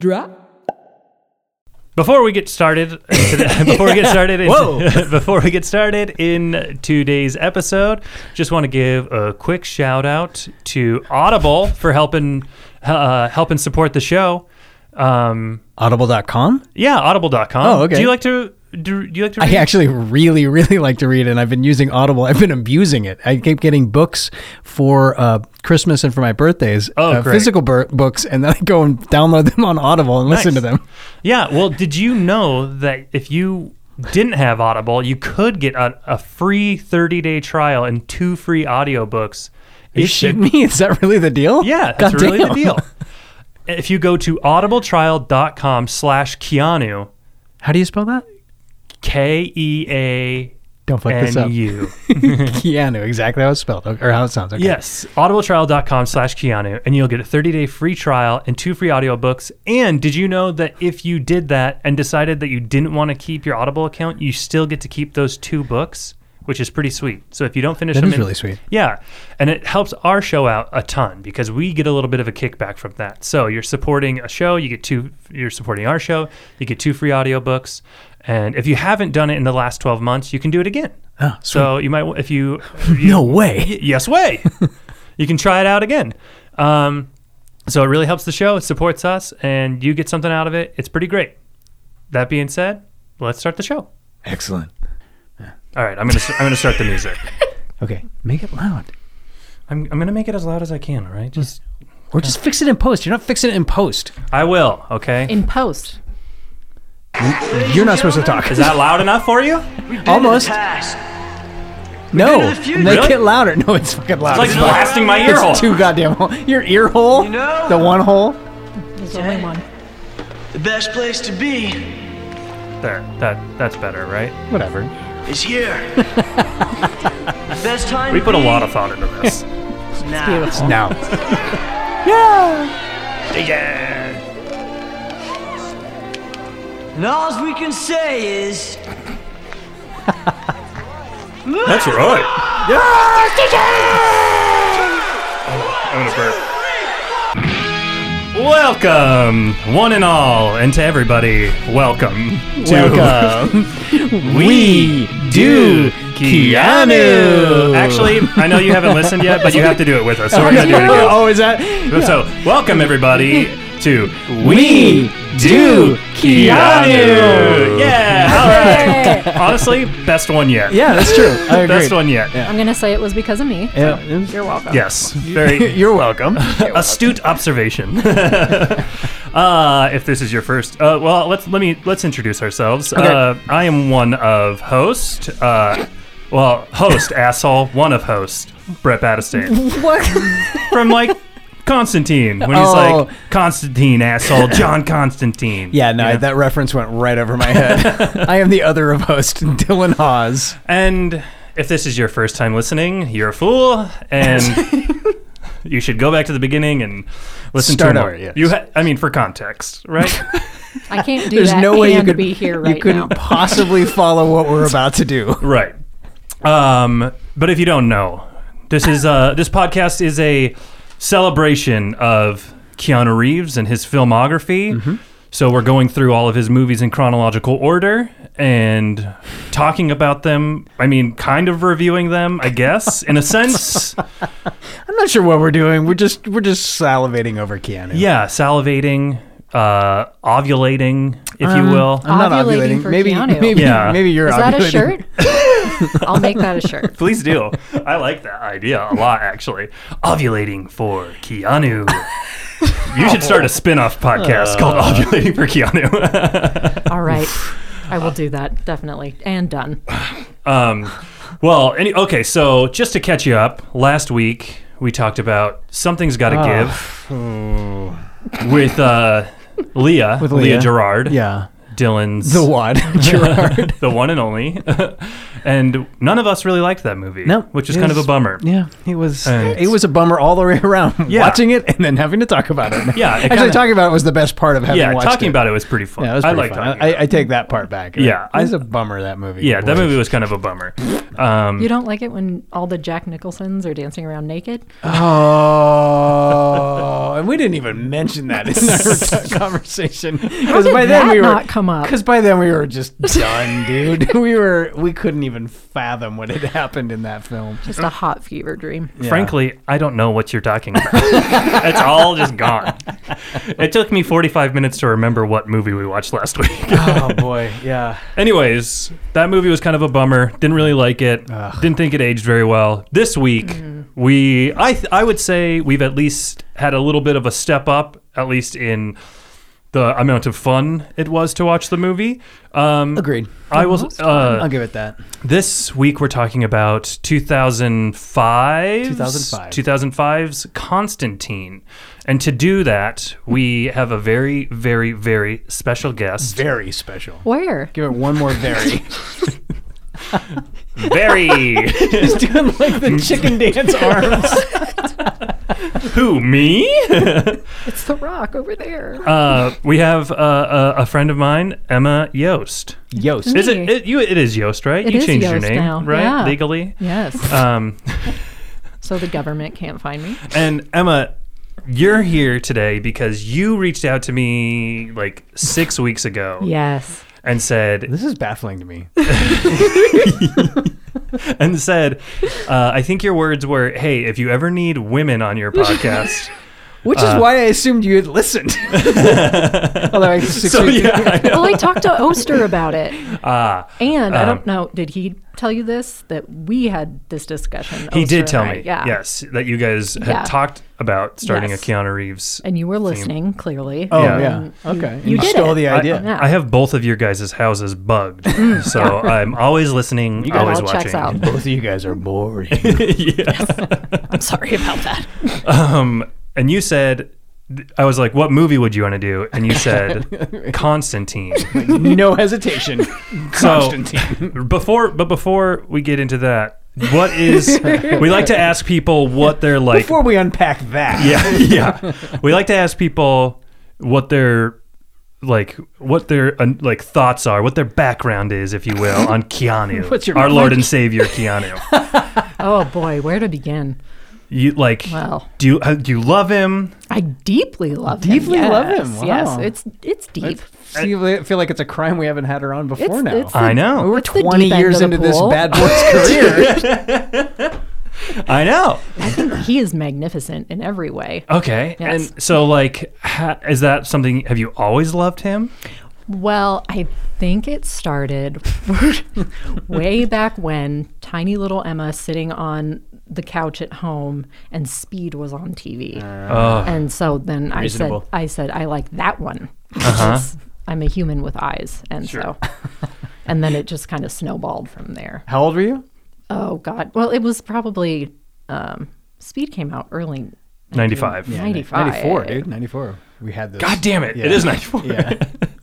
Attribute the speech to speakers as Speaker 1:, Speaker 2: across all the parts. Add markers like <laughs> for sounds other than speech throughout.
Speaker 1: Drop.
Speaker 2: Before we get started, <laughs> before we get started, in,
Speaker 3: Whoa.
Speaker 2: <laughs> before we get started in today's episode, just want to give a quick shout out to Audible for helping uh, helping support the show. Um,
Speaker 3: Audible.com?
Speaker 2: yeah, audible.com.
Speaker 3: Oh, okay.
Speaker 2: Do you like to do, do you like to
Speaker 3: I
Speaker 2: read?
Speaker 3: actually really, really <laughs> like to read, and I've been using Audible. I've been abusing it. I keep getting books for uh, Christmas and for my birthdays,
Speaker 2: Oh,
Speaker 3: uh,
Speaker 2: great.
Speaker 3: physical bur- books, and then I go and download them on Audible and listen to
Speaker 2: Nice.
Speaker 3: them.
Speaker 2: Yeah, well, did you know that if you didn't have Audible, you could get a, a free 30-day trial and two free audiobooks.
Speaker 3: Are you shitting me? Is that really the deal?
Speaker 2: Yeah, that's
Speaker 3: God
Speaker 2: really the
Speaker 3: damn. <laughs>
Speaker 2: deal. If you go to audibletrial.com slash Keanu,
Speaker 3: How do you spell that? <laughs>
Speaker 2: K E A
Speaker 3: Don't fuck this up.
Speaker 2: E
Speaker 3: <laughs>
Speaker 2: N U.
Speaker 3: Keanu, exactly how it's spelled, or how it sounds. Okay.
Speaker 2: Yes, audibletrial.com slash Keanu, and you'll get a 30 day free trial and two free audiobooks. And did you know that if you did that and decided that you didn't want to keep your Audible account, you still get to keep those two books, which is pretty sweet. So if you don't finish
Speaker 3: That
Speaker 2: them,
Speaker 3: is
Speaker 2: in-
Speaker 3: really sweet.
Speaker 2: Yeah, and it helps our show out a ton because we get a little bit of a kickback from that. So you're supporting a show, you get two. You're supporting our show, you get two free audiobooks, and if you haven't done it in the last 12 months, you can do it again.
Speaker 3: Oh,
Speaker 2: so you might, if you,
Speaker 3: No way.
Speaker 2: Y- yes way <laughs> you can try it out again um, so it really helps the show it supports us and you get something out of it it's pretty great that being said let's start the show
Speaker 3: Excellent.
Speaker 2: all right i'm gonna i'm gonna start the music
Speaker 3: Okay, make it loud.
Speaker 2: <laughs> I'm, I'm gonna make it as loud as i can all right just
Speaker 3: Or just fix it in post. You're not fixing it in post.
Speaker 2: i will okay
Speaker 4: in post.
Speaker 3: You're not supposed to talk.
Speaker 2: is that loud enough for you
Speaker 3: <laughs> Almost. No,
Speaker 5: the future.
Speaker 3: make
Speaker 2: Really?
Speaker 3: it louder. <laughs> No, it's fucking loud.
Speaker 2: it's like
Speaker 3: as fuck.
Speaker 2: blasting my ear
Speaker 3: It's
Speaker 2: hole
Speaker 3: too goddamn hole. Your ear hole?
Speaker 5: know-
Speaker 3: The one hole?
Speaker 4: There's only one.
Speaker 5: The best place to be
Speaker 2: there that that's better right
Speaker 3: Whatever.
Speaker 5: is here.
Speaker 1: <laughs>
Speaker 5: best time
Speaker 2: we
Speaker 5: to
Speaker 2: put a
Speaker 5: be
Speaker 2: lot of thought into this
Speaker 5: is now.
Speaker 4: Beautiful.
Speaker 3: Now. <laughs>
Speaker 5: And all we can say is
Speaker 2: that's right i'm gonna burp Welcome, one and all, and to everybody, welcome to
Speaker 3: Welcome.
Speaker 2: <laughs> We
Speaker 3: Do Keanu.
Speaker 2: Actually, I know you haven't listened yet, but you have to do it with us, so we're gonna do <laughs> it again.
Speaker 3: oh, is that?
Speaker 2: So, welcome everybody to
Speaker 3: We Do
Speaker 2: Keanu.
Speaker 3: Keanu.
Speaker 2: Yeah, all right. Honestly, best one yet.
Speaker 3: Yeah, that's true. I agree.
Speaker 2: best one yet.
Speaker 4: I'm gonna say it was because of me.
Speaker 3: Yeah. <laughs>
Speaker 2: Yes, very
Speaker 3: You're welcome.
Speaker 2: astute observation. <laughs> uh, if this is your first, uh, well, let's let me let's introduce ourselves. Uh, I am one of host. Uh, well, host <laughs> asshole. One of host Brett
Speaker 3: <laughs>
Speaker 2: Battistane
Speaker 4: What?
Speaker 2: from like. Constantine, when he's
Speaker 3: Oh.
Speaker 2: like Constantine asshole, John Constantine.
Speaker 3: Yeah, no,
Speaker 2: you know?
Speaker 3: that reference went right over my head. I am the other of host, <laughs> Dylan Hawes.
Speaker 2: And if this is your first time listening, you're a fool, and
Speaker 3: <laughs>
Speaker 2: you should go back to the beginning and listen
Speaker 3: Start
Speaker 2: to
Speaker 3: over,
Speaker 2: more.
Speaker 3: yes.
Speaker 2: You, ha- I mean, for context, right? <laughs>
Speaker 4: I can't do
Speaker 3: There's
Speaker 4: that.
Speaker 3: no way you
Speaker 4: and
Speaker 3: could
Speaker 4: be here
Speaker 3: You
Speaker 4: right now. <laughs>
Speaker 3: couldn't possibly follow what we're about to do. <laughs>
Speaker 2: Right. Um, but if you don't know, this is uh, this podcast is a celebration of Keanu Reeves and his filmography.
Speaker 3: Mm-hmm.
Speaker 2: So we're going through all of his movies in chronological order and talking about them. I mean, kind of reviewing them, I guess, in
Speaker 3: <laughs>
Speaker 2: a sense.
Speaker 3: I'm not sure what we're doing. We're just we're just salivating over Keanu.
Speaker 2: Yeah, salivating, uh, ovulating, if
Speaker 3: Um,
Speaker 2: you will.
Speaker 3: I'm not
Speaker 4: Ovulating
Speaker 3: ovulating.
Speaker 4: for
Speaker 3: maybe <laughs>
Speaker 4: Keanu.
Speaker 3: maybe
Speaker 2: Yeah.
Speaker 3: maybe you're
Speaker 4: Is
Speaker 3: ovulating.
Speaker 4: that a shirt? <laughs> I'll make that a shirt.
Speaker 2: Please do. I like that idea a lot, actually. Ovulating for Keanu. You should start a spin off
Speaker 3: Uh.
Speaker 2: podcast called Ovulating for Keanu. <laughs>
Speaker 4: All right. I will do that definitely. And done.
Speaker 2: um, well, any, okay, so just to catch you up, last week we talked about Something's Gotta
Speaker 3: Ah. <sighs>
Speaker 2: Give with, uh, Leah, Leah,
Speaker 3: Leah. <laughs>
Speaker 2: Gerard,
Speaker 3: Yeah.
Speaker 2: <laughs>
Speaker 4: <laughs>
Speaker 2: Dylan's
Speaker 3: The what? Gerard.
Speaker 2: the one and only. <laughs> and none of us really liked that movie.
Speaker 3: No,
Speaker 2: which is
Speaker 3: it
Speaker 2: kind of a
Speaker 3: was-
Speaker 2: bummer.
Speaker 3: Yeah, it was
Speaker 2: And-
Speaker 3: it was a bummer all the way around.
Speaker 2: Uh, <laughs> Yeah.
Speaker 3: Watching it and then having to talk about it.
Speaker 2: Yeah, it
Speaker 3: actually
Speaker 2: kinda-
Speaker 3: talking about it was the best part of having
Speaker 2: Yeah,
Speaker 3: watched
Speaker 2: talking
Speaker 3: it.
Speaker 2: about it was pretty fun.
Speaker 3: Yeah, it was
Speaker 2: I
Speaker 3: pretty
Speaker 2: like
Speaker 3: fun.
Speaker 2: talking.
Speaker 3: I,
Speaker 2: about
Speaker 3: I take that part back.
Speaker 2: Yeah,
Speaker 3: it was a bummer that movie.
Speaker 2: it. yeah, that
Speaker 3: boy.
Speaker 2: movie was kind of a bummer. Um,
Speaker 4: You don't like it when all the Jack Nicholsons are dancing around naked?
Speaker 3: Oh, and we didn't even mention that <laughs> in our conversation because
Speaker 4: did
Speaker 3: by then
Speaker 4: that
Speaker 3: we were
Speaker 4: not come up?
Speaker 3: Because by then we were <laughs> just done, dude. <laughs> we were we couldn't even fathom what had happened in that film.
Speaker 4: Just a hot fever dream.
Speaker 2: Frankly, I don't know what you're talking about. <laughs> it's all just gone. It took me 45 minutes to remember what movie we watched last week. <laughs>
Speaker 3: oh boy, yeah.
Speaker 2: Anyways, that movie was kind of a bummer. Didn't really like it.
Speaker 3: Ugh.
Speaker 2: Didn't think it aged very well. This week, we I th- I would say we've at least had a little bit of a step up, at least in the amount of fun it was to watch the movie. Um,
Speaker 3: Agreed.
Speaker 2: I will.
Speaker 3: I'll
Speaker 2: Uh,
Speaker 3: give it that.
Speaker 2: this week we're talking about 2005.
Speaker 3: 2005.
Speaker 2: 2005's Constantine, and to do that, we have a very, very, very special guest.
Speaker 3: Very special.
Speaker 4: Where?
Speaker 3: Give it one more <laughs> very.
Speaker 2: Very.
Speaker 3: He's doing like the chicken <laughs> dance arms.
Speaker 2: Who me?
Speaker 4: It's the rock over there.
Speaker 2: uh, we have uh, a, a friend of mine, Emma Yost.
Speaker 3: Yost.
Speaker 2: Is it,
Speaker 4: Me.
Speaker 2: it you? It is Yost, right?
Speaker 4: It
Speaker 2: you
Speaker 4: is
Speaker 2: changed your
Speaker 4: Yost
Speaker 2: name,
Speaker 4: now,
Speaker 2: right?
Speaker 4: yeah.
Speaker 2: Legally.
Speaker 4: yes.
Speaker 2: Um,
Speaker 4: so the government can't find me.
Speaker 2: and Emma, you're here today because you reached out to me like six weeks ago
Speaker 4: Yes.
Speaker 2: and said
Speaker 3: This is baffling to me.
Speaker 2: <laughs> and said, uh, I think your words were, "Hey, if you ever need women on
Speaker 4: <laughs>
Speaker 2: your podcast."
Speaker 3: Which is why I assumed you had <laughs> listened. Although I six
Speaker 2: so
Speaker 3: weeks-
Speaker 2: yeah, I know.
Speaker 4: Well, I talked to Oster about it.
Speaker 2: Ah,
Speaker 4: And I
Speaker 2: Um,
Speaker 4: don't know, did he tell you this? That we had this discussion.
Speaker 2: he
Speaker 4: Oster
Speaker 2: did tell
Speaker 4: and I,
Speaker 2: me.
Speaker 4: Yeah.
Speaker 2: Yes, that you guys had
Speaker 4: Yeah.
Speaker 2: talked about starting
Speaker 4: Yes.
Speaker 2: a Keanu Reeves
Speaker 4: And you were listening, clearly.
Speaker 3: Oh
Speaker 2: Yeah.
Speaker 3: yeah.
Speaker 4: And
Speaker 3: Okay.
Speaker 4: You, you did
Speaker 3: stole
Speaker 4: it.
Speaker 3: the
Speaker 2: I-
Speaker 3: idea.
Speaker 4: Yeah. Mm.
Speaker 2: I have both of your guys' houses bugged, <laughs> so I'm always listening,
Speaker 4: It
Speaker 2: always
Speaker 4: all
Speaker 2: watching. <laughs>
Speaker 4: checks out.
Speaker 3: Both of you guys are boring.
Speaker 4: I'm sorry about that.
Speaker 2: <laughs> Um, and you said, I was like, "What movie would you want to do?" And you said, "Constantine."
Speaker 3: no
Speaker 2: <laughs>
Speaker 3: hesitation. Constantine.
Speaker 2: Before, but before we get into that, what is we like to ask people what they're like.
Speaker 3: Before we unpack that, <laughs>
Speaker 2: yeah, yeah, we like to ask people what their like what their uh, like thoughts are, what their background is, if you will,
Speaker 3: <laughs>
Speaker 2: on Keanu,
Speaker 3: What's your-
Speaker 2: our Lord and Savior Keanu.
Speaker 4: <laughs>
Speaker 3: <laughs>
Speaker 4: Oh boy, where to begin?
Speaker 2: You like?
Speaker 4: Wow.
Speaker 2: Do you uh, do you love him?
Speaker 4: I deeply love
Speaker 3: Deeply
Speaker 4: him.
Speaker 3: love
Speaker 4: yes,
Speaker 3: him. Wow.
Speaker 4: Yes, it's it's deep.
Speaker 3: See, I feel like it's a crime we haven't had her on before
Speaker 4: It's-
Speaker 3: now.
Speaker 4: it's-
Speaker 2: I know.
Speaker 3: We're
Speaker 4: it's the
Speaker 3: 20
Speaker 4: deep end
Speaker 3: years
Speaker 4: of the
Speaker 3: into this
Speaker 4: pool.
Speaker 3: bad
Speaker 2: <laughs>
Speaker 3: boy's career.
Speaker 2: I know.
Speaker 4: he is magnificent in every way.
Speaker 2: Okay.
Speaker 4: Yes.
Speaker 2: And so, like, ha- is that something? Have you always loved him?
Speaker 4: Well, I think it started <laughs> way back when tiny little Emma sitting on the couch at home and Speed was on TV.
Speaker 3: Uh,
Speaker 2: Oh,
Speaker 4: and so then I
Speaker 3: Reasonable. Uh-huh.
Speaker 4: said I said I like that one. because I'm a human with eyes
Speaker 3: <laughs>
Speaker 4: and so and then it just kind of snowballed from there.
Speaker 3: How old were you?
Speaker 4: Oh god. Well, it was probably um, Speed came out early
Speaker 2: Ninety-five.
Speaker 4: 95.
Speaker 3: 94, dude. 94. We had this.
Speaker 2: God damn it! It
Speaker 3: Yeah.
Speaker 2: is ninety-four.
Speaker 3: Yeah.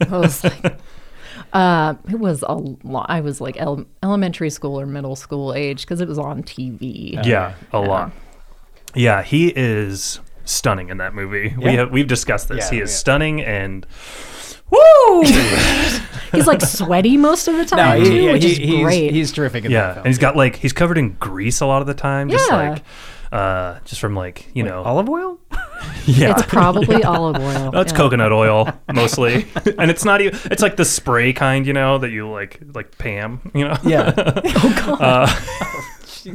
Speaker 4: I was like, <laughs> uh, it was a lot. I was like ele- elementary school or middle school age because it was on TV.
Speaker 2: <laughs> Yeah, a lot. Yeah, he is stunning in that movie. We
Speaker 3: Yeah.
Speaker 2: have we've discussed this.
Speaker 3: Yeah,
Speaker 2: he is
Speaker 3: yeah.
Speaker 2: stunning and
Speaker 3: <laughs>
Speaker 4: Woo! <laughs> he's like sweaty most of the
Speaker 3: No,
Speaker 4: time
Speaker 3: he-
Speaker 4: too,
Speaker 3: yeah,
Speaker 4: which
Speaker 3: he-
Speaker 4: is
Speaker 3: he's,
Speaker 4: great.
Speaker 3: he's terrific in
Speaker 2: yeah,
Speaker 3: that
Speaker 2: and
Speaker 3: film.
Speaker 2: he's got like he's covered in grease a lot of the time. Just
Speaker 4: Yeah.
Speaker 2: like, uh, just from like you know,
Speaker 3: Olive oil?
Speaker 2: yeah,
Speaker 4: it's probably
Speaker 3: <laughs>
Speaker 4: olive
Speaker 2: <laughs>
Speaker 4: oil.
Speaker 2: That's
Speaker 4: yeah.
Speaker 2: coconut
Speaker 4: <laughs>
Speaker 2: oil mostly, and it's not even. It's like the spray kind, you know, that you like, like Pam, you know.
Speaker 3: <laughs> Yeah.
Speaker 4: He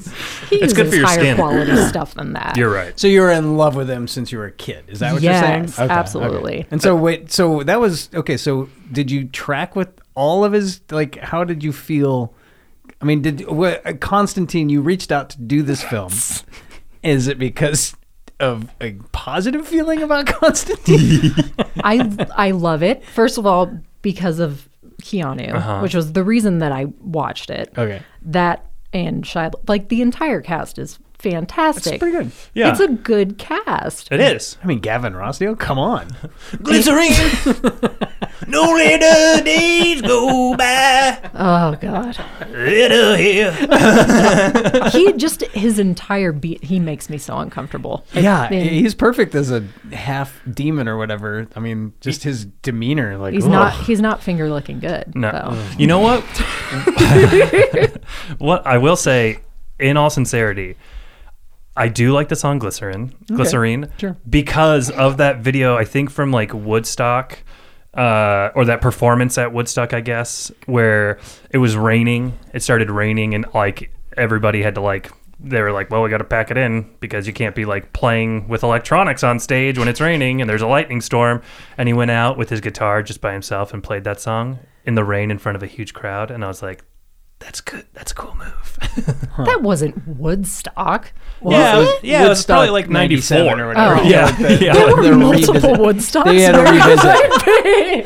Speaker 2: It's good
Speaker 4: uses
Speaker 2: for your
Speaker 4: higher
Speaker 2: skin.
Speaker 4: quality stuff than
Speaker 2: <laughs>
Speaker 4: that.
Speaker 2: You're right.
Speaker 3: so you were in love with him since you were a kid. Is that what you're saying?
Speaker 4: Yes, absolutely.
Speaker 3: And so wait, so that was okay, so did you track with all of his like how did you feel I mean, did wha- Constantine you reached out to do this
Speaker 4: <laughs>
Speaker 3: film? Is it because of a positive feeling about Constantine?
Speaker 4: I I love it. First of all, because of Keanu, which was the reason that I watched it.
Speaker 3: Uh-huh. Okay.
Speaker 4: That and Shia, like the entire cast is fantastic.
Speaker 3: It's pretty good.
Speaker 2: Yeah.
Speaker 4: It's a good cast.
Speaker 2: It is. <laughs>
Speaker 3: I mean, Gavin Rossdale, come on.
Speaker 2: Glycerine. No later days go by.
Speaker 4: Oh
Speaker 3: <laughs>
Speaker 4: God.
Speaker 2: Later here.
Speaker 4: He just his entire beat. He makes me so uncomfortable. Like,
Speaker 3: yeah,
Speaker 4: and
Speaker 3: he's perfect as a half demon or whatever. I mean, just his demeanor, like
Speaker 4: he's
Speaker 3: ugh. Uh-huh.
Speaker 4: not. He's not finger looking good. <laughs>
Speaker 2: No.
Speaker 4: though.
Speaker 2: You know what? <laughs> what I will say, in all sincerity, I do like the song Glycerin, Glycerine,
Speaker 3: sure.
Speaker 2: because of that video. I think from like Woodstock, uh, or that performance at Woodstock, I guess, where it was raining. It started raining, and like everybody had to like. They were like, "Well, we got to pack it in because you can't be like playing with electronics on stage when it's raining and there's a lightning storm." And he went out with his guitar just by himself and played that song in the rain in front of a huge crowd. And I was like, "That's good. That's a cool move." <laughs>
Speaker 4: That wasn't Woodstock.
Speaker 2: yeah, it was, yeah, it was
Speaker 3: Woodstock
Speaker 2: probably like
Speaker 3: 97
Speaker 2: 94
Speaker 3: or whatever.
Speaker 4: Oh.
Speaker 2: Yeah, <laughs> yeah.
Speaker 4: There
Speaker 3: <laughs>
Speaker 4: were
Speaker 3: They're
Speaker 4: multiple
Speaker 3: revisit-
Speaker 4: Woodstocks.
Speaker 3: They had a
Speaker 4: where <laughs> I
Speaker 3: revisit.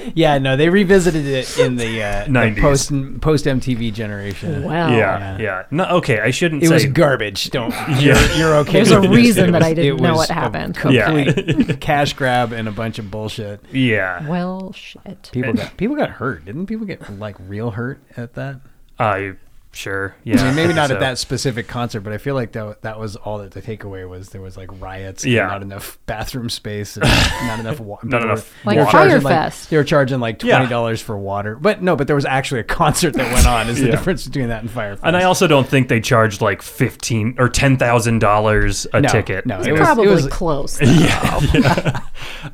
Speaker 4: would be.
Speaker 3: Yeah, no, they revisited it in the, uh, the
Speaker 2: 90s.
Speaker 3: post post MTV generation.
Speaker 4: Wow.
Speaker 2: yeah, yeah, No, okay, I shouldn't
Speaker 3: It
Speaker 2: say
Speaker 3: was garbage. Don't
Speaker 2: Yeah.
Speaker 3: you're, you're okay.
Speaker 4: There's a
Speaker 3: with <laughs> it.
Speaker 4: reason
Speaker 3: It
Speaker 4: that I
Speaker 3: was-
Speaker 4: didn't
Speaker 3: it
Speaker 4: know
Speaker 3: was
Speaker 4: what
Speaker 3: a
Speaker 4: happened.
Speaker 3: Complete cash grab and a bunch of bullshit.
Speaker 2: yeah.
Speaker 4: <laughs> Well, shit.
Speaker 3: People got people got hurt. Didn't people get like real hurt at that?
Speaker 2: I Uh, sure. Yeah,
Speaker 3: I mean,
Speaker 2: I
Speaker 3: maybe
Speaker 2: think
Speaker 3: not
Speaker 2: so.
Speaker 3: at that specific concert, but I feel like that that was all that the takeaway was. There was like riots, and
Speaker 2: Yeah.
Speaker 3: not enough bathroom space,
Speaker 2: <laughs>
Speaker 3: and not enough water.
Speaker 2: enough
Speaker 4: Like
Speaker 2: water.
Speaker 3: charging like,
Speaker 4: Firefest.
Speaker 3: they were charging like
Speaker 2: Yeah.
Speaker 3: twenty dollars for water, but no, but there was actually a concert that went on. Is the
Speaker 2: <laughs> Yeah.
Speaker 3: difference between that and Firefest?
Speaker 2: And I also don't think they charged like fifteen or ten thousand dollars a
Speaker 3: No,
Speaker 2: ticket.
Speaker 3: no,
Speaker 4: It's
Speaker 3: it was-
Speaker 4: probably
Speaker 3: was-
Speaker 4: close.
Speaker 3: <laughs>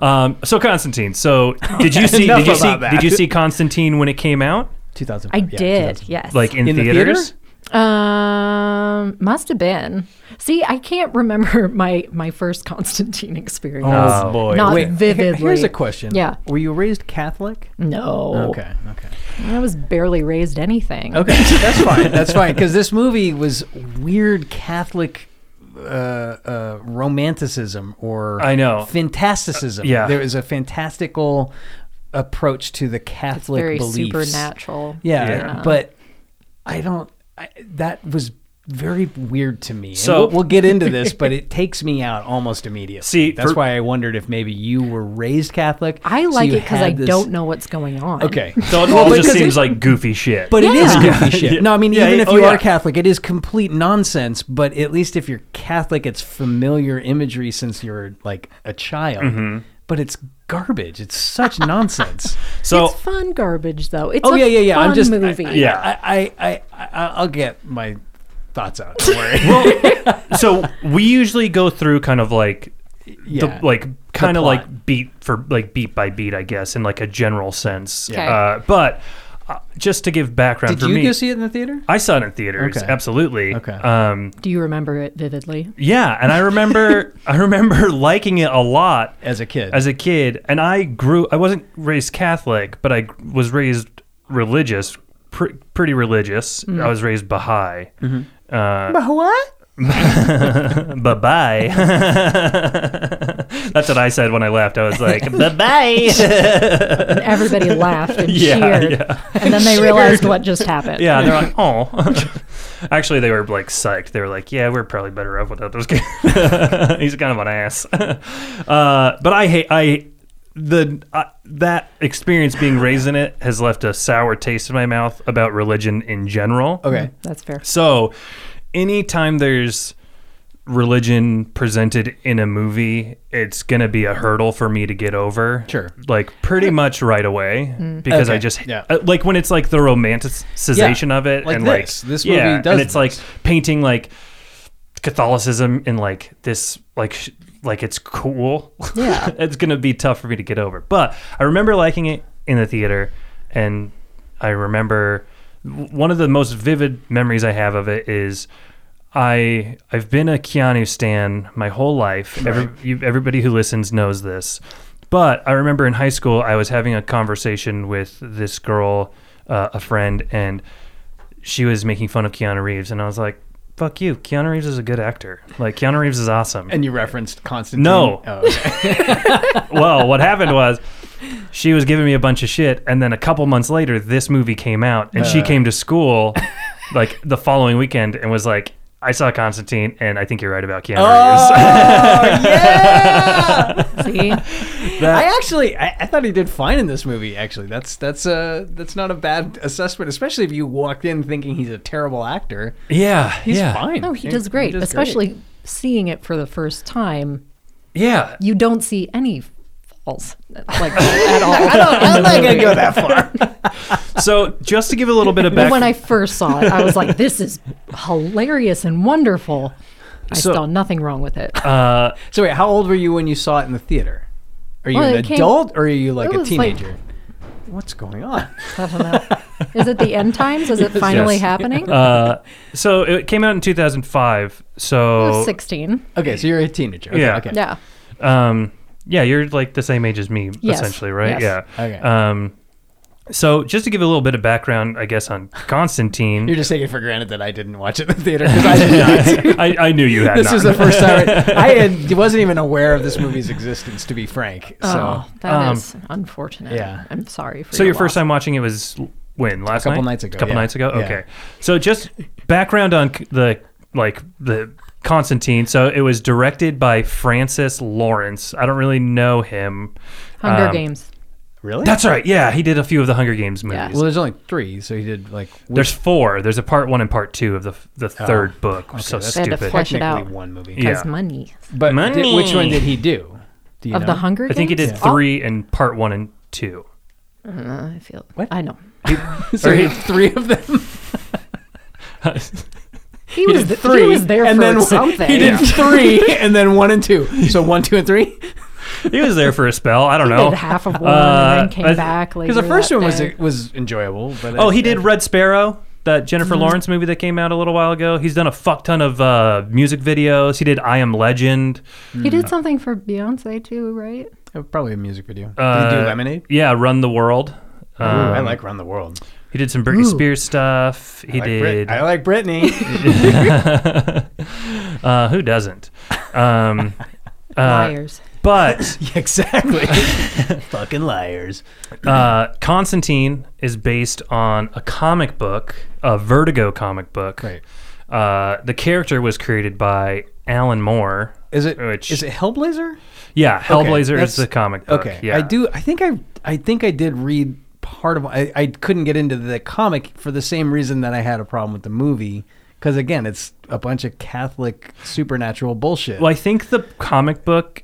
Speaker 2: Um, so Constantine.
Speaker 3: <laughs>
Speaker 2: So did you see?
Speaker 3: Enough
Speaker 2: did you
Speaker 3: about
Speaker 2: see?
Speaker 3: that.
Speaker 2: Did you see Constantine when it came out?
Speaker 3: two thousand.
Speaker 4: I did. Yes.
Speaker 2: Like in,
Speaker 3: In the
Speaker 2: theaters?
Speaker 3: theater?
Speaker 4: Um, must have been. See, I can't remember <laughs> my my first Constantine experience.
Speaker 3: Oh, boy!
Speaker 4: Not
Speaker 3: Wait, he-
Speaker 4: vividly.
Speaker 3: Here's a question.
Speaker 4: Yeah.
Speaker 3: Were you raised Catholic?
Speaker 4: No,
Speaker 3: Okay. Okay.
Speaker 4: I was barely raised anything.
Speaker 3: Okay, <laughs> that's fine. That's fine
Speaker 2: <laughs>
Speaker 3: because this movie was weird Catholic uh, uh, romanticism or
Speaker 2: I know. Uh,
Speaker 3: fantasticism.
Speaker 2: Yeah.
Speaker 3: there was a fantastical approach to the Catholic
Speaker 4: very
Speaker 3: beliefs.
Speaker 4: supernatural.
Speaker 3: Yeah,
Speaker 2: Yeah.
Speaker 3: but I don't. I, that was very weird to me. And
Speaker 2: So-
Speaker 3: we'll, we'll get into this,
Speaker 2: <laughs>
Speaker 3: but it takes me out almost immediately.
Speaker 2: See,
Speaker 3: that's
Speaker 2: for-
Speaker 3: why I wondered if maybe you were raised Catholic.
Speaker 4: I
Speaker 3: so
Speaker 4: like
Speaker 3: you
Speaker 4: it because
Speaker 3: had
Speaker 4: I
Speaker 3: this-
Speaker 4: don't know what's going on.
Speaker 3: Okay,
Speaker 4: <laughs>
Speaker 2: So it all just
Speaker 3: because
Speaker 2: seems
Speaker 3: it-
Speaker 2: like goofy shit.
Speaker 3: but it is
Speaker 4: Yeah.
Speaker 3: goofy shit.
Speaker 2: <laughs> Yeah.
Speaker 3: No, I mean,
Speaker 2: Yeah,
Speaker 3: even
Speaker 2: yeah.
Speaker 3: if
Speaker 2: Oh,
Speaker 3: you
Speaker 2: yeah.
Speaker 3: are Catholic, it is complete nonsense. But at least if you're Catholic, it's familiar imagery since you're like a child.
Speaker 2: Mm-hmm.
Speaker 3: But it's garbage. It's
Speaker 2: <laughs>
Speaker 3: such nonsense.
Speaker 2: so
Speaker 4: it's fun garbage though. It's
Speaker 3: oh
Speaker 4: a
Speaker 3: yeah, yeah, yeah.
Speaker 4: Fun
Speaker 3: I'm just
Speaker 4: movie.
Speaker 3: I, I-
Speaker 2: Yeah.
Speaker 3: I, I, I, I, I'll get my thoughts out. Don't worry.
Speaker 2: well, so we usually go through kind of like
Speaker 3: Yeah.
Speaker 2: <laughs> the like kind of
Speaker 3: plot.
Speaker 2: like beat for like beat by beat, I guess, in like a general sense.
Speaker 4: Okay.
Speaker 2: Uh, but uh, just to give background
Speaker 3: Did
Speaker 2: for
Speaker 3: you
Speaker 2: me,
Speaker 3: go see it in the theater?
Speaker 2: I saw it in theaters.
Speaker 3: Okay.
Speaker 2: Absolutely.
Speaker 3: Okay.
Speaker 2: Um,
Speaker 4: Do you remember it vividly?
Speaker 2: yeah, and
Speaker 3: <laughs>
Speaker 2: I remember I remember <laughs> liking it a lot
Speaker 3: As a kid.
Speaker 2: as a kid, and I grew. I wasn't raised Catholic, but I g- was raised religious, pr- pretty religious. I was raised Baha'i. Uh, <laughs>
Speaker 3: what?
Speaker 2: bye bye. <laughs> That's what I said when I left. I was like, bye bye.
Speaker 4: And everybody
Speaker 3: <laughs>
Speaker 4: laughed
Speaker 2: <laughs>
Speaker 4: and
Speaker 2: Yeah,
Speaker 4: cheered, and then they realized what just happened.
Speaker 2: Yeah, they're like, oh. <laughs> Actually, they were like psyched. They were like, yeah, we're probably better off without this guy. <laughs> He's kind of an ass. <laughs> uh, but I hate I the uh, that experience being raised in it has left a sour taste in my mouth about religion in general.
Speaker 3: Okay.
Speaker 4: that's fair.
Speaker 2: So, anytime there's religion presented in a movie, it's going to be a hurdle for me to get over.
Speaker 3: Sure. Mm.
Speaker 2: Like pretty much right away because I
Speaker 3: Okay,
Speaker 2: just
Speaker 3: yeah.
Speaker 2: uh, like when it's like the romanticization
Speaker 3: Yeah,
Speaker 2: of it
Speaker 3: like
Speaker 2: and
Speaker 3: this.
Speaker 2: like
Speaker 3: This movie
Speaker 2: yeah,
Speaker 3: does
Speaker 2: and it's like
Speaker 3: this.
Speaker 2: painting like Catholicism in like this like sh- like it's cool. Yeah. <laughs> it's going to be tough for me to get over. But I remember liking it in the theater and I remember w- one of the most vivid memories I have of it is I I've been a Keanu stan my whole life. Every, you, everybody who listens knows this. But I remember in high school I was having a conversation with this girl, uh, a friend, and she was making fun of Keanu Reeves, and I was like, "Fuck you, Keanu Reeves is a good actor. Like Keanu Reeves is awesome."
Speaker 3: And you referenced Constantine.
Speaker 2: No.
Speaker 3: Oh, okay.
Speaker 2: <laughs> well, what happened was she was giving me a bunch of shit, and then a couple months
Speaker 3: Uh.
Speaker 2: later, this movie came out, and she came to school like the following weekend and was like, I saw Constantine, and I think you're right about Keanu
Speaker 3: Oh.
Speaker 2: <laughs>
Speaker 4: See,
Speaker 2: Reeves. That-
Speaker 3: I actually, I, I thought he did fine in this movie. Actually, that's that's uh that's not a bad assessment, especially if you walked in thinking he's a terrible actor.
Speaker 2: yeah,
Speaker 3: He's
Speaker 2: yeah,
Speaker 3: fine.
Speaker 4: no, he does great,
Speaker 3: does
Speaker 4: especially seeing it for the first time.
Speaker 2: yeah.
Speaker 4: You don't see any falls like at all.
Speaker 3: I don't, <laughs> <laughs> I'm not
Speaker 4: <laughs>
Speaker 3: gonna go that far.
Speaker 2: So just to give a little bit of back,
Speaker 4: when I first saw it, I was like, "This is hilarious and wonderful." I
Speaker 2: So-
Speaker 4: saw nothing wrong with it.
Speaker 2: uh,
Speaker 3: So wait, how old were you when you saw it in the theater? Are you
Speaker 4: Well,
Speaker 3: an
Speaker 4: it came-
Speaker 3: adult or are you like
Speaker 4: it
Speaker 3: a
Speaker 4: was like-
Speaker 3: teenager? What's going on? <laughs>
Speaker 4: I don't know. Is it the end times? Is it finally
Speaker 2: Yes.
Speaker 4: happening?
Speaker 2: uh, so it came out in 2005.
Speaker 4: I
Speaker 2: So
Speaker 4: was 16.
Speaker 3: Okay, so you're a teenager. Okay,
Speaker 2: Yeah.
Speaker 3: Okay.
Speaker 4: Yeah.
Speaker 2: um, yeah, you're like the same age as me,
Speaker 4: Yes.
Speaker 2: essentially, right?
Speaker 4: Yes.
Speaker 2: Yeah.
Speaker 3: Okay.
Speaker 2: Um, so just to give a little bit of background, I guess on Constantine,
Speaker 3: You're just taking for granted that I didn't watch it in the theater because I did not.
Speaker 2: <laughs> I, I knew you had
Speaker 3: this
Speaker 2: not.
Speaker 3: was the first time I, I
Speaker 2: <laughs>
Speaker 3: had, wasn't even aware of this movie's existence, to be frank. So
Speaker 4: oh, that is unfortunate.
Speaker 3: yeah.
Speaker 4: I'm sorry for
Speaker 2: um, So your first
Speaker 4: loss.
Speaker 2: time watching it was when last
Speaker 3: couple
Speaker 2: night?
Speaker 3: nights ago, yeah.
Speaker 2: Couple nights ago.
Speaker 3: Yeah.
Speaker 2: Okay. So just background on c- the like the Constantine. So it was directed by Francis Lawrence. I don't really know him.
Speaker 4: Hunger
Speaker 2: um,
Speaker 4: Games.
Speaker 3: really,
Speaker 2: That's right. Yeah, he did a few of the Hunger Games movies.
Speaker 4: Yeah.
Speaker 3: well. There's only three, so he did like
Speaker 2: There's four. There's a part one and part two of the the third book. so
Speaker 3: Oh. that's-
Speaker 4: They had to
Speaker 2: stupid.
Speaker 4: flesh it
Speaker 3: technically
Speaker 4: out.
Speaker 3: one movie.
Speaker 2: Yeah.
Speaker 4: Because money.
Speaker 3: But
Speaker 2: Money.
Speaker 3: did- which one did he do? do you
Speaker 4: Of
Speaker 3: know?
Speaker 4: the Hunger
Speaker 2: I
Speaker 4: Games?
Speaker 2: think he did
Speaker 4: Oh,
Speaker 2: three and part one and two.
Speaker 4: uh, I feel. I know.
Speaker 3: <laughs> so he did three of them.
Speaker 4: He, was,
Speaker 3: <laughs> did
Speaker 4: th- he was there for something.
Speaker 3: He did three,
Speaker 4: <laughs>
Speaker 3: and then one and two. So one, two, and three.
Speaker 2: He was there for a spell. I don't
Speaker 4: He
Speaker 2: know.
Speaker 4: did half of one
Speaker 2: Uh,
Speaker 4: and then came
Speaker 2: I-
Speaker 4: back later.
Speaker 3: Because the first
Speaker 4: that
Speaker 3: one was
Speaker 4: day.
Speaker 3: was enjoyable, but
Speaker 2: Oh,
Speaker 3: I-
Speaker 2: he did Red Sparrow, that Jennifer
Speaker 4: Mm-hmm.
Speaker 2: Lawrence movie that came out a little while ago. He's done a fuck ton of uh, music videos. He did I Am Legend.
Speaker 4: He
Speaker 3: Hmm.
Speaker 4: did something for Beyonce too, right?
Speaker 3: Uh, probably a music video.
Speaker 2: Uh,
Speaker 3: did he do Lemonade?
Speaker 2: Yeah, Run the World.
Speaker 3: Ooh,
Speaker 2: Um,
Speaker 3: I like Run the World.
Speaker 2: He did some Britney
Speaker 4: Ooh.
Speaker 2: Spears stuff.
Speaker 3: I
Speaker 2: He
Speaker 3: like
Speaker 2: did.
Speaker 3: Brit-
Speaker 2: <laughs>
Speaker 3: I like Britney. <laughs>
Speaker 2: uh, who doesn't? Um, uh,
Speaker 4: Liars.
Speaker 3: <laughs>
Speaker 2: but
Speaker 3: Yeah,
Speaker 2: <laughs>
Speaker 3: exactly. Fucking liars.
Speaker 2: uh, Constantine is based on a comic book, a Vertigo comic book.
Speaker 3: Right.
Speaker 2: Uh, the character was created by Alan Moore.
Speaker 3: Is it? Is
Speaker 2: Which-
Speaker 3: it Hellblazer?
Speaker 2: Yeah, Hellblazer
Speaker 3: that's-
Speaker 2: is the comic book.
Speaker 3: Okay.
Speaker 2: yeah.
Speaker 3: I do. I think I. I think I did read part of. I, I couldn't get into the comic for the same reason that I had a problem with the movie. Because again, it's a bunch of Catholic supernatural bullshit.
Speaker 2: Well, I think the comic book.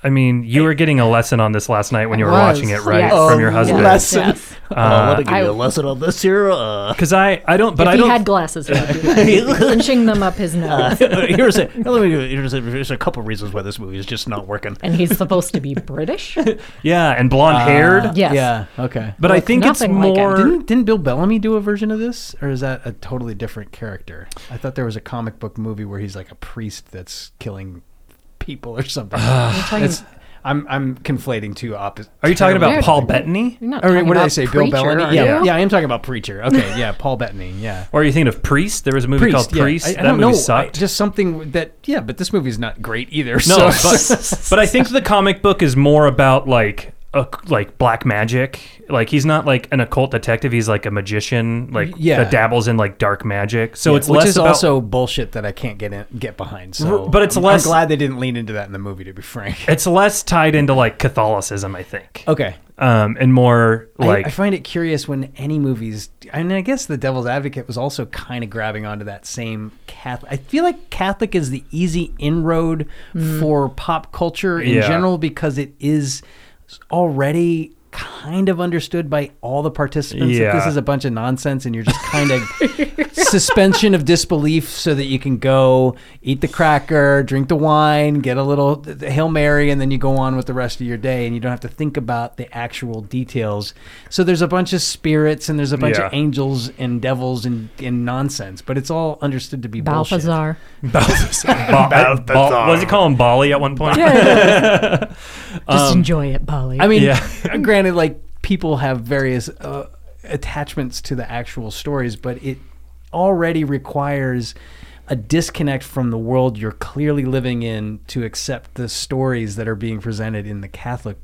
Speaker 2: I mean, you were getting a lesson on this last night when you were
Speaker 4: was,
Speaker 2: watching it, right,
Speaker 4: yes.
Speaker 2: from your husband.
Speaker 3: Oh, Yes.
Speaker 4: Yes.
Speaker 1: Uh, let me give
Speaker 4: I-
Speaker 1: you a lesson on this here. Uh,
Speaker 2: Because I, I don't, but
Speaker 4: if
Speaker 2: I
Speaker 4: he
Speaker 2: don't.
Speaker 4: had glasses, he would do that. <laughs> Pinching them up his <laughs> nose.
Speaker 1: <laughs> here's <laughs> a, let me, here's, a, here's a couple reasons why this movie is just not working.
Speaker 4: and he's supposed to be British?
Speaker 2: yeah, and blonde haired.
Speaker 4: yes.
Speaker 3: Yeah. Okay.
Speaker 2: But I
Speaker 4: Look,
Speaker 2: think it's
Speaker 4: nothing Ah. like it.
Speaker 2: more.
Speaker 3: Didn't, didn't Bill Bellamy do a version of this, or is that a totally different character? I thought there was a comic book movie where he's like a priest that's killing people or something.
Speaker 4: You're talking-
Speaker 3: it's, I'm I'm conflating two opposite.
Speaker 2: are you talking about
Speaker 4: Weird.
Speaker 2: Paul Bettany?
Speaker 4: you're not
Speaker 3: Or
Speaker 4: talking
Speaker 3: what did
Speaker 4: about
Speaker 3: I say? Bill
Speaker 4: Preacher,
Speaker 3: Bellamy.
Speaker 4: are
Speaker 3: Yeah,
Speaker 4: you?
Speaker 3: yeah, I am talking about Preacher. Okay, yeah, Paul Bettany. Yeah,
Speaker 2: Or are you thinking of Priest? There was a movie called
Speaker 3: yeah.
Speaker 2: Priest.
Speaker 3: I, I
Speaker 2: that
Speaker 3: don't
Speaker 2: movie
Speaker 3: know.
Speaker 2: sucked.
Speaker 3: I- just something that. Yeah, but this movie's not great either. <laughs>
Speaker 2: no,
Speaker 3: so.
Speaker 2: but, but I think the comic book is more about like. A, like black magic like he's not like an occult detective he's like a magician like
Speaker 3: Yeah.
Speaker 2: that dabbles in like dark magic so it's
Speaker 3: Which
Speaker 2: less
Speaker 3: is
Speaker 2: about
Speaker 3: also bullshit that I can't get in, get behind. So,
Speaker 2: R- but it's
Speaker 3: I'm,
Speaker 2: less-
Speaker 3: I'm glad they didn't lean into that in the movie. To be frank.
Speaker 2: it's less tied into like Catholicism I think
Speaker 3: Okay.
Speaker 2: um, and more
Speaker 3: Oh. I- <laughs>
Speaker 2: like
Speaker 3: I, find it curious when any movies, I mean, I guess The Devil's Advocate was also kind of grabbing onto that same Catholic. I feel like Catholic is the easy inroad for pop culture in
Speaker 2: Mm-hmm. Yeah.
Speaker 3: general because it is already kind of understood by all the participants that this
Speaker 2: Yeah.
Speaker 3: is a bunch of nonsense and you're just kind
Speaker 2: <laughs>
Speaker 3: of suspension of disbelief so that you can go eat the cracker drink the wine get a little hail mary and then you go on with the rest of your day and you don't have to think about the actual details so there's a bunch of spirits and there's a bunch of
Speaker 2: Yeah.
Speaker 3: angels and devils and, and nonsense but it's all understood to be bullshit
Speaker 4: Balthazar.
Speaker 2: Ba- Ba- what does he call him Bali at one point?
Speaker 4: Just enjoy it, Bali.
Speaker 3: Um, I mean,
Speaker 2: Yeah.
Speaker 3: <laughs> granted, like people have various uh, attachments to the actual stories, but it already requires a disconnect from the world you're clearly living in to accept the stories that are being presented in the Catholic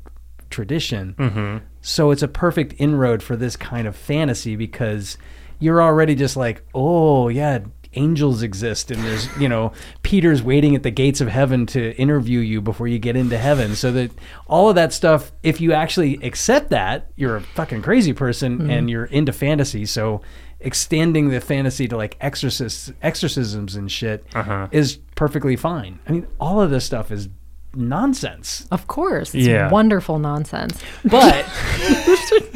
Speaker 3: tradition. So it's a perfect inroad for this kind of fantasy because you're already just like, oh yeah, angels exist and there's you know Peter's waiting at the gates of heaven to interview you before you get into heaven. So that all of that stuff, if you actually accept that, you're a fucking crazy person and you're into fantasy. So extending the fantasy to like exorcists, exorcisms and shit
Speaker 2: Uh-huh.
Speaker 3: is perfectly fine. I mean, all of this stuff is nonsense.
Speaker 4: Of course. It's
Speaker 2: Yeah.
Speaker 4: wonderful nonsense.
Speaker 3: But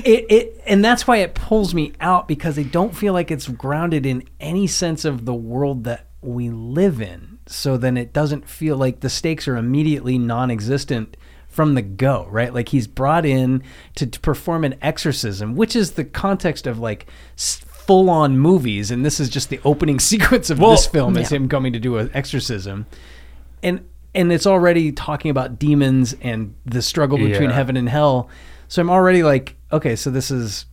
Speaker 3: it, it and that's why it pulls me out because I don't feel like it's grounded in any sense of the world that we live in. So then it doesn't feel like the stakes are immediately non-existent from the go, right? Like he's brought in to, to perform an exorcism, which is the context of like s- full-on movies, and this is just the opening <laughs> sequence of
Speaker 2: Well,
Speaker 3: this film is him coming to do an exorcism, and and it's already talking about demons and the struggle between
Speaker 2: Yeah.
Speaker 3: heaven and hell. So I'm already like, okay, so this is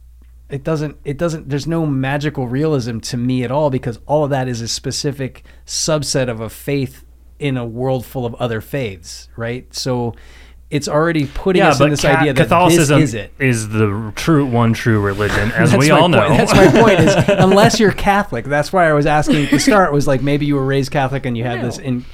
Speaker 3: it doesn't it doesn't there's no magical realism to me at all because all of that is a specific subset of a faith in a world full of other faiths, right? So it's already putting us in this
Speaker 2: ca-
Speaker 3: idea that
Speaker 2: Catholicism
Speaker 3: this is it.
Speaker 2: the true one true religion, as
Speaker 3: That's
Speaker 2: we
Speaker 3: my
Speaker 2: all know.
Speaker 3: point. That's my point. Is
Speaker 2: <laughs>
Speaker 3: unless you're Catholic, that's why I was asking at the start. Was like maybe you were raised Catholic and you had this. In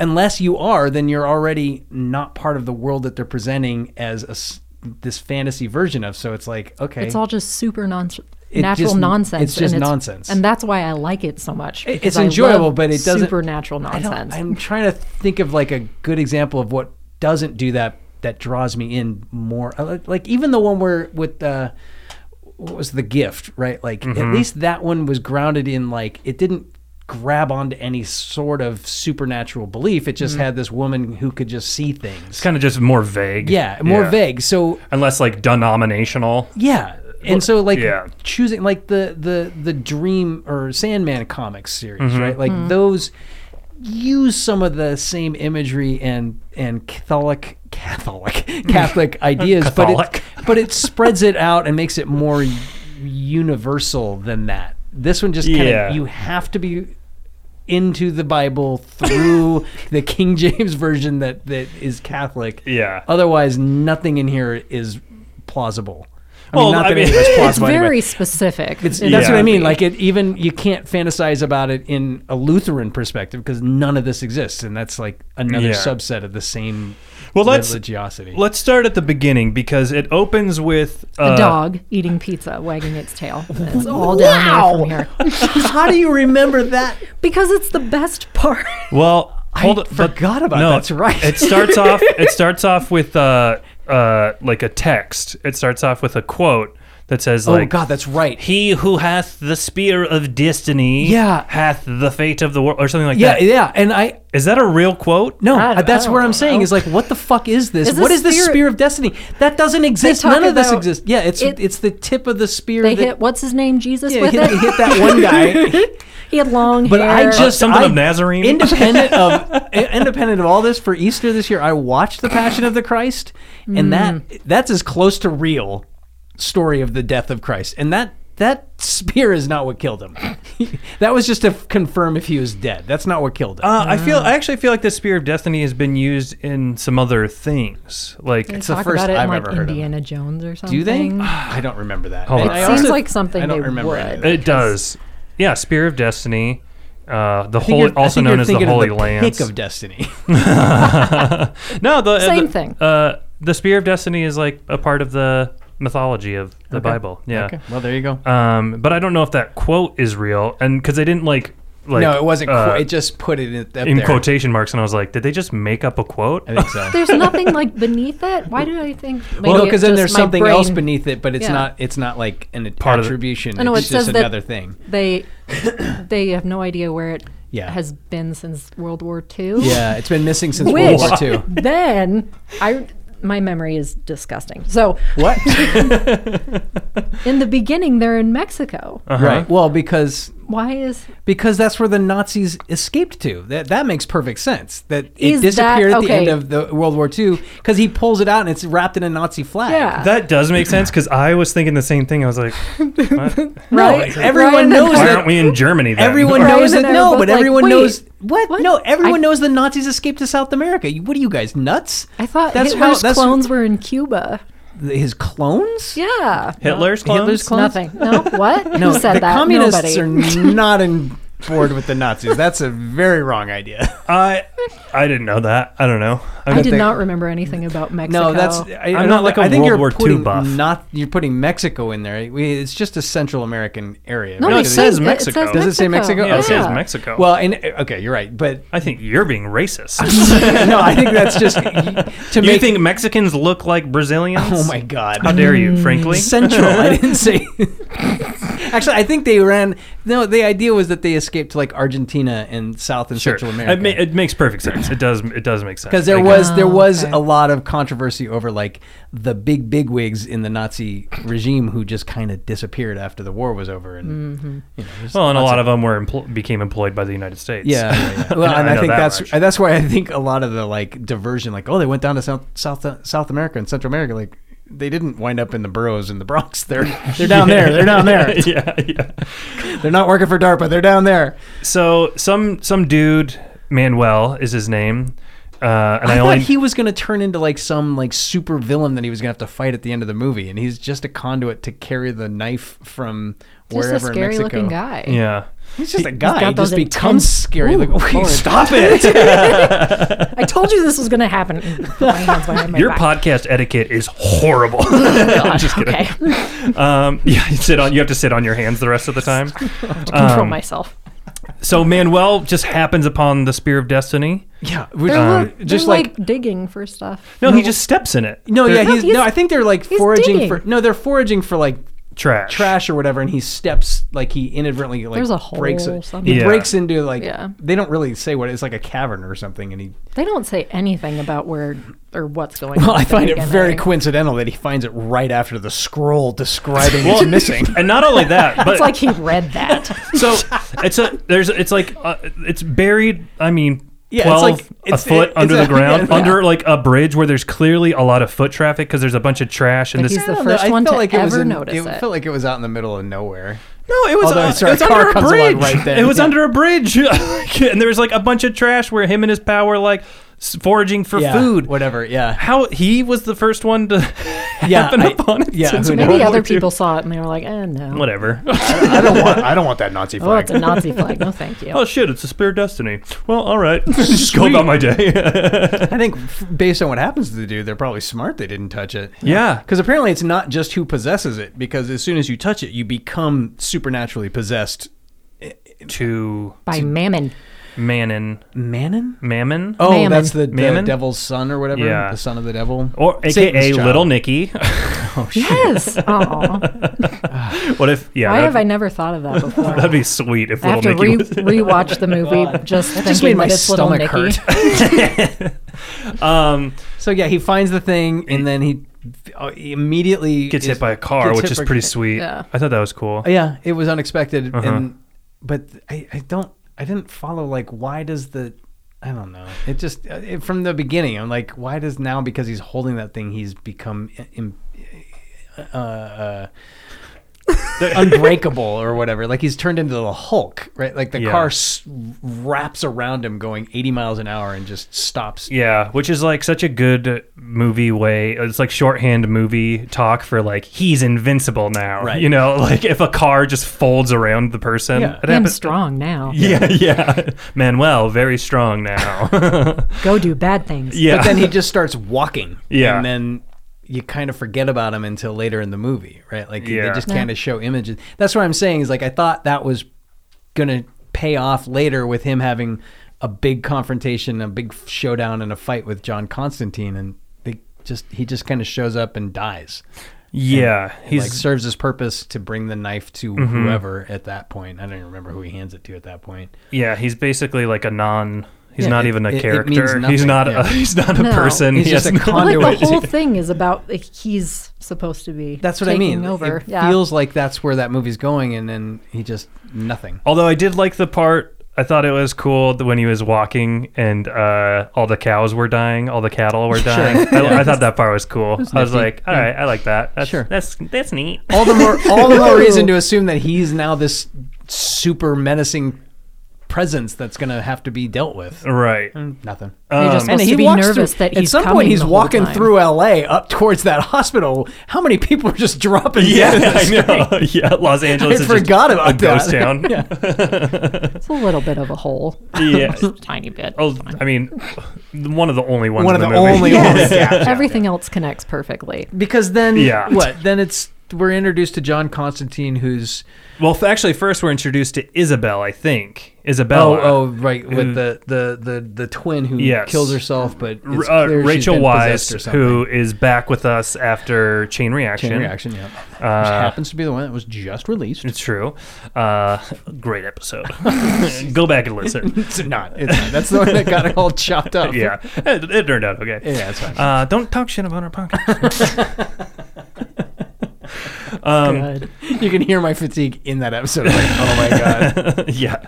Speaker 3: unless you are, then you're already not part of the world that they're presenting as a s this fantasy version of. So it's like okay,
Speaker 4: It's all just super non-
Speaker 3: It
Speaker 4: natural
Speaker 3: just-
Speaker 4: nonsense.
Speaker 3: it's just
Speaker 4: and
Speaker 3: nonsense.
Speaker 4: And that's why I like it so much.
Speaker 3: It-
Speaker 4: because
Speaker 3: it's
Speaker 4: I
Speaker 3: enjoyable,
Speaker 4: love
Speaker 3: but it doesn't.
Speaker 4: Supernatural
Speaker 3: I don't-
Speaker 4: nonsense.
Speaker 3: I'm trying to think of like a good example of what doesn't do that that draws me in more. I Like, like even the one where with uh, what was the gift, right? Like at least that one was grounded in like it didn't grab onto any sort of supernatural belief. It
Speaker 4: Mm-hmm.
Speaker 3: just had this woman who could just see things.
Speaker 2: It's kind of just more vague.
Speaker 3: yeah, more vague. So
Speaker 2: Unless like denominational.
Speaker 3: yeah. And so like
Speaker 2: yeah.
Speaker 3: choosing like the the the Dream or Sandman comics series,
Speaker 2: Mm-hmm.
Speaker 3: right? Like those use some of the same imagery and and Catholic
Speaker 2: <laughs>
Speaker 3: Catholic Catholic ideas,
Speaker 2: Catholic.
Speaker 3: but it but it spreads it out and makes it more universal than that. This one just kind of
Speaker 2: Yeah.
Speaker 3: you have to be into the Bible
Speaker 2: <laughs>
Speaker 3: through the King James version that that is Catholic.
Speaker 2: Yeah.
Speaker 3: Otherwise, nothing in here is plausible. I
Speaker 2: Well,
Speaker 3: mean, not
Speaker 2: I
Speaker 3: that
Speaker 2: mean-
Speaker 3: any of
Speaker 2: <laughs>
Speaker 3: it's plausible.
Speaker 4: it's
Speaker 3: anyway.
Speaker 4: very specific.
Speaker 3: It's, That's what I
Speaker 2: Yeah.
Speaker 3: mean. Like it, even you can't fantasize about it in a Lutheran perspective because none of this exists, and that's like another
Speaker 2: Yeah.
Speaker 3: subset of the same
Speaker 2: Well, let's-
Speaker 3: religiosity.
Speaker 2: <laughs> Let's start at the beginning because it opens with uh,
Speaker 4: a dog eating pizza, wagging its tail. It's all down downhill from here.
Speaker 3: How do you remember
Speaker 2: <laughs>
Speaker 3: that?
Speaker 4: Because it's the best part.
Speaker 2: Well, hold but-
Speaker 3: forgot about
Speaker 2: no,
Speaker 3: that. That's right. <laughs>
Speaker 2: it starts off. It starts off with uh, uh, like a text. It starts off with a quote that says
Speaker 3: Oh
Speaker 2: like,
Speaker 3: God, that's right.
Speaker 2: He who hath the spear of destiny
Speaker 3: Yeah.
Speaker 2: hath the fate of the world, or something like
Speaker 3: yeah,
Speaker 2: that.
Speaker 3: yeah, and I
Speaker 2: Is that a real quote?
Speaker 3: no, uh,
Speaker 4: I- I
Speaker 3: that's
Speaker 4: don't
Speaker 3: what I'm
Speaker 4: know.
Speaker 3: saying is like, what the fuck is this?
Speaker 4: Is
Speaker 3: what
Speaker 4: this
Speaker 3: is this
Speaker 4: spear-
Speaker 3: spear of destiny? That doesn't exist.
Speaker 4: talk
Speaker 3: None of this
Speaker 4: about-
Speaker 3: exists. Yeah, it's
Speaker 4: it-
Speaker 3: it's the tip of the spear.
Speaker 4: They
Speaker 3: that,
Speaker 4: hit what's his name,
Speaker 3: <laughs>
Speaker 4: Jesus,
Speaker 3: yeah,
Speaker 4: with
Speaker 3: hit,
Speaker 4: it.
Speaker 3: hit that one
Speaker 4: <laughs>
Speaker 3: guy.
Speaker 4: He had long
Speaker 3: But
Speaker 4: hair.
Speaker 3: I just
Speaker 2: something
Speaker 3: I-
Speaker 2: of Nazarene?
Speaker 3: Independent of i- independent of all this, for Easter this year, I watched The Passion of the Christ, and that that's as close to real story of the death of Christ, and that that spear is not what killed him. <laughs> that was just to f- confirm if he was dead. That's not what killed him.
Speaker 2: Uh, I feel. I actually feel like the spear of destiny has been used in some other things. Like
Speaker 4: They
Speaker 3: the
Speaker 4: talk
Speaker 3: first
Speaker 4: about it in
Speaker 3: I've
Speaker 4: like
Speaker 3: ever heard of it.
Speaker 4: Indiana Jones or something.
Speaker 3: Do they? <sighs> I don't remember that.
Speaker 2: Hold
Speaker 3: And
Speaker 2: on. Uh,
Speaker 3: I
Speaker 2: It
Speaker 4: Seems
Speaker 3: also-
Speaker 4: like something
Speaker 3: I don't
Speaker 4: they
Speaker 3: remember
Speaker 4: would.
Speaker 3: any of
Speaker 2: it does. Yeah, spear of destiny. Uh, the
Speaker 3: I think
Speaker 2: holy,
Speaker 3: you're- I
Speaker 2: also
Speaker 3: think
Speaker 2: known
Speaker 3: you're
Speaker 2: as the
Speaker 3: thinking of
Speaker 2: Holy
Speaker 3: Pick
Speaker 2: Lance.
Speaker 3: of Destiny.
Speaker 2: <laughs> no, the
Speaker 4: Same
Speaker 2: the-
Speaker 4: thing.
Speaker 2: Uh, the spear of destiny is like a part of the mythology of the Bible. Yeah.
Speaker 3: Okay. Well, there you go.
Speaker 2: Um, but I don't know if that quote is real, and because they didn't like like
Speaker 3: no, it wasn't.
Speaker 2: uh,
Speaker 3: qu- it just put it in, up
Speaker 2: in
Speaker 3: there.
Speaker 2: quotation marks, and I was like, did they just make up a quote?
Speaker 3: I
Speaker 2: <laughs>
Speaker 3: think
Speaker 4: <laughs>
Speaker 3: so.
Speaker 4: There's nothing like beneath it. Why do I think? Maybe
Speaker 3: Well,
Speaker 4: it's
Speaker 3: because then
Speaker 4: just
Speaker 3: there's
Speaker 4: my
Speaker 3: something
Speaker 4: brain-
Speaker 3: else beneath it, but it's
Speaker 4: Yeah.
Speaker 3: not. It's not like an
Speaker 2: Part of the-
Speaker 3: attribution.
Speaker 4: I know,
Speaker 3: it's
Speaker 4: it says
Speaker 3: just
Speaker 4: that-
Speaker 3: another
Speaker 4: <laughs>
Speaker 3: thing.
Speaker 4: They they have no idea where it
Speaker 3: Yeah.
Speaker 4: has been since World War II.
Speaker 3: Yeah, it's been missing since World
Speaker 4: Which
Speaker 3: War II.
Speaker 4: then I my memory is disgusting. So
Speaker 3: <laughs>
Speaker 2: <laughs>
Speaker 3: What?
Speaker 4: in the beginning, they're in Mexico.
Speaker 2: Uh-huh.
Speaker 3: Right. <laughs> Well, because
Speaker 4: Why is
Speaker 3: because that's where the Nazis escaped to. That that makes perfect sense. That it
Speaker 4: Is that-
Speaker 3: disappeared at the
Speaker 4: okay.
Speaker 3: end of the World War II because he pulls it out and it's wrapped in a Nazi flag.
Speaker 4: yeah
Speaker 2: That does make sense because I was thinking the same thing. I
Speaker 3: <laughs>
Speaker 2: was like,
Speaker 4: right?
Speaker 3: everyone
Speaker 4: Ryan and
Speaker 3: knows
Speaker 4: I-
Speaker 2: why
Speaker 3: that-
Speaker 2: aren't we in Germany? Then? <laughs>
Speaker 3: Everyone
Speaker 4: Brian
Speaker 3: knows
Speaker 4: and
Speaker 3: that.
Speaker 4: I were
Speaker 3: No,
Speaker 4: both
Speaker 3: but
Speaker 4: like,
Speaker 3: everyone
Speaker 4: "Wait,
Speaker 3: knows what?
Speaker 4: what?
Speaker 3: No,
Speaker 4: I-
Speaker 3: everyone knows the Nazis escaped to South America. You- What are you guys nuts?
Speaker 4: I thought
Speaker 3: that's how
Speaker 4: Hitler's
Speaker 3: that's
Speaker 4: clones were in Cuba.
Speaker 3: his clones.
Speaker 4: Yeah,
Speaker 2: Hitler's clones.
Speaker 3: Hitler's clones. <laughs>
Speaker 4: nothing. No, what?
Speaker 3: No,
Speaker 4: Who said
Speaker 3: the
Speaker 4: that?
Speaker 3: communists
Speaker 4: Nobody. <laughs>
Speaker 3: are not in board with the Nazis. That's a very wrong
Speaker 4: <laughs>
Speaker 3: idea.
Speaker 2: I I didn't know that. I don't know. I
Speaker 4: I
Speaker 2: mean,
Speaker 4: did
Speaker 3: think-
Speaker 4: not remember anything about
Speaker 3: No,
Speaker 4: Mexico.
Speaker 3: that's I,
Speaker 2: I'm not like a
Speaker 3: I think
Speaker 2: World
Speaker 3: you're
Speaker 2: War II
Speaker 3: putting
Speaker 2: buff.
Speaker 3: Not you're putting Mexico in there. We, it's just a Central American area.
Speaker 4: No,
Speaker 2: No,
Speaker 4: it,
Speaker 2: it
Speaker 3: because-
Speaker 2: says
Speaker 4: says,
Speaker 2: Mexico.
Speaker 4: It says
Speaker 3: Does it say Mexico?
Speaker 2: yeah, Oh, it says
Speaker 4: Yeah.
Speaker 2: Mexico.
Speaker 3: Well, and uh, okay, you're right, but
Speaker 2: I think you're being racist.
Speaker 3: <laughs> no, I think that's <laughs> just to
Speaker 2: you
Speaker 3: make.
Speaker 2: think Mexicans look like Brazilians?
Speaker 3: oh my god, Mm,
Speaker 2: How dare you, frankly?
Speaker 3: <laughs> Central. I didn't <laughs> say. Actually, I think they ran. No, the idea was that they escaped to like Argentina and South and
Speaker 2: Sure.
Speaker 3: Central
Speaker 2: It, ma-
Speaker 3: America.
Speaker 2: it makes perfect sense. It does. It does make sense.
Speaker 3: Because there
Speaker 2: I
Speaker 3: was
Speaker 4: Oh,
Speaker 3: there was
Speaker 4: okay.
Speaker 3: a lot of controversy over like the big big wigs in the Nazi regime who just kind of disappeared after the war was over and
Speaker 4: Mm-hmm.
Speaker 3: you know, there's
Speaker 2: Well, and a
Speaker 3: lots
Speaker 2: lot of them were empl- became employed by the United States.
Speaker 3: Yeah, yeah, yeah. well,
Speaker 2: <laughs> I
Speaker 3: and
Speaker 2: know
Speaker 3: I, think
Speaker 2: that
Speaker 3: that's
Speaker 2: much.
Speaker 3: that's why I think a lot of the like diversion, like oh, they went down to South South South America and Central America, like they didn't wind up in the boroughs in the Bronx. <laughs> They're they're
Speaker 4: <laughs>
Speaker 3: down there. They're down there.
Speaker 2: <laughs> yeah, yeah.
Speaker 3: They're not working for DARPA. They're down there.
Speaker 2: So some some dude Manuel is his name, uh, and I,
Speaker 3: I,
Speaker 2: only
Speaker 3: thought he was going to turn into like some like super villain that he was going to have to fight at the end of the movie, and he's just a conduit to carry the knife from
Speaker 4: just a
Speaker 3: wherever in
Speaker 4: scary
Speaker 3: Mexico.
Speaker 4: looking guy.
Speaker 2: yeah.
Speaker 3: He's just a guy. He
Speaker 4: got those
Speaker 3: just becomes
Speaker 4: intense-
Speaker 3: scary.
Speaker 4: Ooh,
Speaker 3: Like, wait, <laughs>
Speaker 4: Lord.
Speaker 3: stop it.
Speaker 4: I told you this was going
Speaker 3: <laughs>
Speaker 4: to happen. <laughs> Put my hands behind my
Speaker 2: Your
Speaker 4: back.
Speaker 2: podcast etiquette is horrible. <laughs> Just kidding.
Speaker 4: <laughs> Okay,
Speaker 2: Um, <laughs> yeah, you sit on. You have to sit on your hands the rest of
Speaker 3: <laughs>
Speaker 2: the time.
Speaker 4: control
Speaker 2: Um,
Speaker 4: myself.
Speaker 3: uh,
Speaker 2: So Manuel just happens upon the spear of destiny.
Speaker 3: yeah, which,
Speaker 4: They're,
Speaker 2: um,
Speaker 4: look-
Speaker 3: just
Speaker 4: they're,
Speaker 3: like
Speaker 4: like, digging for stuff.
Speaker 2: No, he just steps in it.
Speaker 3: No, yeah,
Speaker 4: No,
Speaker 3: he's,
Speaker 4: he's-
Speaker 3: no. I think they're like
Speaker 4: he's
Speaker 3: foraging
Speaker 4: digging.
Speaker 3: for no, they're foraging for like
Speaker 2: Trash.
Speaker 3: trash or whatever, and he steps like he inadvertently like
Speaker 4: There's a hole
Speaker 3: breaks
Speaker 4: or
Speaker 3: it.
Speaker 4: something.
Speaker 3: He
Speaker 2: Yeah.
Speaker 3: breaks into like
Speaker 4: Yeah.
Speaker 3: they don't really say what it's like a cavern or something, and he.
Speaker 4: They don't say anything about where or what's going
Speaker 3: <laughs>
Speaker 4: on.
Speaker 3: Well, I
Speaker 4: at the
Speaker 3: find it very
Speaker 4: beginning.
Speaker 3: coincidental that he finds it right after the scroll describing what's <laughs>
Speaker 2: Well,
Speaker 3: missing.
Speaker 2: And not only that, <laughs> but
Speaker 4: It's like he
Speaker 3: <laughs>
Speaker 4: read that.
Speaker 2: so it's a there's it's like uh, it's buried. I mean.
Speaker 3: Yeah, it's
Speaker 2: 12
Speaker 3: like-
Speaker 2: a
Speaker 3: it's-
Speaker 2: foot
Speaker 3: it's
Speaker 2: under
Speaker 3: a-
Speaker 2: the ground,
Speaker 3: yeah.
Speaker 2: under like a bridge where there's clearly a lot of foot traffic because there's a bunch of trash and
Speaker 4: Like
Speaker 2: this.
Speaker 4: he's the
Speaker 3: I don't know,
Speaker 4: first
Speaker 3: I
Speaker 4: one
Speaker 3: felt
Speaker 4: to
Speaker 3: like it was
Speaker 4: ever
Speaker 3: in-
Speaker 4: notice it.
Speaker 3: It felt like it was out in the middle of nowhere.
Speaker 2: No, it was,
Speaker 3: Although,
Speaker 2: uh,
Speaker 3: sorry,
Speaker 2: it was
Speaker 3: a car
Speaker 2: under a
Speaker 3: comes along
Speaker 2: bridge.
Speaker 3: right there.
Speaker 2: It was
Speaker 3: Yeah.
Speaker 2: under a bridge, <laughs> and there was like a bunch of trash where him and his pal were like s- foraging for
Speaker 3: Yeah,
Speaker 2: food.
Speaker 3: whatever. <laughs> Yeah,
Speaker 2: How he was the first one to <laughs>
Speaker 3: Yeah,
Speaker 2: happen
Speaker 3: I-
Speaker 2: upon it.
Speaker 3: yeah,
Speaker 2: since
Speaker 3: who
Speaker 2: World
Speaker 4: Maybe
Speaker 2: War
Speaker 4: other
Speaker 2: II.
Speaker 4: people saw it and they were like, eh, no.
Speaker 2: Whatever.
Speaker 3: I don't
Speaker 1: <laughs>
Speaker 3: want. I don't want that Nazi
Speaker 4: Oh, it's a Nazi flag. No,
Speaker 3: <laughs>
Speaker 4: thank you.
Speaker 2: <laughs> oh shit! It's a spear of destiny. Well, all right. Just go about my day.
Speaker 3: I think f- based on what happens to the dude, they're probably smart. They didn't touch it.
Speaker 2: yeah.
Speaker 3: Because apparently it's not just who possesses it, because as soon as you touch it, you become supernaturally possessed.
Speaker 2: <laughs> To
Speaker 3: <laughs>
Speaker 4: By Mammon.
Speaker 2: Manon,
Speaker 3: Mammon?
Speaker 2: Mammon,
Speaker 3: Oh,
Speaker 4: Mammon.
Speaker 3: that's the, the
Speaker 2: Mammon?
Speaker 3: devil's son or whatever.
Speaker 2: Yeah.
Speaker 3: The son of the devil.
Speaker 2: or AKA
Speaker 3: Satan's child.
Speaker 2: Little Nicky. <laughs>
Speaker 4: <laughs> Yes. Aw.
Speaker 2: what if? Yeah.
Speaker 4: Why
Speaker 2: that'd,
Speaker 4: have I never thought of
Speaker 3: <laughs>
Speaker 4: that before?
Speaker 2: <laughs> that'd be sweet if
Speaker 4: I have
Speaker 2: Little
Speaker 4: to
Speaker 2: Nicky
Speaker 4: re-
Speaker 2: was.
Speaker 4: rewatch
Speaker 3: <laughs>
Speaker 4: the movie just thinking
Speaker 3: just made my
Speaker 4: that it's little
Speaker 3: stomach
Speaker 4: Nicky.
Speaker 3: hurt.
Speaker 4: <laughs>
Speaker 2: Um,
Speaker 3: So yeah, he finds the thing and then he, uh, he immediately
Speaker 2: gets
Speaker 3: is-
Speaker 2: hit by a car,
Speaker 3: gets
Speaker 2: which
Speaker 3: hit
Speaker 2: is
Speaker 3: by-
Speaker 2: pretty Uh-huh. sweet.
Speaker 4: Yeah.
Speaker 2: I thought that was cool.
Speaker 3: Yeah, it was unexpected. And but I, I don't I didn't follow like why does the I don't know. It just uh, it, from the beginning. I'm like, why does now because he's holding that thing, he's become i- im- uh, uh, <laughs> unbreakable or whatever. Like he's turned into the Hulk, right? Like the
Speaker 2: Yeah.
Speaker 3: car s- wraps around him, going 80 miles an hour, and just stops.
Speaker 2: Yeah, which is like such a good movie way. It's like shorthand movie talk for like he's invincible now.
Speaker 3: Right.
Speaker 2: You know, <laughs> like if a car just folds around the person,
Speaker 3: Yeah.
Speaker 2: it
Speaker 4: I'm
Speaker 2: happens.
Speaker 4: strong now.
Speaker 2: <laughs> Yeah, yeah. Manuel, very strong now. <laughs>
Speaker 4: Go do bad things.
Speaker 2: yeah.
Speaker 3: But then he just starts walking.
Speaker 2: Yeah.
Speaker 3: And then you kind of forget about him until later in the movie, right? Like
Speaker 2: Yeah.
Speaker 3: they just
Speaker 4: Yeah.
Speaker 3: kind of show images. That's what I'm saying is like I thought that was going to pay off later with him having a big confrontation, a big showdown and a fight with John Constantine and they just he just kind of shows up and dies.
Speaker 2: yeah.
Speaker 3: He like
Speaker 2: He's Mm-hmm.
Speaker 3: serves his purpose to bring the knife to whoever at that point. I don't even remember who he hands it to at that point.
Speaker 2: yeah, he's basically like a non he's
Speaker 3: Yeah,
Speaker 2: not
Speaker 3: it-
Speaker 2: even a
Speaker 3: it- it
Speaker 2: character.
Speaker 3: means
Speaker 2: he's
Speaker 3: nothing,
Speaker 2: not
Speaker 3: yeah.
Speaker 2: a he's not a
Speaker 4: No.
Speaker 2: person.
Speaker 3: He's
Speaker 2: He
Speaker 3: just
Speaker 2: has
Speaker 3: a
Speaker 2: no-
Speaker 3: con-
Speaker 4: Well, like
Speaker 3: Conduit. <laughs>
Speaker 4: the whole thing is about like, he's supposed to be.
Speaker 3: That's what I
Speaker 4: taking
Speaker 3: mean.
Speaker 4: Over.
Speaker 3: It
Speaker 4: yeah.
Speaker 3: feels like that's where that movie's going and then he just nothing.
Speaker 2: <laughs> Although I did like the part, I thought it was cool th- when he was walking and uh, all the cows were dying, all the
Speaker 3: <laughs>
Speaker 2: cattle were dying. I, I thought that part was cool. I was
Speaker 3: nifty.
Speaker 2: like, all right, I like that. That's,
Speaker 3: Sure.
Speaker 2: That's
Speaker 3: <laughs>
Speaker 2: that's neat.
Speaker 3: all <laughs> the more all the more reason to assume that he's now this super menacing presence that's going to have to be dealt with.
Speaker 2: Right. Um,
Speaker 3: Nothing.
Speaker 2: <laughs>
Speaker 4: You're
Speaker 3: <laughs>
Speaker 4: just supposed to be
Speaker 3: walks
Speaker 4: nervous
Speaker 3: through,
Speaker 4: that
Speaker 3: at
Speaker 4: he's
Speaker 3: some
Speaker 4: coming
Speaker 3: point he's
Speaker 4: the whole
Speaker 3: walking
Speaker 4: time.
Speaker 3: through L.A. up towards that <laughs> hospital. How many people are just dropping? dead in the
Speaker 2: Yeah,
Speaker 3: street?
Speaker 2: I know. <laughs> yeah, Los Angeles
Speaker 3: I
Speaker 2: is
Speaker 3: forgot
Speaker 2: just
Speaker 3: about
Speaker 2: a ghost
Speaker 3: that.
Speaker 2: town.
Speaker 3: <laughs> Yeah.
Speaker 4: It's a little bit of a hole, <laughs>
Speaker 2: yeah.
Speaker 4: tiny bit.
Speaker 2: Oh, I mean, one of the only ones.
Speaker 3: One
Speaker 2: in
Speaker 3: of the
Speaker 2: movie.
Speaker 3: only ones. Yeah.
Speaker 4: Everything else connects perfectly.
Speaker 3: <laughs> Because then
Speaker 2: Yeah.
Speaker 3: what? Then it's we're introduced to John Constantine, who's
Speaker 2: Well, f- actually, first we're introduced to Isabel. I think
Speaker 3: oh
Speaker 2: Isabella.
Speaker 3: oh right with
Speaker 2: who-
Speaker 3: the the the the twin who
Speaker 2: uh, Yes.
Speaker 3: kills herself, but
Speaker 2: R-
Speaker 3: it's
Speaker 2: uh,
Speaker 3: clear she's
Speaker 2: Rachel
Speaker 3: been possessed
Speaker 2: Wise,
Speaker 3: or something.
Speaker 2: who is back with us after Chain Reaction.
Speaker 3: Chain reaction, yeah. Which
Speaker 2: Uh,
Speaker 3: happens to be the one that was just released.
Speaker 2: It's true. Uh, <laughs> great episode. <laughs> Go back
Speaker 3: <laughs>
Speaker 2: and listen.
Speaker 3: <laughs> It's not. It's not. That's the one that got it all chopped <laughs> up.
Speaker 2: Yeah, it, it turned out okay.
Speaker 3: Yeah, it's fine.
Speaker 2: Uh, don't talk shit about our podcast. um,
Speaker 4: Good.
Speaker 3: <laughs> you can hear my fatigue in that episode. Like, oh my god. <laughs>
Speaker 2: yeah.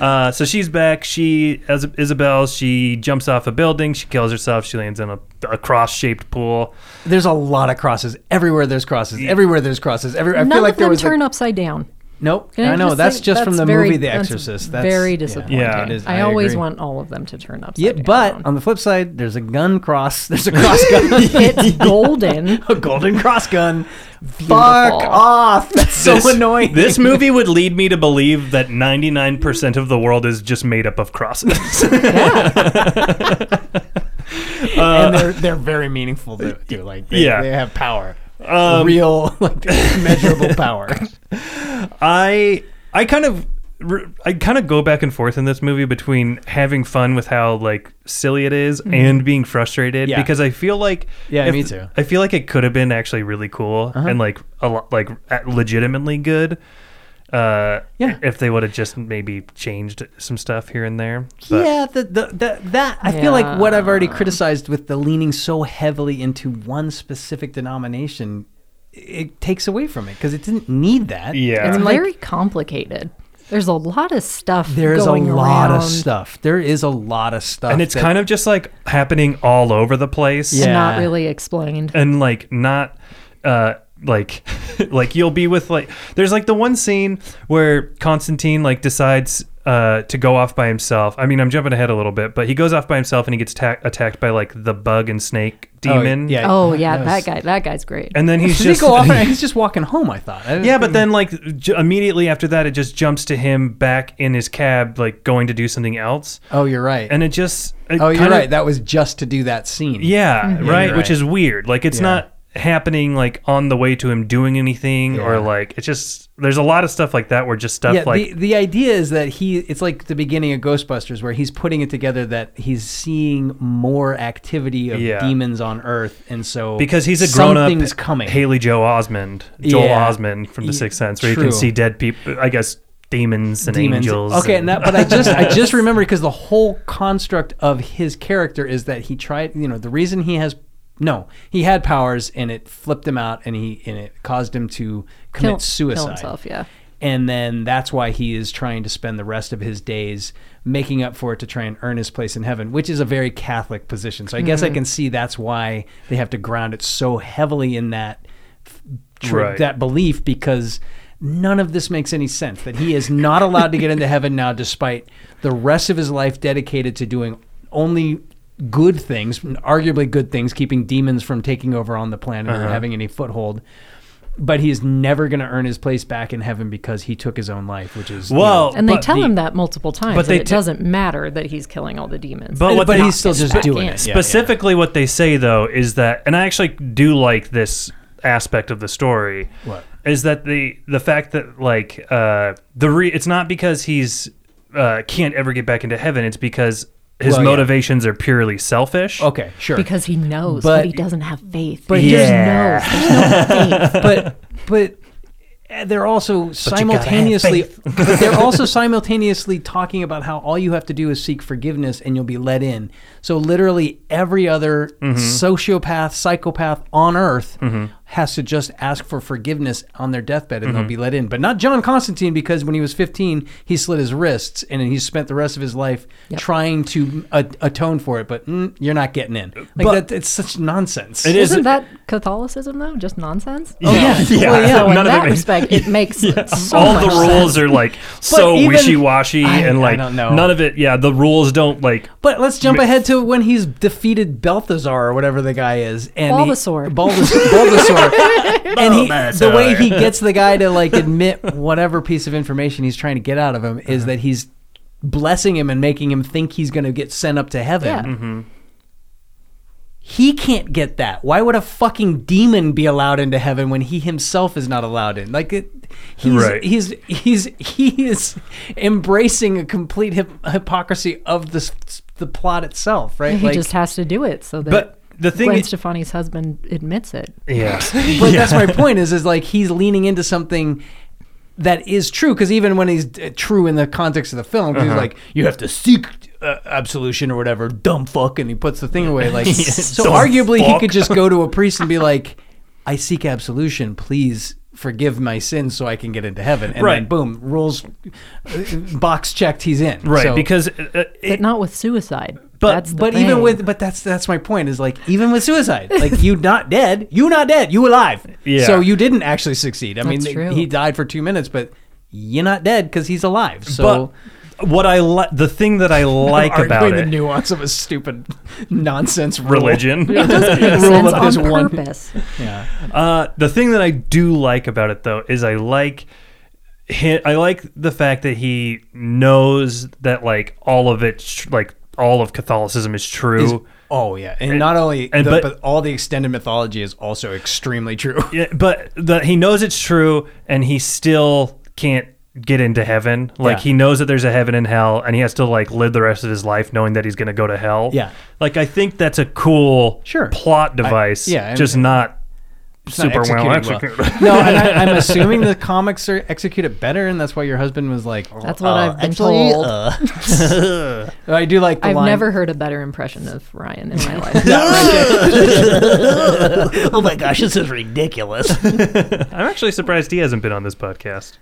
Speaker 2: Uh, so she's back. She, as Isabel, she jumps off a building. She kills herself. She lands in a, a cross-shaped pool.
Speaker 3: There's a lot of crosses. Everywhere there's crosses. Everywhere there's crosses. Every, I
Speaker 4: None
Speaker 3: feel like
Speaker 4: of
Speaker 3: there
Speaker 4: them
Speaker 3: was
Speaker 4: turn
Speaker 3: like,
Speaker 4: upside down.
Speaker 3: Nope.
Speaker 4: Can I
Speaker 3: I know.
Speaker 4: just
Speaker 3: That's
Speaker 4: say-
Speaker 3: just from
Speaker 4: that's
Speaker 3: the
Speaker 4: very-
Speaker 3: movie The
Speaker 4: that's
Speaker 3: Exorcist. That's
Speaker 4: very
Speaker 3: yeah,
Speaker 4: disappointing.
Speaker 2: Yeah.
Speaker 3: it is.
Speaker 4: I, always
Speaker 3: agree.
Speaker 4: want all of them to turn upside
Speaker 3: Yeah,
Speaker 4: down. <laughs>
Speaker 3: but on the flip side, there's a gun cross. <laughs> There's a cross gun.
Speaker 4: it's golden.
Speaker 3: <laughs> a golden cross gun. Fuck
Speaker 4: Beautiful.
Speaker 3: off. That's so
Speaker 2: This-
Speaker 3: annoying.
Speaker 2: This movie would lead me to believe that 99% of the world is just made up of
Speaker 3: <laughs>
Speaker 2: crosses.
Speaker 3: and they're they're very meaningful <laughs> to, to like they,
Speaker 2: Yeah.
Speaker 3: they have power.
Speaker 2: Um,
Speaker 3: Real <laughs> like <laughs> measurable power.
Speaker 2: I I kind of I kind of go back and forth in this movie between having fun with how like silly it is and being frustrated
Speaker 3: Mm-hmm. Yeah.
Speaker 2: because I feel like
Speaker 3: Yeah, me too. Uh-huh.
Speaker 2: I feel like it could have been actually really cool and like a lot like a- legitimately good. Uh,
Speaker 3: Yeah.
Speaker 2: if they would have just maybe changed some stuff here and there. But
Speaker 3: Yeah, the, the, the, that I feel like what I've already criticized with the leaning so heavily into one specific denomination, it takes away from it because it didn't need that.
Speaker 2: Yeah.
Speaker 3: I
Speaker 4: It's
Speaker 3: mean, like,
Speaker 4: very complicated. There's a lot of stuff.
Speaker 3: there is a
Speaker 4: going
Speaker 3: lot
Speaker 4: around
Speaker 3: of stuff. There is a lot of stuff,
Speaker 2: and it's
Speaker 3: that-
Speaker 2: kind of just like happening all over the place.
Speaker 3: Yeah.
Speaker 4: and not really explained.
Speaker 2: and like not uh like <laughs> like you'll be with like there's like the one scene where Constantine like decides uh to go off by himself. I mean, I'm jumping ahead a little bit, but he goes off by himself and he gets ta- attacked by like the bug and snake
Speaker 3: Oh,
Speaker 2: demon.
Speaker 3: yeah.
Speaker 4: Oh yeah,
Speaker 3: Yes.
Speaker 4: that guy. That guy's great.
Speaker 3: <laughs>
Speaker 2: And then he's
Speaker 3: Did he
Speaker 2: just
Speaker 3: go off? <laughs> He's just walking home. I thought. I didn't
Speaker 2: <laughs> Yeah, but
Speaker 3: think-
Speaker 2: then like j- immediately after that it just jumps to him back in his cab like going to do something else.
Speaker 3: oh, you're right.
Speaker 2: And it just it
Speaker 3: oh, you're
Speaker 2: kinda-
Speaker 3: right. That was just to do that scene.
Speaker 2: Yeah, right,
Speaker 3: you're
Speaker 2: Which
Speaker 3: right.
Speaker 2: is weird. Like it's
Speaker 3: Yeah.
Speaker 2: not happening like on the way to him doing anything or
Speaker 3: Yeah.
Speaker 2: like it's just there's a lot of stuff like that where just stuff
Speaker 3: Yeah,
Speaker 2: like
Speaker 3: the, the idea is that he it's like the beginning of Ghostbusters where he's putting it together that he's seeing more activity of
Speaker 2: Yeah.
Speaker 3: demons on Earth and so
Speaker 2: because he's a grown up
Speaker 3: something's coming.
Speaker 2: Haley Joe Osmond, Joel
Speaker 3: Yeah.
Speaker 2: Osmond from The
Speaker 3: Ye-
Speaker 2: Sixth Sense, where you
Speaker 3: true.
Speaker 2: can see dead people. I guess demons and
Speaker 3: demons.
Speaker 2: angels.
Speaker 3: Okay, and
Speaker 2: and-
Speaker 3: that, but I just I just remember because the whole construct of his character is that he tried. You know, the reason he has no, he had powers and it flipped him out and he and it caused him to commit
Speaker 4: Kill- kill
Speaker 3: suicide.
Speaker 4: himself, yeah.
Speaker 3: And then that's why he is trying to spend the rest of his days making up for it to try and earn his place in heaven, which is a very Catholic position. So I guess I
Speaker 4: Mm-hmm.
Speaker 3: can see that's why they have to ground it so heavily in that tri-
Speaker 2: Right.
Speaker 3: that belief because none of this makes any sense that he is not allowed to get into heaven now despite the rest of his life dedicated to doing only good things arguably good things keeping demons from taking over on the planet
Speaker 2: Uh-huh.
Speaker 3: or having any foothold but he is never going to earn his place back in heaven because he took his own life which is you know-
Speaker 2: <laughs> well,
Speaker 4: And they
Speaker 2: but
Speaker 4: tell
Speaker 2: the-
Speaker 4: him that multiple times.
Speaker 2: but
Speaker 4: But
Speaker 2: they
Speaker 4: it
Speaker 2: t-
Speaker 4: doesn't matter that he's killing all the demons.
Speaker 2: But what
Speaker 3: but
Speaker 2: they-
Speaker 3: he's still just
Speaker 4: back
Speaker 3: doing
Speaker 4: in.
Speaker 3: it Yeah, yeah.
Speaker 2: Specifically, what they say though is that, and I actually do like this aspect of the story.
Speaker 3: What?
Speaker 2: is that the the fact that like uh, the re- it's not because he's uh, can't ever get back into heaven. It's because his
Speaker 3: Well, yeah.
Speaker 2: motivations are purely selfish.
Speaker 3: okay sure
Speaker 4: because he knows,
Speaker 3: But-
Speaker 4: but, he doesn't have faith.
Speaker 3: but
Speaker 4: he
Speaker 2: Yeah.
Speaker 4: just knows. There's
Speaker 3: <laughs>
Speaker 4: no faith.
Speaker 3: but but they're also simultaneously <laughs> but they're also simultaneously talking about how all you have to do is seek forgiveness and you'll be let in.
Speaker 2: Mm-hmm.
Speaker 3: So literally every other sociopath, psychopath on earth has to just ask for forgiveness on their deathbed and
Speaker 2: Mm-hmm.
Speaker 3: they'll be let in. But not John Constantine because when he was 15, he slit his wrists and then he spent the rest of his life
Speaker 4: Yep.
Speaker 3: trying to a- atone for it. But mm, you're not getting in. Like
Speaker 2: But-
Speaker 3: that, it's such nonsense.
Speaker 2: It
Speaker 4: Isn't
Speaker 2: is-
Speaker 4: that Catholicism though? Just nonsense.
Speaker 2: Oh, yeah. <laughs> yeah.
Speaker 4: Well,
Speaker 3: <laughs>
Speaker 4: yeah,
Speaker 2: So
Speaker 4: in
Speaker 2: none of
Speaker 4: that
Speaker 2: it makes-
Speaker 4: respect, it makes so
Speaker 2: all
Speaker 4: much
Speaker 2: the rules
Speaker 4: sense.
Speaker 2: are like so
Speaker 3: even-
Speaker 2: wishy-washy
Speaker 3: I-
Speaker 2: and
Speaker 3: I
Speaker 2: like
Speaker 3: don't know.
Speaker 2: none of it yeah the rules don't like
Speaker 3: But let's jump ahead to when he's defeated Balthazar or whatever the guy is, and
Speaker 4: Bulbasaur.
Speaker 3: he, Bulbas-
Speaker 4: <laughs>
Speaker 3: Bulbasaur, and he, the way he gets the guy to like admit whatever piece of information he's trying to get out of him is that he's blessing him and making him think he's going to get sent up to heaven.
Speaker 4: Yeah.
Speaker 3: He can't get that. Why would a fucking demon be allowed into heaven when he himself is not allowed in? Like it, he's
Speaker 2: Right.
Speaker 3: he's he's he is embracing a complete hip- hypocrisy of this the plot itself, right?
Speaker 4: He just has to do it so that
Speaker 2: but the thing
Speaker 4: Gwen
Speaker 2: is-
Speaker 4: <laughs> Stefani's husband admits it.
Speaker 2: <laughs> yeah
Speaker 3: but that's my point is is like he's leaning into something that is true because even when he's uh, true in the context of the film
Speaker 2: Uh-huh.
Speaker 3: 'cause he's like you have to seek uh, absolution or whatever dumb fuck and he puts the thing away
Speaker 2: <laughs>
Speaker 3: like so
Speaker 2: dumb
Speaker 3: arguably he
Speaker 2: fuck.
Speaker 3: could just go
Speaker 2: <laughs>
Speaker 3: to a priest and be like i seek absolution please forgive my sins so i can get into heaven and then
Speaker 2: Right.
Speaker 3: boom rules uh, box checked he's in
Speaker 2: right
Speaker 3: So-
Speaker 2: because uh,
Speaker 4: But
Speaker 2: it,
Speaker 4: not with suicide.
Speaker 2: But-
Speaker 4: That's the
Speaker 3: but even
Speaker 4: thing.
Speaker 3: with but that's that's my point is like even with suicide like you not dead you not dead you alive
Speaker 2: Yeah.
Speaker 3: so you didn't actually succeed i
Speaker 4: That's
Speaker 3: mean
Speaker 4: true.
Speaker 3: he died for two minutes but you're not dead because he's alive so
Speaker 2: but what i like the thing that
Speaker 3: <laughs>
Speaker 2: i like
Speaker 3: arguing
Speaker 2: about
Speaker 3: the
Speaker 2: it
Speaker 3: nuance of a stupid <laughs> nonsense rule. <laughs>
Speaker 2: religion
Speaker 4: Makes
Speaker 3: rule
Speaker 4: sense
Speaker 3: of this
Speaker 4: on
Speaker 3: one-
Speaker 4: purpose.
Speaker 3: yeah
Speaker 2: <laughs> Uh, the thing that I do like about it though is I like hi- I like the fact that he knows that like all of it tr- like all of Catholicism is true.
Speaker 3: oh yeah and, not only
Speaker 2: and
Speaker 3: the,
Speaker 2: but-
Speaker 3: but, all the extended mythology is also extremely true <laughs>
Speaker 2: yeah, but that he knows it's true and he still can't get into heaven. Like
Speaker 3: Yeah.
Speaker 2: he knows that there's a heaven and hell and he has to like live the rest of his life knowing that he's going to go to hell.
Speaker 3: Yeah.
Speaker 2: Like I think that's a cool
Speaker 3: Sure.
Speaker 2: plot device.
Speaker 3: yeah, and-
Speaker 2: just not
Speaker 3: not
Speaker 2: super well
Speaker 3: executed well. <laughs>
Speaker 2: executed. <laughs>
Speaker 3: no and I, i'm assuming the comics are execute it better and that's why your husband was like
Speaker 4: That's what I've been told.
Speaker 1: Uh,
Speaker 3: i do like uh, the
Speaker 4: I've
Speaker 3: line-
Speaker 4: never heard a better impression of Ryan
Speaker 3: <laughs>
Speaker 4: in my life.
Speaker 1: Oh my gosh, this
Speaker 3: <laughs>
Speaker 1: is ridiculous.
Speaker 2: I'm actually surprised he hasn't been on this podcast.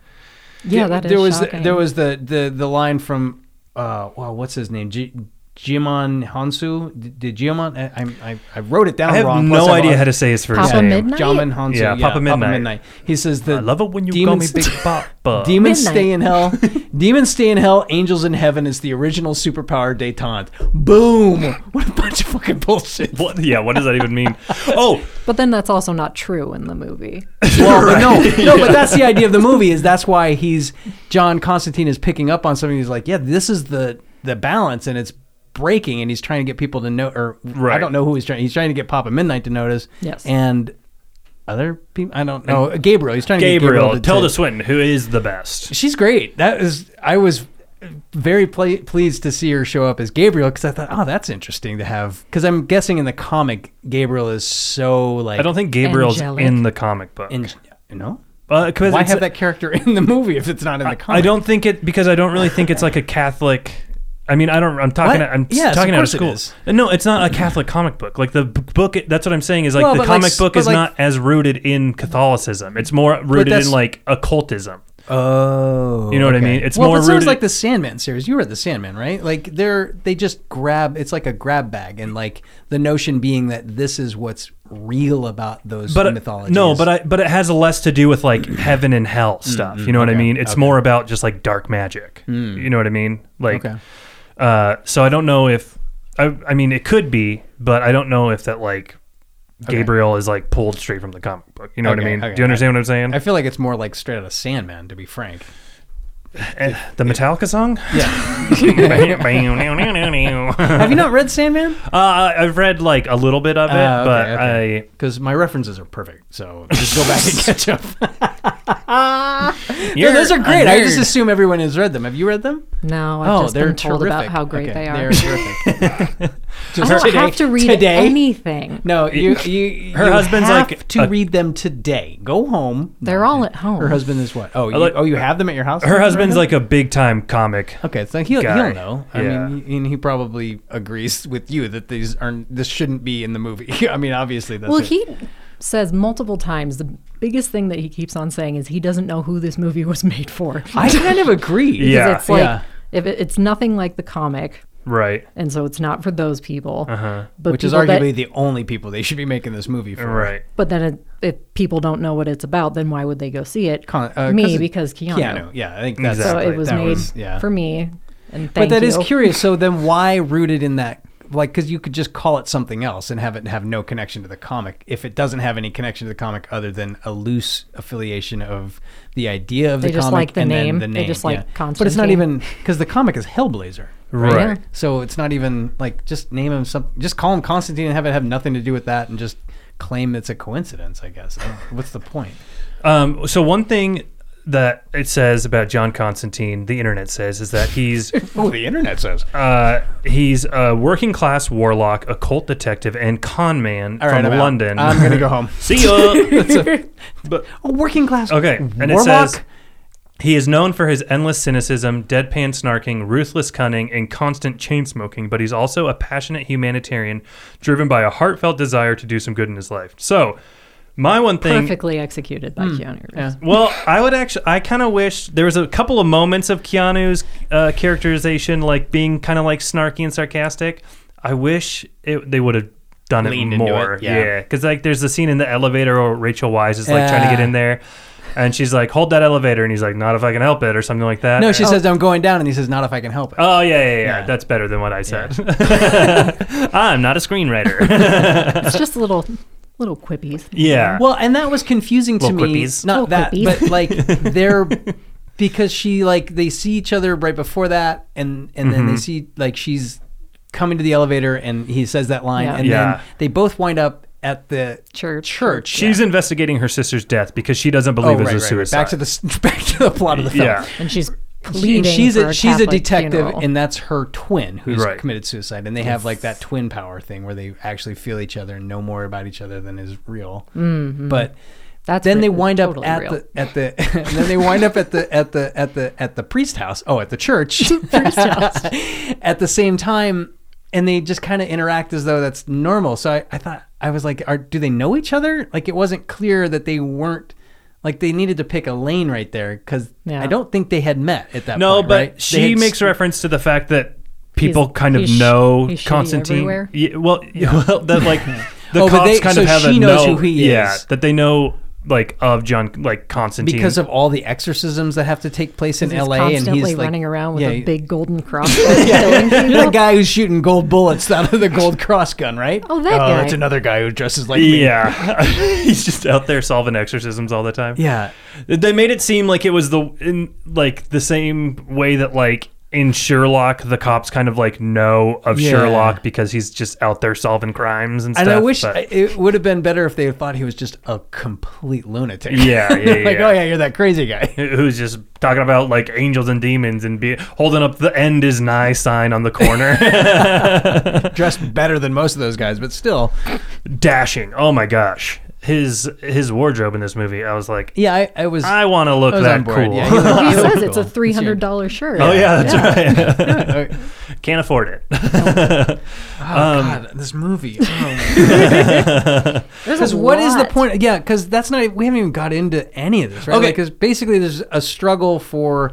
Speaker 4: yeah, that is
Speaker 3: there was
Speaker 4: shocking.
Speaker 3: there was the the the line from uh well what's his name G- Jimon Hansu did Jimon I, I I wrote it down
Speaker 2: I have
Speaker 3: wrong
Speaker 2: no
Speaker 3: Plus, I've-
Speaker 2: idea how to say his first
Speaker 4: Papa
Speaker 2: name.
Speaker 4: Midnight?
Speaker 3: Jamin Hansu
Speaker 2: Yeah, Papa Midnight.
Speaker 3: he says the
Speaker 2: I love it when you
Speaker 3: demons,
Speaker 2: call me Big Papa.
Speaker 3: demons
Speaker 4: Midnight.
Speaker 3: stay in
Speaker 4: <laughs>
Speaker 3: hell demons stay in hell angels in heaven is the original superpower detente boom <laughs> what a bunch of fucking bullshit
Speaker 2: What? Yeah. What does that even <laughs> mean? Oh,
Speaker 4: but then that's also not true in the movie.
Speaker 3: <laughs> Well, but no, no, but that's the idea of the movie. Is that's why he's John Constantine is picking up on something. He's like, yeah, this is the the balance, and it's breaking, and he's trying to get people to know, or I
Speaker 2: Right.
Speaker 3: don't know who he's trying. He's trying to get Papa Midnight to notice.
Speaker 4: Yes.
Speaker 3: and other people. I don't know. Gabriel. He's trying to get
Speaker 2: Gabriel,
Speaker 3: Gabriel to
Speaker 2: Tilda
Speaker 3: to-
Speaker 2: Swinton, who is the best?
Speaker 3: She's great. That is. I was very pla pleased to see her show up as Gabriel because I thought, oh, that's interesting to have. Because I'm guessing in the comic, Gabriel is so like.
Speaker 2: I don't think Gabriel's
Speaker 4: Angelic.
Speaker 2: in the comic book.
Speaker 3: In, you know.
Speaker 2: Uh, 'cause
Speaker 3: Why
Speaker 2: it's-
Speaker 3: have that character in the movie if it's not in the comic?
Speaker 2: I don't think it because I don't really think it's like a Catholic. I mean, I don't. I'm talking.
Speaker 3: What?
Speaker 2: I'm
Speaker 3: Yes,
Speaker 2: talking
Speaker 3: of
Speaker 2: out of
Speaker 3: course it
Speaker 2: school.
Speaker 3: is.
Speaker 2: No, it's not a Catholic comic book. Like the b- book. That's what I'm saying. Is like
Speaker 3: Well,
Speaker 2: the
Speaker 3: but like
Speaker 2: comic
Speaker 3: s-
Speaker 2: book
Speaker 3: but
Speaker 2: is
Speaker 3: like-
Speaker 2: not as rooted in Catholicism. It's more rooted
Speaker 3: that's-
Speaker 2: in like occultism.
Speaker 3: Oh,
Speaker 2: You know what I mean? It's
Speaker 3: well,
Speaker 2: more
Speaker 3: but so
Speaker 2: rooted.
Speaker 3: is like the Sandman series. You read the Sandman, right? Like they're they just grab. It's like a grab bag, and like the notion being that this is what's real about those
Speaker 2: but uh,
Speaker 3: mythologies.
Speaker 2: no, but I but it has less to do with like
Speaker 3: Mm-hmm.
Speaker 2: heaven and hell stuff. you know what I mean? It's more about just like dark magic. You know what I mean? Like,
Speaker 3: Mm. Okay.
Speaker 2: uh, so I don't know if I I mean it could be, but I don't know if that like Gabriel is like pulled straight from the comic book. You know what I
Speaker 3: Okay,
Speaker 2: mean?
Speaker 3: okay.
Speaker 2: Do you understand what I'm saying?
Speaker 3: I feel like it's more like straight out of Sandman, to be
Speaker 2: <laughs>
Speaker 3: frank.
Speaker 2: Eh, the Metallica song? <laughs>
Speaker 3: Yeah. <laughs>
Speaker 2: uh,
Speaker 3: have you not read <laughs> Sandman?
Speaker 2: I've read like a little bit of it,
Speaker 3: Ah, okay,
Speaker 2: but
Speaker 3: okay.
Speaker 2: I
Speaker 3: Because my references are perfect, so just go
Speaker 2: <laughs>
Speaker 3: back and catch up.
Speaker 2: You're
Speaker 3: no, those are
Speaker 2: a
Speaker 3: great. I just
Speaker 2: nerd. Oh,
Speaker 3: assume everyone has read them. Have you read them?
Speaker 4: No, I've just been told about how great
Speaker 3: Oh, Okay,
Speaker 4: they
Speaker 3: <laughs>
Speaker 4: are.
Speaker 3: They're terrific.
Speaker 2: <laughs>
Speaker 4: I
Speaker 3: Just
Speaker 4: don't
Speaker 3: today-
Speaker 4: have to read
Speaker 3: today.
Speaker 4: anything.
Speaker 3: No,
Speaker 2: <laughs>
Speaker 3: you, you
Speaker 2: Her
Speaker 3: you
Speaker 2: husband's
Speaker 3: have
Speaker 2: like
Speaker 3: to
Speaker 2: a-
Speaker 3: read them today. Go home.
Speaker 4: They're all at home.
Speaker 3: Her husband is what? Oh, you,
Speaker 2: like-
Speaker 3: oh, you have them at your house.
Speaker 2: Her husband's like a big time comic.
Speaker 3: okay, so he'll,
Speaker 2: guy.
Speaker 3: he'll know. I
Speaker 2: Yeah.
Speaker 3: mean, he- and he <laughs> probably agrees with you that these aren't. This shouldn't be in the movie. I mean, obviously, that's
Speaker 4: Well,
Speaker 3: it.
Speaker 4: he says multiple times the biggest thing that he keeps on saying is he doesn't know who this movie was made for.
Speaker 3: I kind of agree.
Speaker 2: <laughs> Yeah.
Speaker 4: Because it's like
Speaker 3: Yeah.
Speaker 4: if it, it's nothing like the comic,
Speaker 2: Right.
Speaker 4: and so it's not for those people. Uh-huh. But
Speaker 3: Which is
Speaker 4: people that-
Speaker 3: arguably the only people they should be making this movie for.
Speaker 2: Right.
Speaker 4: but then it, if people don't know what it's about, then why would they go see it?
Speaker 3: Con- uh, 'cause
Speaker 4: me
Speaker 3: it-
Speaker 4: because Keanu.
Speaker 3: Keanu. Yeah, I think that's
Speaker 4: So
Speaker 2: Exactly.
Speaker 4: it was
Speaker 3: that
Speaker 4: made
Speaker 3: yeah.
Speaker 4: for me. And
Speaker 3: But
Speaker 4: thank
Speaker 3: that is
Speaker 4: you.
Speaker 3: curious. So
Speaker 4: <laughs>
Speaker 3: then, why rooted in that? Like, because you could just call it something else and have it have no connection to the comic. If it doesn't have any connection to the comic other than a loose affiliation of the idea of
Speaker 4: They
Speaker 3: the
Speaker 4: just
Speaker 3: comic
Speaker 4: like the
Speaker 3: and
Speaker 4: name.
Speaker 3: then the
Speaker 4: They
Speaker 3: name,
Speaker 4: just like
Speaker 3: yeah. But it's not
Speaker 4: Constantine.
Speaker 3: even because the comic is Hellblazer.
Speaker 2: Right.
Speaker 4: Yeah.
Speaker 3: So it's not even like just name him something. Just call him Constantine and have it have nothing to do with that, and just claim it's a coincidence. I guess. I don't- What's the point?
Speaker 2: Um, so one thing that it says about John Constantine, the internet says, is that
Speaker 3: <laughs>
Speaker 2: he's
Speaker 3: Oh, the internet says.
Speaker 2: uh, he's a working class warlock, occult detective, and con man
Speaker 3: All
Speaker 2: from
Speaker 3: right, I'm out.
Speaker 2: London.
Speaker 3: I'm gonna <laughs> go home.
Speaker 2: <laughs> See
Speaker 3: <laughs>
Speaker 2: ya.
Speaker 3: It's a, a working class.
Speaker 2: okay, and it says. He is known for his endless cynicism, deadpan snarking, ruthless cunning, and constant chain smoking, but he's also a passionate humanitarian driven by a heartfelt desire to do some good in his life. So, my one thing
Speaker 4: Perfectly executed
Speaker 3: Hmm.
Speaker 4: by Keanu Reeves.
Speaker 2: Well, I would actually. I kind of wish there was a couple of moments of Keanu's uh, characterization, like being kind of like snarky and sarcastic. I wish it, they would have done
Speaker 3: Leaned
Speaker 2: it
Speaker 3: into
Speaker 2: more.
Speaker 3: it, yeah.
Speaker 2: because like there's the scene in the elevator where Rachel Wise is like trying to get
Speaker 3: Yeah.
Speaker 2: in there, and she's like, "Hold that elevator," and he's like, "Not if I can help it," or something like that.
Speaker 3: No,
Speaker 2: Or-
Speaker 3: she says I'm going down, and he says not if I can help it.
Speaker 2: Oh yeah, yeah, yeah,
Speaker 3: Yeah.
Speaker 2: That's better than what
Speaker 3: <laughs>
Speaker 2: I said. <laughs> I'm not a screenwriter.
Speaker 4: It's just little little quippies.
Speaker 2: yeah.
Speaker 3: Well, and that was confusing to
Speaker 2: Little
Speaker 3: me.
Speaker 2: quippies.
Speaker 3: Not
Speaker 4: Little
Speaker 3: that,
Speaker 4: quippies.
Speaker 3: but like
Speaker 2: <laughs>
Speaker 3: they're because she like they see each other right before that, and and
Speaker 2: Mm-hmm.
Speaker 3: then they see like she's coming to the elevator, and he says that line,
Speaker 4: Yeah.
Speaker 3: and
Speaker 2: Yeah.
Speaker 3: then they both wind up at the
Speaker 4: Church.
Speaker 3: Church.
Speaker 2: she's investigating her sister's death because she doesn't
Speaker 3: oh,
Speaker 2: believe
Speaker 3: right,
Speaker 2: it was
Speaker 3: right,
Speaker 2: a
Speaker 3: right.
Speaker 2: suicide.
Speaker 3: Back to the s- <laughs> back to the plot of the film.
Speaker 2: yeah.
Speaker 4: And she's
Speaker 3: And
Speaker 4: pleading
Speaker 3: she's
Speaker 4: for
Speaker 3: a, she's a
Speaker 4: Catholic
Speaker 3: detective,
Speaker 4: funeral.
Speaker 3: and that's her twin who's
Speaker 2: Right.
Speaker 3: committed suicide, and they have like that twin power thing where they actually feel each other and know more about each other than is real.
Speaker 4: Mm-hmm.
Speaker 3: But
Speaker 4: That's
Speaker 3: then they
Speaker 4: written
Speaker 3: wind up
Speaker 4: totally
Speaker 3: at
Speaker 4: real.
Speaker 3: the at the <laughs> and then they wind up at the at the at the at the priest house. Oh, at the
Speaker 4: <laughs>
Speaker 3: church. <laughs> at the same time, and they just kind of interact as though that's normal. So I, I thought I was like, are do they know each other? Like it wasn't clear that they weren't. Like they needed to pick a lane right there because
Speaker 4: Yeah.
Speaker 3: I don't think they had met at that.
Speaker 2: No,
Speaker 3: point,
Speaker 2: but
Speaker 3: right? They
Speaker 2: she
Speaker 3: had-
Speaker 2: makes reference to the fact that people
Speaker 4: He's-
Speaker 2: kind of
Speaker 4: he's sh-
Speaker 2: know
Speaker 4: he's shitty
Speaker 2: Constantine.
Speaker 4: everywhere.
Speaker 2: Yeah, well, <laughs> well,
Speaker 3: <laughs>
Speaker 2: that like the
Speaker 3: Oh, but
Speaker 2: cops
Speaker 3: they-
Speaker 2: kind
Speaker 3: so
Speaker 2: of have
Speaker 3: she
Speaker 2: a
Speaker 3: knows
Speaker 2: know,
Speaker 3: who he
Speaker 2: yeah,
Speaker 3: is.
Speaker 2: that they know like of John, like Constantine,
Speaker 3: because of all the exorcisms that have to take place in
Speaker 4: He's
Speaker 3: L.A. and
Speaker 4: constantly
Speaker 3: he's like,
Speaker 4: running around with
Speaker 3: yeah, Oh,
Speaker 4: a
Speaker 3: he- <laughs>
Speaker 4: big golden crossbow. killing people.
Speaker 3: You're <laughs> the guy who's shooting gold bullets out of the gold <laughs> cross gun, right?
Speaker 4: Oh, that guy.
Speaker 3: That's another
Speaker 1: <laughs>
Speaker 3: guy who dresses like me.
Speaker 2: yeah, <laughs> he's just out there solving exorcisms all the time.
Speaker 3: Yeah.
Speaker 2: They made it seem like it was the in like the same way that like in Sherlock the cops kind of like know of
Speaker 3: Yeah.
Speaker 2: Sherlock because he's just out there solving crimes and stuff.
Speaker 3: And I wish
Speaker 2: but-
Speaker 3: I- it would have been better if they thought he was just a complete lunatic. <laughs>
Speaker 2: Yeah, yeah,
Speaker 3: They're like,
Speaker 2: yeah.
Speaker 3: oh yeah, you're that crazy guy. <laughs>
Speaker 2: who's just talking about like angels and demons and be holding up the end is nigh sign on
Speaker 3: <laughs>
Speaker 2: the corner <laughs>
Speaker 3: Dressed better than most of those guys, but still.
Speaker 2: dashing oh my gosh his his wardrobe in this movie i was like
Speaker 3: Yeah, I, I was. <laughs>
Speaker 2: i want to look
Speaker 3: I was on
Speaker 2: that
Speaker 3: board.
Speaker 2: cool
Speaker 3: Yeah, he
Speaker 2: <laughs>
Speaker 3: looked-
Speaker 4: he
Speaker 3: he looked
Speaker 4: says it's a
Speaker 3: cool.
Speaker 4: three hundred dollar shirt.
Speaker 2: oh yeah that's
Speaker 3: <laughs>
Speaker 2: right
Speaker 3: Oh,
Speaker 2: <laughs> can't afford it Um,
Speaker 3: God, this
Speaker 2: <laughs>
Speaker 3: movie. Oh,
Speaker 4: There's
Speaker 3: Because
Speaker 4: a
Speaker 3: what is the
Speaker 4: lot.
Speaker 3: point? Yeah, because that's not. We haven't even got into any of this, right?
Speaker 2: Okay.
Speaker 3: Because basically, there's a struggle for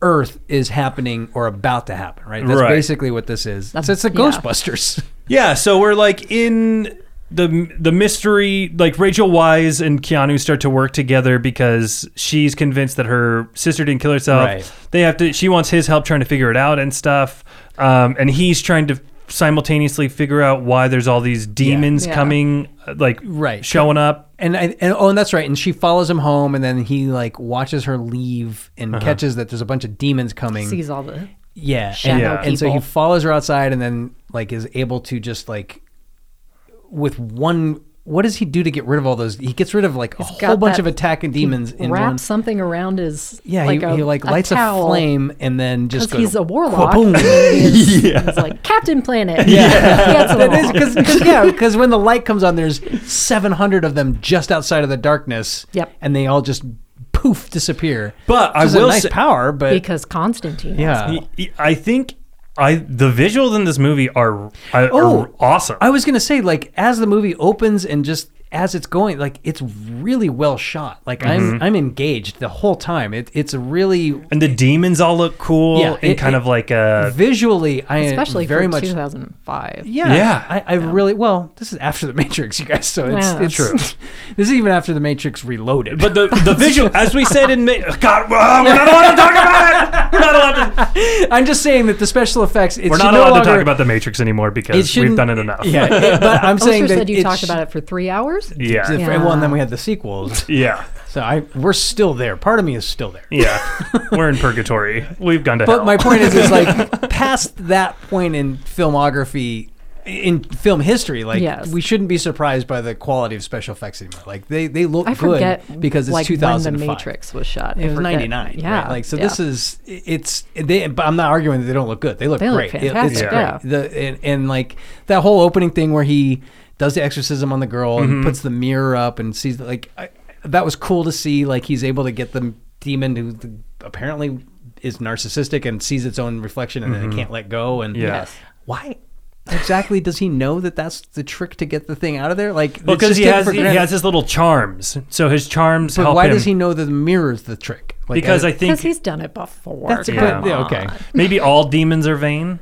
Speaker 3: Earth is happening or about to happen, right? That's
Speaker 2: Right.
Speaker 3: basically what this is. so it's the
Speaker 4: yeah.
Speaker 3: Ghostbusters. <laughs>
Speaker 2: yeah so we're like in the the mystery like rachel wise and keanu start to work together because she's convinced that her sister didn't kill herself
Speaker 3: Right.
Speaker 2: they have to she wants his help trying to figure it out and stuff um, and he's trying to simultaneously figure out why there's all these demons
Speaker 4: Yeah.
Speaker 2: coming uh, like
Speaker 3: Right.
Speaker 2: showing up
Speaker 3: And I, and oh, and that's right. And she follows him home, and then he like watches her leave and catches that there's a bunch of demons coming.
Speaker 4: Sees all the
Speaker 3: yeah, and,
Speaker 4: shadow
Speaker 2: Yeah.
Speaker 3: and so he
Speaker 4: people.
Speaker 3: follows her outside, and then like is able to just like with one. What does he do to get rid of all those? He gets rid of like a whole
Speaker 4: got
Speaker 3: bunch
Speaker 4: that-
Speaker 3: of attacking demons in
Speaker 4: wrap
Speaker 3: one.
Speaker 4: something around his
Speaker 3: Yeah,
Speaker 4: like
Speaker 3: he,
Speaker 4: a,
Speaker 3: he like
Speaker 4: a
Speaker 3: lights a,
Speaker 4: towel,
Speaker 3: flame and then just
Speaker 4: 'cause
Speaker 3: goes.
Speaker 4: he's a warlock.
Speaker 3: kaboom.
Speaker 4: and
Speaker 3: <laughs>
Speaker 4: <laughs> he's, he's like Captain Planet. <laughs> Yeah,
Speaker 3: That is because
Speaker 4: <laughs>
Speaker 3: yeah, because when the light comes on, there's 700 of them just outside of the darkness.
Speaker 4: Yep.
Speaker 3: and they all just poof disappear.
Speaker 2: But I
Speaker 3: Which is
Speaker 2: will
Speaker 3: a nice
Speaker 2: say-
Speaker 3: power, but
Speaker 4: because Constantine.
Speaker 3: yeah.
Speaker 2: He- he- i think i the visuals in this movie are, are, are
Speaker 3: Oh.
Speaker 2: awesome
Speaker 3: I was gonna say, like, as the movie opens and just as it's going, like it's really well shot. Like
Speaker 2: Mm-hmm.
Speaker 3: I'm I'm engaged the whole time. It, it's a really
Speaker 2: And the demons all look cool
Speaker 3: Yeah,
Speaker 2: and
Speaker 3: it-
Speaker 2: kind
Speaker 3: it-
Speaker 2: of like a
Speaker 3: visually I am
Speaker 4: especially
Speaker 3: very
Speaker 4: for
Speaker 3: much
Speaker 4: 2005.
Speaker 3: yeah,
Speaker 2: Yeah.
Speaker 3: I, I really well. This is after the <laughs> Matrix, you guys. So it's,
Speaker 4: Yeah.
Speaker 3: it's true. <laughs> this is even after the Matrix Reloaded.
Speaker 2: But the
Speaker 3: <laughs>
Speaker 2: the visual, as we said in Ma- God, well, we're not allowed to talk about it. We're not allowed to.
Speaker 3: I'm just saying that the special effects. It
Speaker 2: We're
Speaker 3: should
Speaker 2: not
Speaker 3: no
Speaker 2: allowed
Speaker 3: longer,
Speaker 2: to talk about the Matrix anymore because we've
Speaker 3: shouldn't-
Speaker 2: done it enough.
Speaker 3: Yeah, it- but
Speaker 4: <laughs>
Speaker 3: I'm saying
Speaker 4: Oster
Speaker 3: that
Speaker 4: said you
Speaker 3: it
Speaker 4: talked
Speaker 3: sh-
Speaker 4: about it for three hours.
Speaker 2: yeah,
Speaker 3: the- Well, and then we had the
Speaker 4: <laughs>
Speaker 3: sequels.
Speaker 2: yeah,
Speaker 3: So I we're still there. Part of me is still there.
Speaker 2: yeah. We're in purgatory. We've gone to
Speaker 3: But
Speaker 2: hell.
Speaker 3: my point is, is
Speaker 2: <laughs>
Speaker 3: like past that point in filmography, in film history, like
Speaker 4: Yes.
Speaker 3: we shouldn't be surprised by the quality of special effects anymore. Like they they look
Speaker 4: I
Speaker 3: good
Speaker 4: forget
Speaker 3: because it's
Speaker 4: like, when
Speaker 3: 2005.
Speaker 4: the Matrix was shot. I
Speaker 3: It was
Speaker 4: forget.
Speaker 3: 99.
Speaker 4: Yeah.
Speaker 3: Yeah. Like so,
Speaker 4: yeah.
Speaker 3: this is it's. They, but I'm not arguing that they don't look good. They look
Speaker 4: They look
Speaker 3: great. It- it's
Speaker 4: fantastic,
Speaker 3: great.
Speaker 4: yeah.
Speaker 3: The and, and like that whole opening thing where he does the exorcism on the girl
Speaker 2: Mm-hmm.
Speaker 3: and puts the mirror up and sees the- like I, that was cool to see. Like he's able to get the demon who th- apparently is narcissistic and sees its own reflection and then it can't let go. And
Speaker 2: Mm-hmm. Yeah. Yes.
Speaker 3: why? exactly does he know that that's the trick to get the thing out of there like it's
Speaker 2: because
Speaker 3: just
Speaker 2: he
Speaker 3: taken
Speaker 2: has
Speaker 3: for
Speaker 2: he
Speaker 3: granted.
Speaker 2: has his little charms. So his charms
Speaker 3: but
Speaker 2: help
Speaker 3: why
Speaker 2: him.
Speaker 3: does he know that the mirror's the trick like
Speaker 2: Because
Speaker 3: I-
Speaker 2: I think
Speaker 4: because he's done it before.
Speaker 3: That's a
Speaker 2: Yeah.
Speaker 3: good. Yeah, okay.
Speaker 2: maybe all demons are vain.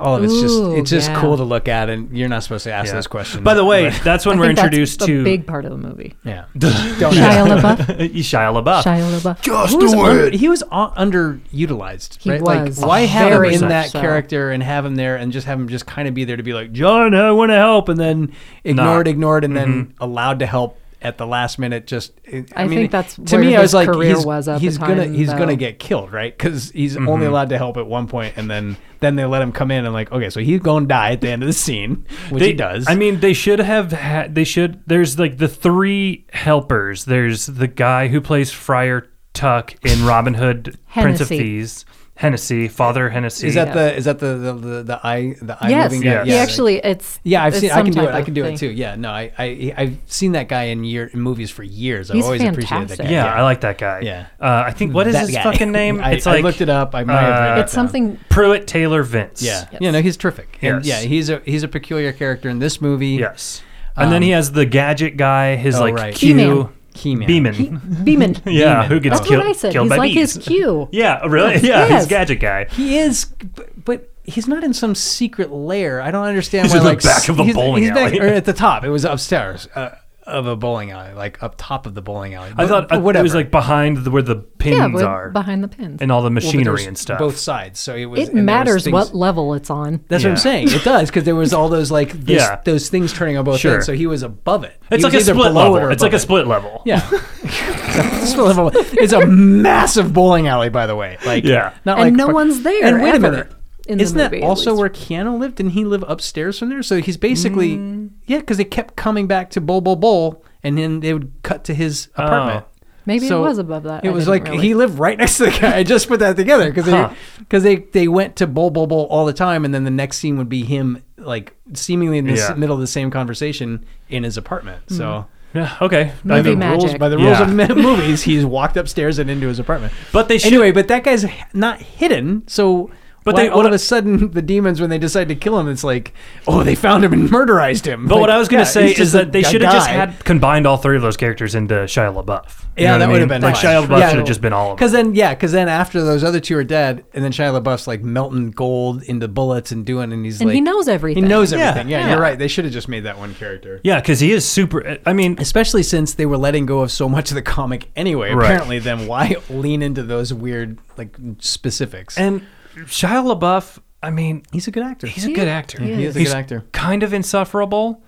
Speaker 3: All of it's
Speaker 4: Ooh,
Speaker 3: just it's just
Speaker 4: yeah.
Speaker 3: cool to look at, and you're not supposed to ask
Speaker 2: Yeah.
Speaker 3: those questions.
Speaker 2: By
Speaker 3: <laughs>
Speaker 2: the way, that's when
Speaker 4: I
Speaker 2: we're
Speaker 4: think
Speaker 2: introduced
Speaker 4: that's
Speaker 2: to
Speaker 4: a big part of the movie.
Speaker 2: <laughs>
Speaker 3: yeah,
Speaker 4: Shia
Speaker 3: don't
Speaker 4: LaBeouf.
Speaker 3: <laughs>
Speaker 2: Shia LaBeouf.
Speaker 4: Shia LaBeouf.
Speaker 3: Who's un- he was un- underutilized.
Speaker 4: He
Speaker 3: right?
Speaker 4: was.
Speaker 3: Like, why have him
Speaker 4: Very
Speaker 3: in
Speaker 4: much
Speaker 3: that
Speaker 4: so.
Speaker 3: character and have him there and just have him just kind of be there to be like, John, I want to help, and then ignored,
Speaker 2: Nah.
Speaker 3: ignored, and then
Speaker 2: Mm-hmm.
Speaker 3: allowed to help at the last minute. Just I,
Speaker 4: I
Speaker 3: mean,
Speaker 4: think that's
Speaker 3: to
Speaker 4: where
Speaker 3: me. I
Speaker 4: his
Speaker 3: was like,
Speaker 4: career
Speaker 3: he's,
Speaker 4: was at the
Speaker 3: he's gonna
Speaker 4: time,
Speaker 3: he's
Speaker 4: though.
Speaker 3: gonna get killed, right? Because he's
Speaker 2: Mm-hmm.
Speaker 3: only allowed to help at one point, and then then they let him come in and like, okay, so he's gonna die at the end of the scene, which
Speaker 2: they,
Speaker 3: he does.
Speaker 2: I mean, they should have had. They should. There's like the three helpers. There's the guy who plays Friar Tuck in Robin Hood, Prince of
Speaker 4: Hennessy.
Speaker 2: Thieves, Hennessy, Father Hennessy.
Speaker 3: Is that the is that the the the, the eye the eye
Speaker 4: Yes.
Speaker 3: moving guy?
Speaker 2: Yes.
Speaker 4: He actually, it's
Speaker 3: Yeah, I've
Speaker 4: it's
Speaker 3: seen. I
Speaker 4: some
Speaker 3: can do
Speaker 4: type
Speaker 3: it. I
Speaker 4: of
Speaker 3: can do
Speaker 4: thing.
Speaker 3: it too. Yeah, no, I, I I've seen that guy in year in movies for years. I've
Speaker 4: He's
Speaker 3: always appreciated that
Speaker 4: fantastic.
Speaker 3: guy.
Speaker 2: yeah, I like that guy.
Speaker 3: Yeah.
Speaker 2: Uh, I think what is
Speaker 3: That
Speaker 2: his
Speaker 3: guy. <laughs>
Speaker 2: fucking name?
Speaker 3: I,
Speaker 2: it's
Speaker 3: I
Speaker 2: like
Speaker 3: looked it up. I might have
Speaker 2: uh,
Speaker 3: written it
Speaker 4: It's
Speaker 3: down.
Speaker 4: something.
Speaker 2: Pruitt Taylor Vince.
Speaker 3: Yeah,
Speaker 4: Yes.
Speaker 3: yeah. No, he's terrific. And
Speaker 2: Yes.
Speaker 3: yeah, he's a he's a peculiar character in this movie.
Speaker 2: Yes. And then he has the gadget guy. His
Speaker 3: Um, oh,
Speaker 2: like
Speaker 3: right.
Speaker 2: Q.
Speaker 3: He-Man.
Speaker 2: Beeman.
Speaker 4: He, Beeman.
Speaker 2: <laughs>
Speaker 3: <laughs>
Speaker 2: yeah, who gets
Speaker 4: That's
Speaker 2: killed?
Speaker 4: what I said.
Speaker 2: Killed
Speaker 4: He's
Speaker 2: by
Speaker 4: like
Speaker 2: bees.
Speaker 4: his cue.
Speaker 2: <laughs> Yeah, really? Yeah,
Speaker 4: Yes.
Speaker 2: his gadget guy.
Speaker 3: He is, but, but he's not in some secret lair. I don't understand
Speaker 2: He's
Speaker 3: why.
Speaker 2: in the
Speaker 3: like,
Speaker 2: back of a
Speaker 3: he's-
Speaker 2: bowling
Speaker 3: he's back-
Speaker 2: alley.
Speaker 3: or at the top. It was upstairs uh, of a bowling alley, like up top of the bowling alley.
Speaker 2: I thought uh,
Speaker 3: whatever.
Speaker 2: it was like behind the, where the pins
Speaker 4: Yeah, with-
Speaker 2: are
Speaker 4: behind the pins.
Speaker 2: and all the
Speaker 3: Well, but
Speaker 2: machinery
Speaker 3: there was
Speaker 2: and stuff.
Speaker 3: Both sides, so it was.
Speaker 4: It
Speaker 3: and there was
Speaker 4: matters
Speaker 3: things-
Speaker 4: what level it's on.
Speaker 3: That's what
Speaker 2: Yeah.
Speaker 3: I'm saying. It does because there was all those like those,
Speaker 2: Yeah.
Speaker 3: those things turning on both
Speaker 2: Sure.
Speaker 3: ends. So he was above it. He
Speaker 2: It's like
Speaker 3: was
Speaker 2: a
Speaker 3: either
Speaker 2: split
Speaker 3: below it
Speaker 2: level.
Speaker 3: or
Speaker 2: It's like a
Speaker 3: above it.
Speaker 2: split level.
Speaker 3: Yeah. <laughs> It's full of- it's a massive bowling alley, by the way. Like,
Speaker 2: Yeah.
Speaker 3: not
Speaker 4: And
Speaker 3: like-
Speaker 4: no one's there
Speaker 3: And wait a
Speaker 4: ever
Speaker 3: minute,
Speaker 4: in the
Speaker 3: isn't
Speaker 4: movie,
Speaker 3: that
Speaker 4: at
Speaker 3: also
Speaker 4: least.
Speaker 3: where Keanu lived? Didn't he live upstairs from there? So he's basically yeah, because they kept coming back to bowl bowl bowl, and then they would cut to his apartment.
Speaker 4: Maybe
Speaker 3: So
Speaker 4: it was above that.
Speaker 3: It
Speaker 4: I
Speaker 3: was
Speaker 4: didn't
Speaker 3: like
Speaker 4: really-
Speaker 3: he lived right next to the guy. I just put that together because
Speaker 2: Huh.
Speaker 3: because they they went to bowl bowl bowl all the time, and then the next scene would be him like seemingly in the s-
Speaker 2: Yeah.
Speaker 3: middle of the same conversation in his apartment. So
Speaker 2: Yeah, okay.
Speaker 4: Movie
Speaker 2: I mean,
Speaker 4: Mm-hmm. magic.
Speaker 3: rules by the rules
Speaker 2: Yeah.
Speaker 3: of mi- <laughs> movies, he's walked upstairs and into his apartment.
Speaker 2: But they should.
Speaker 3: anyway, but that guy's h- not hidden, so. But
Speaker 2: But
Speaker 3: why,
Speaker 2: they-
Speaker 3: all
Speaker 2: what
Speaker 3: of
Speaker 2: I-
Speaker 3: a sudden, <laughs> the demons, when they decide to kill him, it's like, oh, they found him and murderized him.
Speaker 2: but
Speaker 3: Like,
Speaker 2: what I was going
Speaker 3: yeah,
Speaker 2: to say
Speaker 3: he's
Speaker 2: is
Speaker 3: just a
Speaker 2: that they
Speaker 3: guy-
Speaker 2: should have just
Speaker 3: guy.
Speaker 2: had combined all three of those characters into Shia LaBeouf. You
Speaker 3: Yeah,
Speaker 2: know what
Speaker 3: that
Speaker 2: I
Speaker 3: would have
Speaker 2: mean?
Speaker 3: been
Speaker 2: like
Speaker 3: fine.
Speaker 2: Shia LaBeouf
Speaker 3: Yeah.
Speaker 2: should have just been all of them.
Speaker 3: Because then, yeah, because then after those other two are dead, and then Shia LaBeouf's like melting gold into bullets and doing, and he's
Speaker 4: And
Speaker 3: like,
Speaker 4: he knows everything.
Speaker 3: He knows
Speaker 2: Yeah.
Speaker 3: everything. Yeah,
Speaker 2: Yeah.
Speaker 3: you're right. They should have just made that one character.
Speaker 2: Yeah, because he is super. I mean,
Speaker 3: Especially since they were letting go of so much of the comic anyway.
Speaker 2: Right.
Speaker 3: Apparently, then why <laughs> lean into those weird like specifics?
Speaker 2: and Shia LaBeouf. I mean,
Speaker 3: he's a good actor.
Speaker 2: he's a good actor.
Speaker 4: He
Speaker 3: He is a
Speaker 2: He's
Speaker 3: good actor.
Speaker 2: kind of insufferable,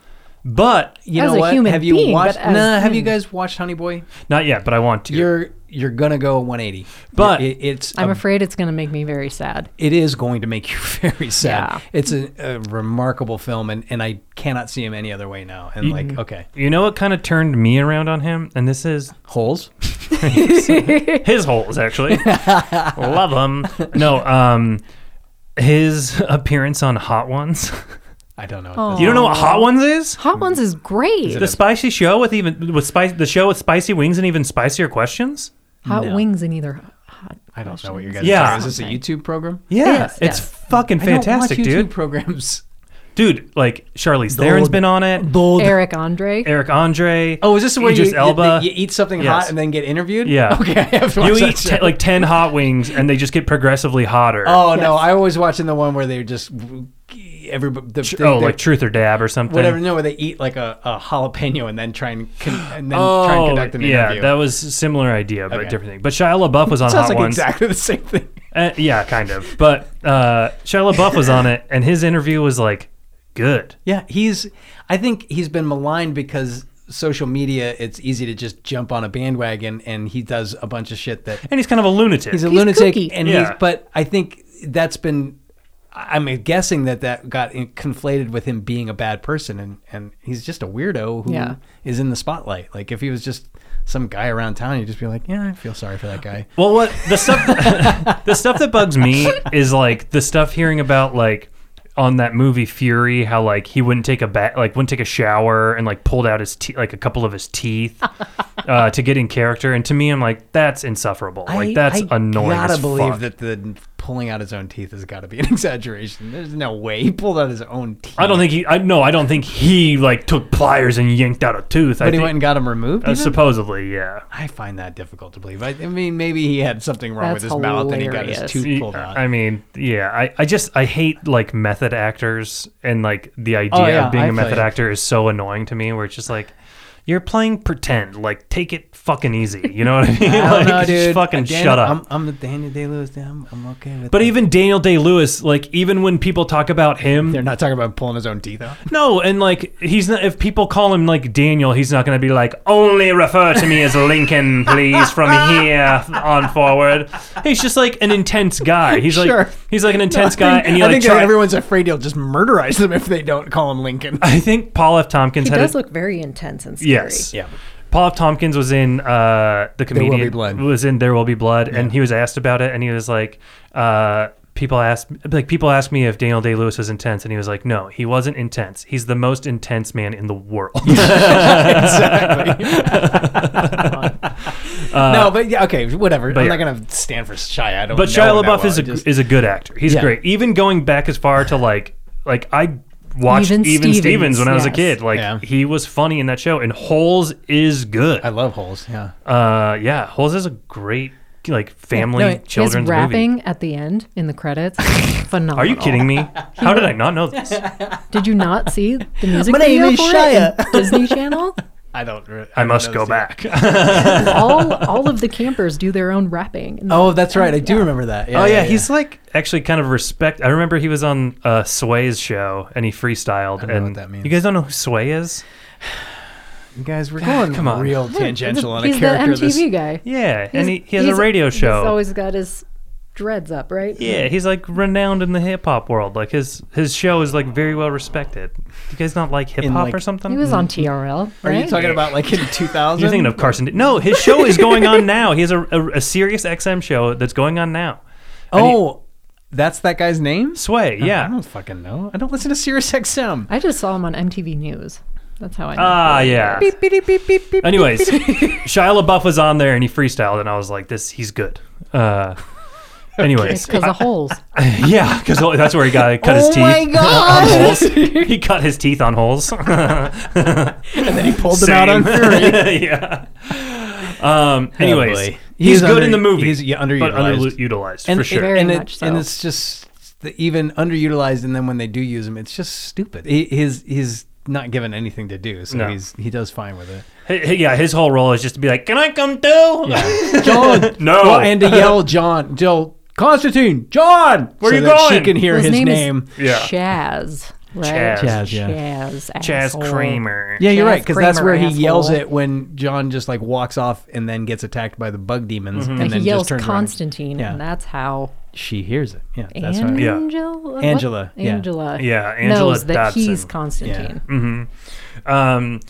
Speaker 2: but
Speaker 3: You
Speaker 4: As
Speaker 3: know
Speaker 4: a
Speaker 3: what?
Speaker 4: human
Speaker 3: have you
Speaker 4: being,
Speaker 3: watched?
Speaker 4: but as
Speaker 3: nah, have you
Speaker 4: him.
Speaker 3: guys watched Honey Boy?
Speaker 2: not yet. But I want to.
Speaker 3: You're you're gonna go 180.
Speaker 2: But-
Speaker 3: It- it's
Speaker 4: I'm
Speaker 3: a-
Speaker 4: afraid it's going to make me very sad.
Speaker 3: it is going to make you <laughs> very sad.
Speaker 4: Yeah.
Speaker 3: It's a, a remarkable film, and, and I cannot see him any other way now. And like, okay,
Speaker 2: You know what kind of turned me around on him? And this is
Speaker 3: holes. <laughs>
Speaker 2: his holes, actually. Love him. No, um, his appearance on Hot Ones.
Speaker 3: I don't know. What
Speaker 2: You don't know what Hot Ones is?
Speaker 3: Hmm.
Speaker 4: Hot Ones is great.
Speaker 2: The spicy show with even with spice the show with spicy wings and even spicier questions.
Speaker 4: hot
Speaker 3: No.
Speaker 4: wings and either hot.
Speaker 3: I don't know what you guys.
Speaker 2: Yeah.
Speaker 3: are talking. is this a YouTube program?
Speaker 2: Yeah,
Speaker 4: Yes,
Speaker 2: it's
Speaker 4: yes.
Speaker 2: fucking fantastic,
Speaker 3: I don't watch YouTube
Speaker 2: <laughs> dude.
Speaker 3: Programs.
Speaker 2: dude, like Charlize Theron's been on it.
Speaker 3: <laughs>
Speaker 4: Eric Andre.
Speaker 2: Eric Andre.
Speaker 3: Oh, is this the way
Speaker 2: Idris
Speaker 3: you,
Speaker 2: Elba?
Speaker 3: You, you eat something
Speaker 2: Yes.
Speaker 3: hot and then get interviewed?
Speaker 2: Yeah.
Speaker 3: <laughs> Okay. I have to watch
Speaker 2: you
Speaker 3: that
Speaker 2: eat
Speaker 3: show.
Speaker 2: te- like ten hot wings, and they just get progressively hotter.
Speaker 3: Oh no!
Speaker 4: Yes.
Speaker 3: I was watching the one where they just every the,
Speaker 2: Tr-
Speaker 3: they-
Speaker 2: oh,
Speaker 3: they-
Speaker 2: like Truth or Dab or something.
Speaker 3: whatever. No, where they eat like a, a jalapeno and then try and con- and then try and conduct an
Speaker 2: Oh, yeah,
Speaker 3: interview.
Speaker 2: that was a similar idea, but
Speaker 3: Okay.
Speaker 2: different thing. But Shia LaBeouf was on
Speaker 3: sounds
Speaker 2: Hot
Speaker 3: like
Speaker 2: Ones.
Speaker 3: exactly the same thing.
Speaker 2: Uh, yeah, kind of. But uh, Shia LaBeouf was on it, and his interview was like good.
Speaker 3: Yeah, he's. I think he's been maligned because social media. It's easy to just jump on a bandwagon, and he does a bunch of shit that
Speaker 2: And he's kind of a lunatic.
Speaker 3: he's a
Speaker 4: He's
Speaker 3: lunatic,
Speaker 4: kooky.
Speaker 3: and
Speaker 2: Yeah.
Speaker 3: he's. But I think that's been. I'm guessing that that got in, conflated with him being a bad person, and and he's just a weirdo who is
Speaker 4: Yeah.
Speaker 3: in the spotlight. Like if he was just some guy around town, you'd just be like, yeah, I feel sorry for that guy.
Speaker 2: Well, what the stuff the stuff that <laughs> bugs me is like the stuff hearing about like on that movie Fury, how like he wouldn't take a bat, like wouldn't take a shower and like pulled out his te- like a couple of
Speaker 3: <laughs>
Speaker 2: his teeth uh, to get in character. And to me, I'm like that's insufferable.
Speaker 3: I-
Speaker 2: like that's
Speaker 3: I
Speaker 2: annoying.
Speaker 3: Gotta
Speaker 2: as
Speaker 3: believe
Speaker 2: fuck.
Speaker 3: that the pulling out his own teeth has got to be an <laughs> exaggeration. There's no way he pulled out his own teeth.
Speaker 2: I don't think he. I no. I don't think he like took pliers and yanked out a tooth. I
Speaker 3: But he
Speaker 2: think-
Speaker 3: went and got him removed.
Speaker 2: uh,
Speaker 3: even?
Speaker 2: supposedly, yeah.
Speaker 3: I find that difficult to believe. I, I mean, maybe he had something wrong with
Speaker 4: That's
Speaker 3: his mouth and he got his
Speaker 4: hilarious.
Speaker 3: tooth pulled out.
Speaker 2: I mean, yeah. I, I just I hate like method actors and like the idea
Speaker 3: Oh, yeah,
Speaker 2: of being
Speaker 3: I
Speaker 2: a
Speaker 3: feel
Speaker 2: method
Speaker 3: you.
Speaker 2: actor is so annoying to me. Where it's just like you're playing pretend. Like take it fucking easy. You know
Speaker 3: <laughs>
Speaker 2: what I mean?
Speaker 3: I
Speaker 2: like,
Speaker 3: don't know,
Speaker 2: just
Speaker 3: dude.
Speaker 2: fucking
Speaker 3: Daniel-
Speaker 2: shut up.
Speaker 3: I'm, I'm the Daniel Day Lewis. I'm, I'm okay with.
Speaker 2: but
Speaker 3: that.
Speaker 2: even Daniel Day Lewis, like even when people talk about him,
Speaker 3: they're not talking about pulling his own teeth out.
Speaker 2: no, and like he's not. If people call him like Daniel, he's not going to be like only refer to me as Lincoln, please, from here on forward. He's just like an intense guy. He's like
Speaker 3: Sure.
Speaker 2: he's like an intense
Speaker 3: I
Speaker 2: guy,
Speaker 3: think,
Speaker 2: and he
Speaker 3: I
Speaker 2: like
Speaker 3: think that
Speaker 2: try-
Speaker 3: everyone's afraid he'll just murderize them if they don't call him Lincoln.
Speaker 2: I think Paul F. Tompkins
Speaker 4: he
Speaker 2: had
Speaker 4: does
Speaker 2: a,
Speaker 4: look very intense and scary.
Speaker 2: yes.
Speaker 3: Yeah.
Speaker 2: Paul F. Tompkins was in uh,
Speaker 3: Will Be
Speaker 2: the comedian
Speaker 3: Blood.
Speaker 2: was in There Will Be Blood, and he was asked about it, and he was like, uh, people asked like people asked me if Daniel Day Lewis was intense, and he was like, no, he wasn't intense. He's the most intense man in the world.
Speaker 3: <laughs> exactly. <laughs> no, but yeah, okay, whatever. I'm
Speaker 2: Uh, yeah.
Speaker 3: not gonna stand for Shia. I don't.
Speaker 2: but
Speaker 3: know
Speaker 2: Shia
Speaker 3: him that
Speaker 2: LaBeouf
Speaker 3: well.
Speaker 2: is
Speaker 3: I
Speaker 2: a
Speaker 3: just-
Speaker 2: is a good actor. He's
Speaker 3: Yeah.
Speaker 2: great. Even going back as far to like like I watched
Speaker 4: Even
Speaker 2: Even, Stevens,
Speaker 4: Stevens,
Speaker 2: when I was a
Speaker 4: yes.
Speaker 2: kid. Like
Speaker 3: Yeah.
Speaker 2: he was funny in that show, and Holes is good.
Speaker 3: I love holes. Yeah.
Speaker 2: Uh, yeah, Holes is a great like family
Speaker 3: No, his
Speaker 2: children's
Speaker 4: His rapping
Speaker 2: movie.
Speaker 4: at the end in the credits,
Speaker 2: <laughs>
Speaker 4: phenomenal.
Speaker 2: Are you
Speaker 3: <laughs>
Speaker 2: kidding me? How did I not know this?
Speaker 4: Did you not see the music
Speaker 3: My name
Speaker 4: video
Speaker 3: is
Speaker 4: for it in Disney
Speaker 2: <laughs>
Speaker 4: Channel?
Speaker 3: I don't. re-
Speaker 2: I
Speaker 3: don't
Speaker 2: must
Speaker 3: know
Speaker 2: go
Speaker 3: Steve. <laughs>
Speaker 2: back.
Speaker 4: All all of the campers do their own <laughs> rapping. in the-
Speaker 3: Oh, that's right. I do remember that.
Speaker 2: Oh yeah, he's like actually kind of respect. I remember he was on uh, Sway's show and he freestyled.
Speaker 3: know
Speaker 2: and
Speaker 3: what that means.
Speaker 2: You guys don't know who Sway is?
Speaker 3: You guys, we're going
Speaker 2: come on.
Speaker 3: real
Speaker 4: Yeah,
Speaker 3: tangential on
Speaker 4: he's
Speaker 3: a character.
Speaker 4: the MTV guy.
Speaker 2: Yeah,
Speaker 4: He's-
Speaker 2: and he, he has a
Speaker 4: he's-
Speaker 2: radio
Speaker 4: he's
Speaker 2: show.
Speaker 4: always got his dreads up, right?
Speaker 2: Yeah, he's like renowned in the hip hop world. Like his his show is like very well respected. Do you guys not like hip hop
Speaker 3: like-
Speaker 2: or something?
Speaker 4: He was on TRL.
Speaker 3: Are
Speaker 4: right?
Speaker 3: you talking about like in 2000?
Speaker 2: You're thinking of Carson. D- No, his show is going on now. He has a, a, a serious XM show that's going on now. And he-
Speaker 3: Oh, that's that guy's name.
Speaker 2: Sway,
Speaker 3: I
Speaker 2: yeah.
Speaker 3: don't fucking know. I don't listen to Sirius XM.
Speaker 4: I just saw him on MTV News. That's how I know.
Speaker 2: Ah, yeah.
Speaker 4: beep, beep, beep, beep, beep, beep.
Speaker 2: Anyways, Shia LaBeouf was on there and he freestyled, and I was like, "This, he's good." Uh,
Speaker 4: <laughs>
Speaker 2: anyways,
Speaker 4: because of holes.
Speaker 2: <laughs> I- yeah, because that's where he got cut his
Speaker 3: Oh
Speaker 2: teeth.
Speaker 3: my
Speaker 2: <laughs> on
Speaker 3: god!
Speaker 2: holes. He cut his teeth on holes. <laughs>
Speaker 3: he pulled them out on Fury.
Speaker 2: <laughs> yeah. Um, anyways,
Speaker 3: Oh, boy.
Speaker 2: he's,
Speaker 3: He's
Speaker 2: good
Speaker 3: under-
Speaker 2: in the movie.
Speaker 3: he's, yeah,
Speaker 2: But
Speaker 3: underutilized.
Speaker 2: underutilized,
Speaker 3: and
Speaker 2: for
Speaker 3: it-
Speaker 2: sure.
Speaker 4: Very
Speaker 3: and,
Speaker 4: much
Speaker 3: and
Speaker 4: so.
Speaker 3: it's just the, even underutilized, and then when they do use him, it's just stupid. He, he's he's not given anything to do, so
Speaker 2: No.
Speaker 3: he's he does fine with
Speaker 2: <laughs>
Speaker 3: it.
Speaker 2: H- h- yeah, his whole role is just to be like, can I come through?
Speaker 3: John,
Speaker 2: <laughs> No.
Speaker 3: Well, and to yell John, Joe Constantine, John, where
Speaker 2: you
Speaker 3: that She
Speaker 2: going?
Speaker 3: can hear his, name.
Speaker 4: is
Speaker 2: Yeah.
Speaker 4: Chaz. Right?
Speaker 2: Chaz,
Speaker 3: yeah.
Speaker 4: Chaz.
Speaker 2: Chaz
Speaker 4: asshole.
Speaker 2: Kramer.
Speaker 3: Yeah, you're
Speaker 4: Jazz
Speaker 3: right, because that's
Speaker 4: Kramer,
Speaker 3: where he
Speaker 4: asshole.
Speaker 3: yells it when John just like walks off and then gets attacked by the bug demons, and,
Speaker 4: Mm-hmm. And he
Speaker 3: then
Speaker 4: yells
Speaker 3: just turns around.
Speaker 4: Constantine,
Speaker 3: Yeah.
Speaker 4: and that's how
Speaker 3: She hears it. Yeah, that's
Speaker 4: Angela,
Speaker 3: right.
Speaker 2: Yeah.
Speaker 4: what?
Speaker 3: Angela, yeah.
Speaker 4: Angela,
Speaker 2: Yeah, Angela
Speaker 4: knows that he's
Speaker 2: Dotson.
Speaker 4: Constantine.
Speaker 3: Mm.
Speaker 2: Um,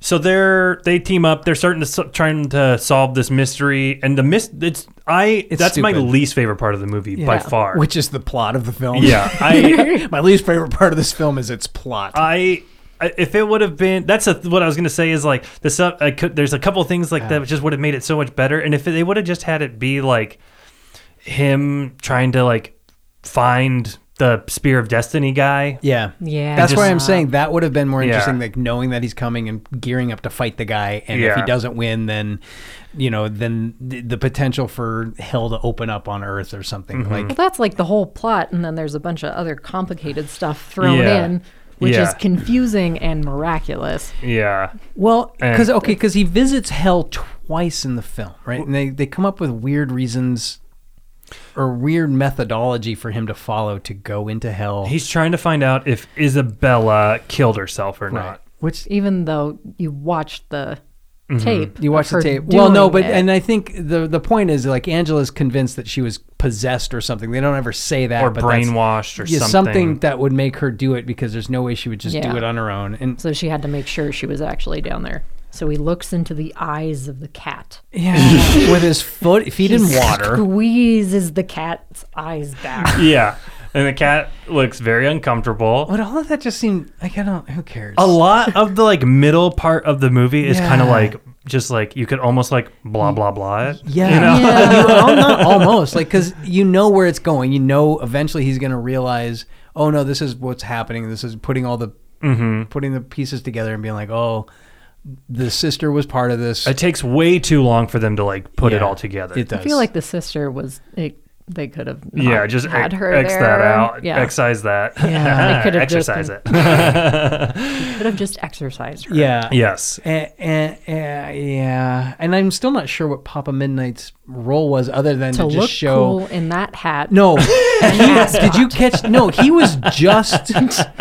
Speaker 2: so they're they team up. They're starting to so- trying to solve this mystery, and the mis it's I that's my
Speaker 3: stupid.
Speaker 2: least favorite part of the movie by
Speaker 4: Yeah.
Speaker 2: far.
Speaker 3: Which is the plot of the film.
Speaker 2: yeah, I
Speaker 3: <laughs> My least favorite part of this film is its plot.
Speaker 2: I. I- If it would have been, that's a, what I was gonna say is like the sub. I could, there's a couple things like that just would have made it so much better. And if they would have just had it be like him trying to like find the Spear of Destiny guy.
Speaker 3: Yeah.
Speaker 4: Yeah.
Speaker 3: That's
Speaker 4: Just-
Speaker 3: why I'm saying that would have been more
Speaker 2: Yeah.
Speaker 3: interesting, like knowing that he's coming and gearing up to fight the guy. And if he
Speaker 2: Yeah.
Speaker 3: doesn't win, then, you know, then the, the potential for hell to open up on Earth or something.
Speaker 2: Mm-hmm.
Speaker 4: Well,
Speaker 3: Like,
Speaker 4: that's like the whole plot, and then there's a bunch of other complicated stuff thrown
Speaker 2: Yeah.
Speaker 4: in, which
Speaker 2: Yeah.
Speaker 4: is confusing and miraculous.
Speaker 2: Yeah.
Speaker 3: well,
Speaker 2: And-
Speaker 3: because, okay, because he visits hell twice in the film, right? And they, they come up with weird reasons or weird methodology for him to follow to go into hell.
Speaker 2: He's trying to find out if Isabella killed herself or
Speaker 3: Right.
Speaker 2: not.
Speaker 3: Which
Speaker 4: Even though you watched the
Speaker 3: Mm-hmm.
Speaker 4: tape,
Speaker 3: You
Speaker 4: of
Speaker 3: watch the
Speaker 4: her
Speaker 3: tape. Well, no,
Speaker 4: doing
Speaker 3: but
Speaker 4: it.
Speaker 3: and I think the the point is like Angela's convinced that she was possessed or something. They don't ever say that.
Speaker 2: Or
Speaker 3: but that's-
Speaker 2: brainwashed or
Speaker 3: yeah,
Speaker 2: something.
Speaker 3: that would make her do it because there's no way she would just
Speaker 4: Yeah.
Speaker 3: do it on her own. And
Speaker 4: so she had to make sure she was actually down there. So he looks into the eyes of the cat.
Speaker 3: yeah, <laughs> with his foot feet in water.
Speaker 4: Squeezes the cat's eyes back.
Speaker 2: Yeah. And the cat looks very uncomfortable.
Speaker 3: But all of that just seemed like I don't. Who cares?
Speaker 2: A lot of the like middle part of the movie is kind of
Speaker 3: Yeah.
Speaker 2: like just like you could almost like blah blah blah. it.
Speaker 3: Yeah,
Speaker 2: You know?
Speaker 4: Yeah.
Speaker 3: You- al- not
Speaker 2: <laughs>
Speaker 3: almost like because you know where it's going. You know, eventually he's going to realize, oh no, this is what's happening. This is putting all the
Speaker 2: Mm-hmm.
Speaker 3: putting the pieces together and being like, oh, the sister was part of this.
Speaker 2: It takes way too long for them to like put it
Speaker 3: Yeah,
Speaker 2: all together.
Speaker 3: It does.
Speaker 4: I feel like the sister was. It, they could have. not
Speaker 2: yeah, just
Speaker 4: had
Speaker 2: e-
Speaker 4: her
Speaker 2: X
Speaker 4: there.
Speaker 2: that out.
Speaker 4: Yeah,
Speaker 2: Excise that.
Speaker 4: <laughs> Yeah, it could have just
Speaker 2: Exercise it. <laughs>
Speaker 4: could have just exercised her.
Speaker 3: yeah,
Speaker 2: yes.
Speaker 3: Eh, eh, eh, yeah, and I'm still not sure what Papa Midnight's role was, other than
Speaker 4: to
Speaker 3: to,
Speaker 4: look
Speaker 3: just show.
Speaker 4: cool in that hat.
Speaker 3: No, he, did you catch? No, he was just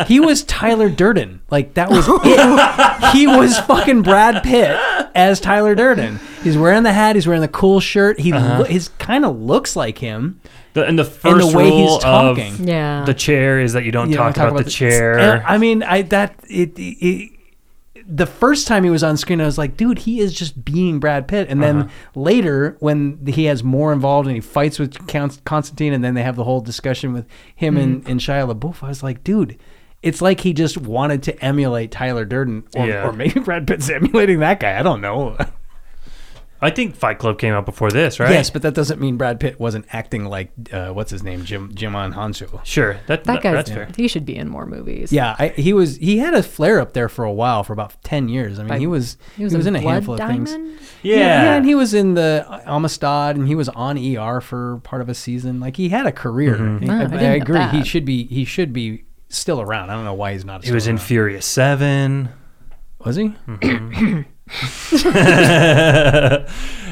Speaker 3: he was Tyler Durden. Like that was it. He was fucking Brad Pitt as Tyler Durden. He's wearing the hat. He's wearing the cool shirt. He lo- his kind of looks like him.
Speaker 2: The, and the first
Speaker 3: way he's
Speaker 2: rule
Speaker 3: talking.
Speaker 2: of
Speaker 4: Yeah.
Speaker 2: the chair is that you don't
Speaker 3: You know,
Speaker 2: talk, about, the chair.
Speaker 3: And Eh, I mean, I that it, it, the first time he was on screen, I was like, dude, he is just being Brad Pitt. And
Speaker 2: Uh-huh.
Speaker 3: then later, when he has more involved and he fights with Con- Constantine, and then they have the whole discussion with him
Speaker 2: Mm.
Speaker 3: and, and Shia LaBeouf, I was like, dude. It's like he just wanted to emulate Tyler Durden, or,
Speaker 2: Yeah.
Speaker 3: or maybe <laughs> Brad Pitt's emulating that guy. I don't know.
Speaker 2: I think Fight Club came out before this, right?
Speaker 3: Yes, but that doesn't mean Brad Pitt wasn't acting like uh, what's his name, Jim Jim on Hansu.
Speaker 2: Sure. That,
Speaker 4: that guy.
Speaker 2: that's fair.
Speaker 4: He should be in more movies.
Speaker 3: Yeah, I, he was. He had a flare up there for a while, for about ten years. I mean,
Speaker 4: Like,
Speaker 3: he was he was, in, a
Speaker 4: Blood
Speaker 3: handful of things.
Speaker 4: Diamond?
Speaker 2: Yeah.
Speaker 3: and he was in the uh, Amistad, and he was on ER for part of a season. Like he had a career. He-
Speaker 2: Mm-hmm.
Speaker 4: Oh, I
Speaker 3: I, I
Speaker 4: didn't know
Speaker 3: agree. He
Speaker 4: that.
Speaker 3: should be. He should be still around. I don't know why he's not.
Speaker 2: He was in Mm-hmm. Furious Seven. <laughs>
Speaker 3: Was he?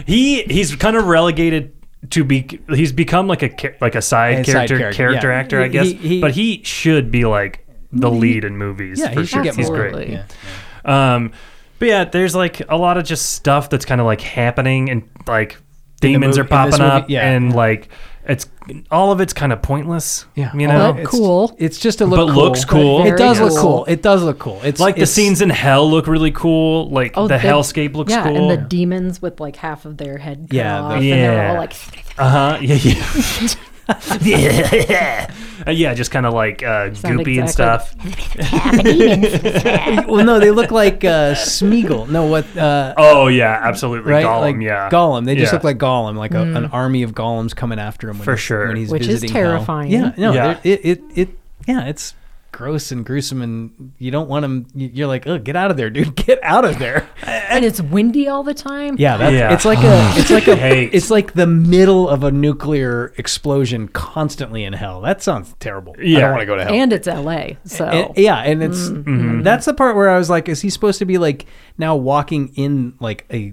Speaker 2: he he's kind of relegated to be. He's become like a cha- like a side
Speaker 3: A side
Speaker 2: character character,
Speaker 3: character, yeah.
Speaker 2: actor, I
Speaker 3: He-
Speaker 2: guess.
Speaker 3: he-
Speaker 2: but he should be like the lead in movies.
Speaker 3: Yeah,
Speaker 2: for
Speaker 3: he should
Speaker 2: sure.
Speaker 3: get
Speaker 2: he's
Speaker 3: more.
Speaker 2: great.
Speaker 4: Absolutely.
Speaker 3: Yeah.
Speaker 2: Um, but yeah, there's like a lot of just stuff that's kind of like happening and like demons
Speaker 3: movie-
Speaker 2: are
Speaker 3: in this
Speaker 2: popping up
Speaker 3: movie, yeah.
Speaker 2: and like it's all of it's kind of pointless.
Speaker 3: Yeah.
Speaker 2: you
Speaker 4: Oh, Well,
Speaker 2: know.
Speaker 4: But cool.
Speaker 3: It's just a look.
Speaker 2: But
Speaker 3: cool.
Speaker 2: looks cool.
Speaker 4: But
Speaker 3: It does
Speaker 4: very
Speaker 3: look
Speaker 4: cool.
Speaker 3: cool. It does look cool. It's
Speaker 2: like the
Speaker 3: it's-
Speaker 2: scenes in hell look really cool. Like the, hellscape looks
Speaker 4: Oh, yeah,
Speaker 2: cool.
Speaker 4: and the demons with like half of their head cut
Speaker 3: Yeah,
Speaker 4: off,
Speaker 3: the-
Speaker 4: and they're all
Speaker 2: Yeah.
Speaker 4: like,
Speaker 2: Uh huh. <laughs> Yeah. Yeah.
Speaker 3: <laughs>
Speaker 2: yeah. Uh, yeah. Just kind of like uh,
Speaker 4: Sound
Speaker 2: goopy and
Speaker 4: exactly-
Speaker 3: <laughs>
Speaker 2: stuff.
Speaker 3: Well, no, they look like uh, Smeagol. No, what? Uh,
Speaker 2: Oh yeah, absolutely.
Speaker 3: right?
Speaker 2: Gollum.
Speaker 3: like
Speaker 2: yeah.
Speaker 3: Gollum. They just
Speaker 2: Yeah.
Speaker 3: look like Gollum, like a, an army of golems coming after him when
Speaker 2: For
Speaker 3: he's-
Speaker 2: sure.
Speaker 3: When he's
Speaker 4: Mm. Which is
Speaker 3: visiting hell.
Speaker 4: terrifying.
Speaker 3: Yeah, no,
Speaker 2: Yeah.
Speaker 3: they're- it, it it yeah, it's gross and gruesome, and you don't want them. You're like, oh, get out of there, dude, <laughs> get out of there.
Speaker 4: and it's windy all the time.
Speaker 3: Yeah, that's,
Speaker 2: <laughs> Yeah.
Speaker 3: it's like
Speaker 2: <sighs>
Speaker 3: a it's like a
Speaker 2: Hate.
Speaker 3: it's like the middle of a nuclear explosion constantly in hell. That sounds terrible. I
Speaker 2: Yeah.
Speaker 3: don't want to go to hell.
Speaker 4: and it's L.A. So Mm-hmm.
Speaker 3: And- yeah, and it's that's the part where I was like, is he supposed to be like now walking in like a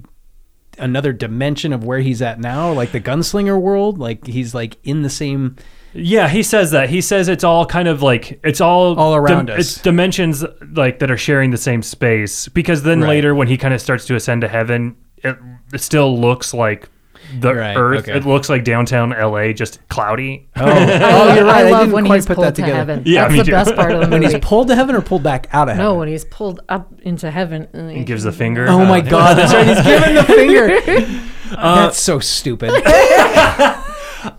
Speaker 3: another dimension of where he's at now, like the gunslinger world? Like he's like in the same
Speaker 2: Yeah, he says that. He says it's all kind of like it's all
Speaker 3: All around us.
Speaker 2: It's dimensions like that are sharing the same space. Because then
Speaker 3: Right.
Speaker 2: later, when he kind of starts to ascend to heaven, it, it still looks like the
Speaker 3: Right,
Speaker 2: Earth.
Speaker 3: okay.
Speaker 2: It looks like downtown LA, just cloudy.
Speaker 3: <laughs>
Speaker 4: I,
Speaker 3: Oh, you're right. I
Speaker 4: I love
Speaker 3: didn't
Speaker 4: when
Speaker 3: quite
Speaker 4: he's
Speaker 3: put
Speaker 4: pulled
Speaker 3: that
Speaker 4: to
Speaker 3: together.
Speaker 4: heaven.
Speaker 2: Yeah,
Speaker 4: that's
Speaker 2: me
Speaker 4: the
Speaker 2: too.
Speaker 4: best part of the
Speaker 3: <laughs> when
Speaker 4: movie.
Speaker 3: he's pulled to heaven or pulled back out of heaven.
Speaker 4: no, when he's pulled up into heaven, uh, and
Speaker 2: He gives the finger.
Speaker 3: Oh
Speaker 2: <laughs>
Speaker 3: my god, that's right. He's giving the finger. <laughs> Uh, that's so stupid.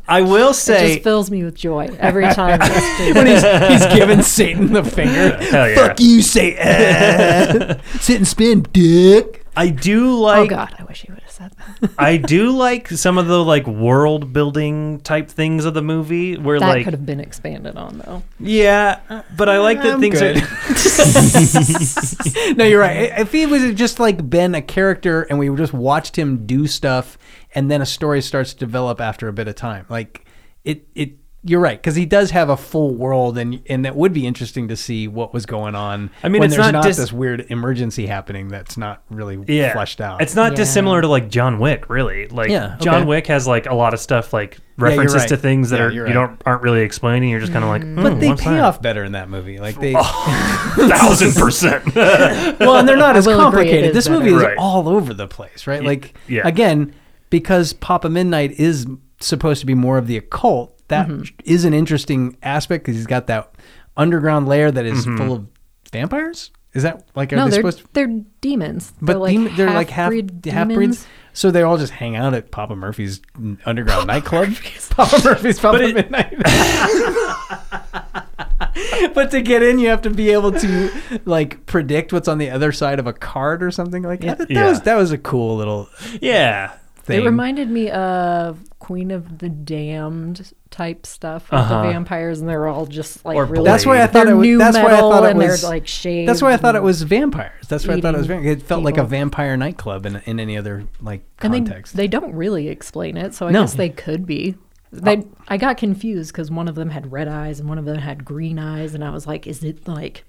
Speaker 2: I will
Speaker 4: It
Speaker 2: say,
Speaker 4: just fills me with joy every time. I see
Speaker 3: when he's,
Speaker 4: it.
Speaker 3: he's giving Satan the <laughs> finger.
Speaker 2: hell yeah,
Speaker 3: Fuck you, <laughs> Satan. Sit and spin, dick.
Speaker 2: I do
Speaker 4: oh
Speaker 2: like
Speaker 3: Oh
Speaker 4: God, I wish he would have said said that.
Speaker 2: I do like some of the like world building type things of the movie where
Speaker 4: That
Speaker 2: like
Speaker 4: could have been expanded on, though.
Speaker 2: yeah, but I like that
Speaker 3: I'm
Speaker 2: things
Speaker 3: good.
Speaker 2: are
Speaker 3: <laughs> no, you're right. If he was just like been a character and we just watched him do stuff, and then a story starts to develop after a bit of time, like it, it. You're right because he does have a full world, and and that would be interesting to see what was going on.
Speaker 2: I mean,
Speaker 3: when
Speaker 2: it's
Speaker 3: there's
Speaker 2: not
Speaker 3: not
Speaker 2: dis-
Speaker 3: this weird emergency happening that's not really
Speaker 2: yeah
Speaker 3: fleshed out.
Speaker 2: It's not
Speaker 4: Yeah.
Speaker 2: dissimilar to like John Wick, really. Like
Speaker 3: Yeah, okay.
Speaker 2: John Wick has like a lot of stuff like
Speaker 3: you're
Speaker 2: references to
Speaker 3: right.
Speaker 2: things that
Speaker 3: Yeah,
Speaker 2: are you
Speaker 3: you're right.
Speaker 2: don't aren't really explaining. You're just kind of like, hmm,
Speaker 3: but they
Speaker 2: what's
Speaker 3: pay
Speaker 2: that? Oh.
Speaker 3: off better in that movie. Like
Speaker 2: <laughs>
Speaker 3: they,
Speaker 2: thousand
Speaker 3: <laughs>
Speaker 2: percent.
Speaker 3: well, and they're not
Speaker 4: I
Speaker 3: as
Speaker 4: will agree, it
Speaker 3: complicated.
Speaker 4: is
Speaker 3: This
Speaker 4: better.
Speaker 3: movie is
Speaker 2: Right.
Speaker 3: all over the place, right? Like
Speaker 2: yeah.
Speaker 3: again, because Papa Midnight is supposed to be more of the occult. That
Speaker 4: Mm-hmm.
Speaker 3: is an interesting aspect because he's got that underground layer that is
Speaker 2: Mm-hmm.
Speaker 3: full of vampires. Is that like are
Speaker 4: no,
Speaker 3: they
Speaker 4: they're
Speaker 3: supposed? To,
Speaker 4: they're demons.
Speaker 3: but
Speaker 4: they're like
Speaker 3: demon- they're like half
Speaker 4: half-breed
Speaker 3: half
Speaker 4: demons.
Speaker 3: breeds. So they all just hang out at Papa Murphy's underground nightclub. <laughs> Papa Murphy's Papa
Speaker 2: it-
Speaker 3: Midnight. <laughs> but to get in, you have to be able to like predict what's on the other side of a card or something like that. That,
Speaker 2: Yeah.
Speaker 3: was that was a cool little
Speaker 2: yeah.
Speaker 3: thing.
Speaker 4: It reminded me of Queen of the Damned type stuff with
Speaker 2: Uh-huh.
Speaker 4: the vampires, and they're all just like
Speaker 2: Or
Speaker 4: really.
Speaker 3: that's why I thought
Speaker 4: they're
Speaker 3: it was.
Speaker 4: new
Speaker 3: That's why I
Speaker 4: metal
Speaker 3: thought it
Speaker 4: and
Speaker 3: was
Speaker 4: they're like shaved.
Speaker 3: That's why I thought it
Speaker 4: and-
Speaker 3: was vampires. That's why I thought it was.
Speaker 4: eating
Speaker 3: Vampires. It felt like a
Speaker 4: people.
Speaker 3: vampire nightclub in, in any other like
Speaker 4: And they,
Speaker 3: context.
Speaker 4: they don't really explain it, so I
Speaker 3: No. Oh.
Speaker 4: guess they could be. They, I got confused because one of them had red eyes and one of them had green eyes, and I was like, is it like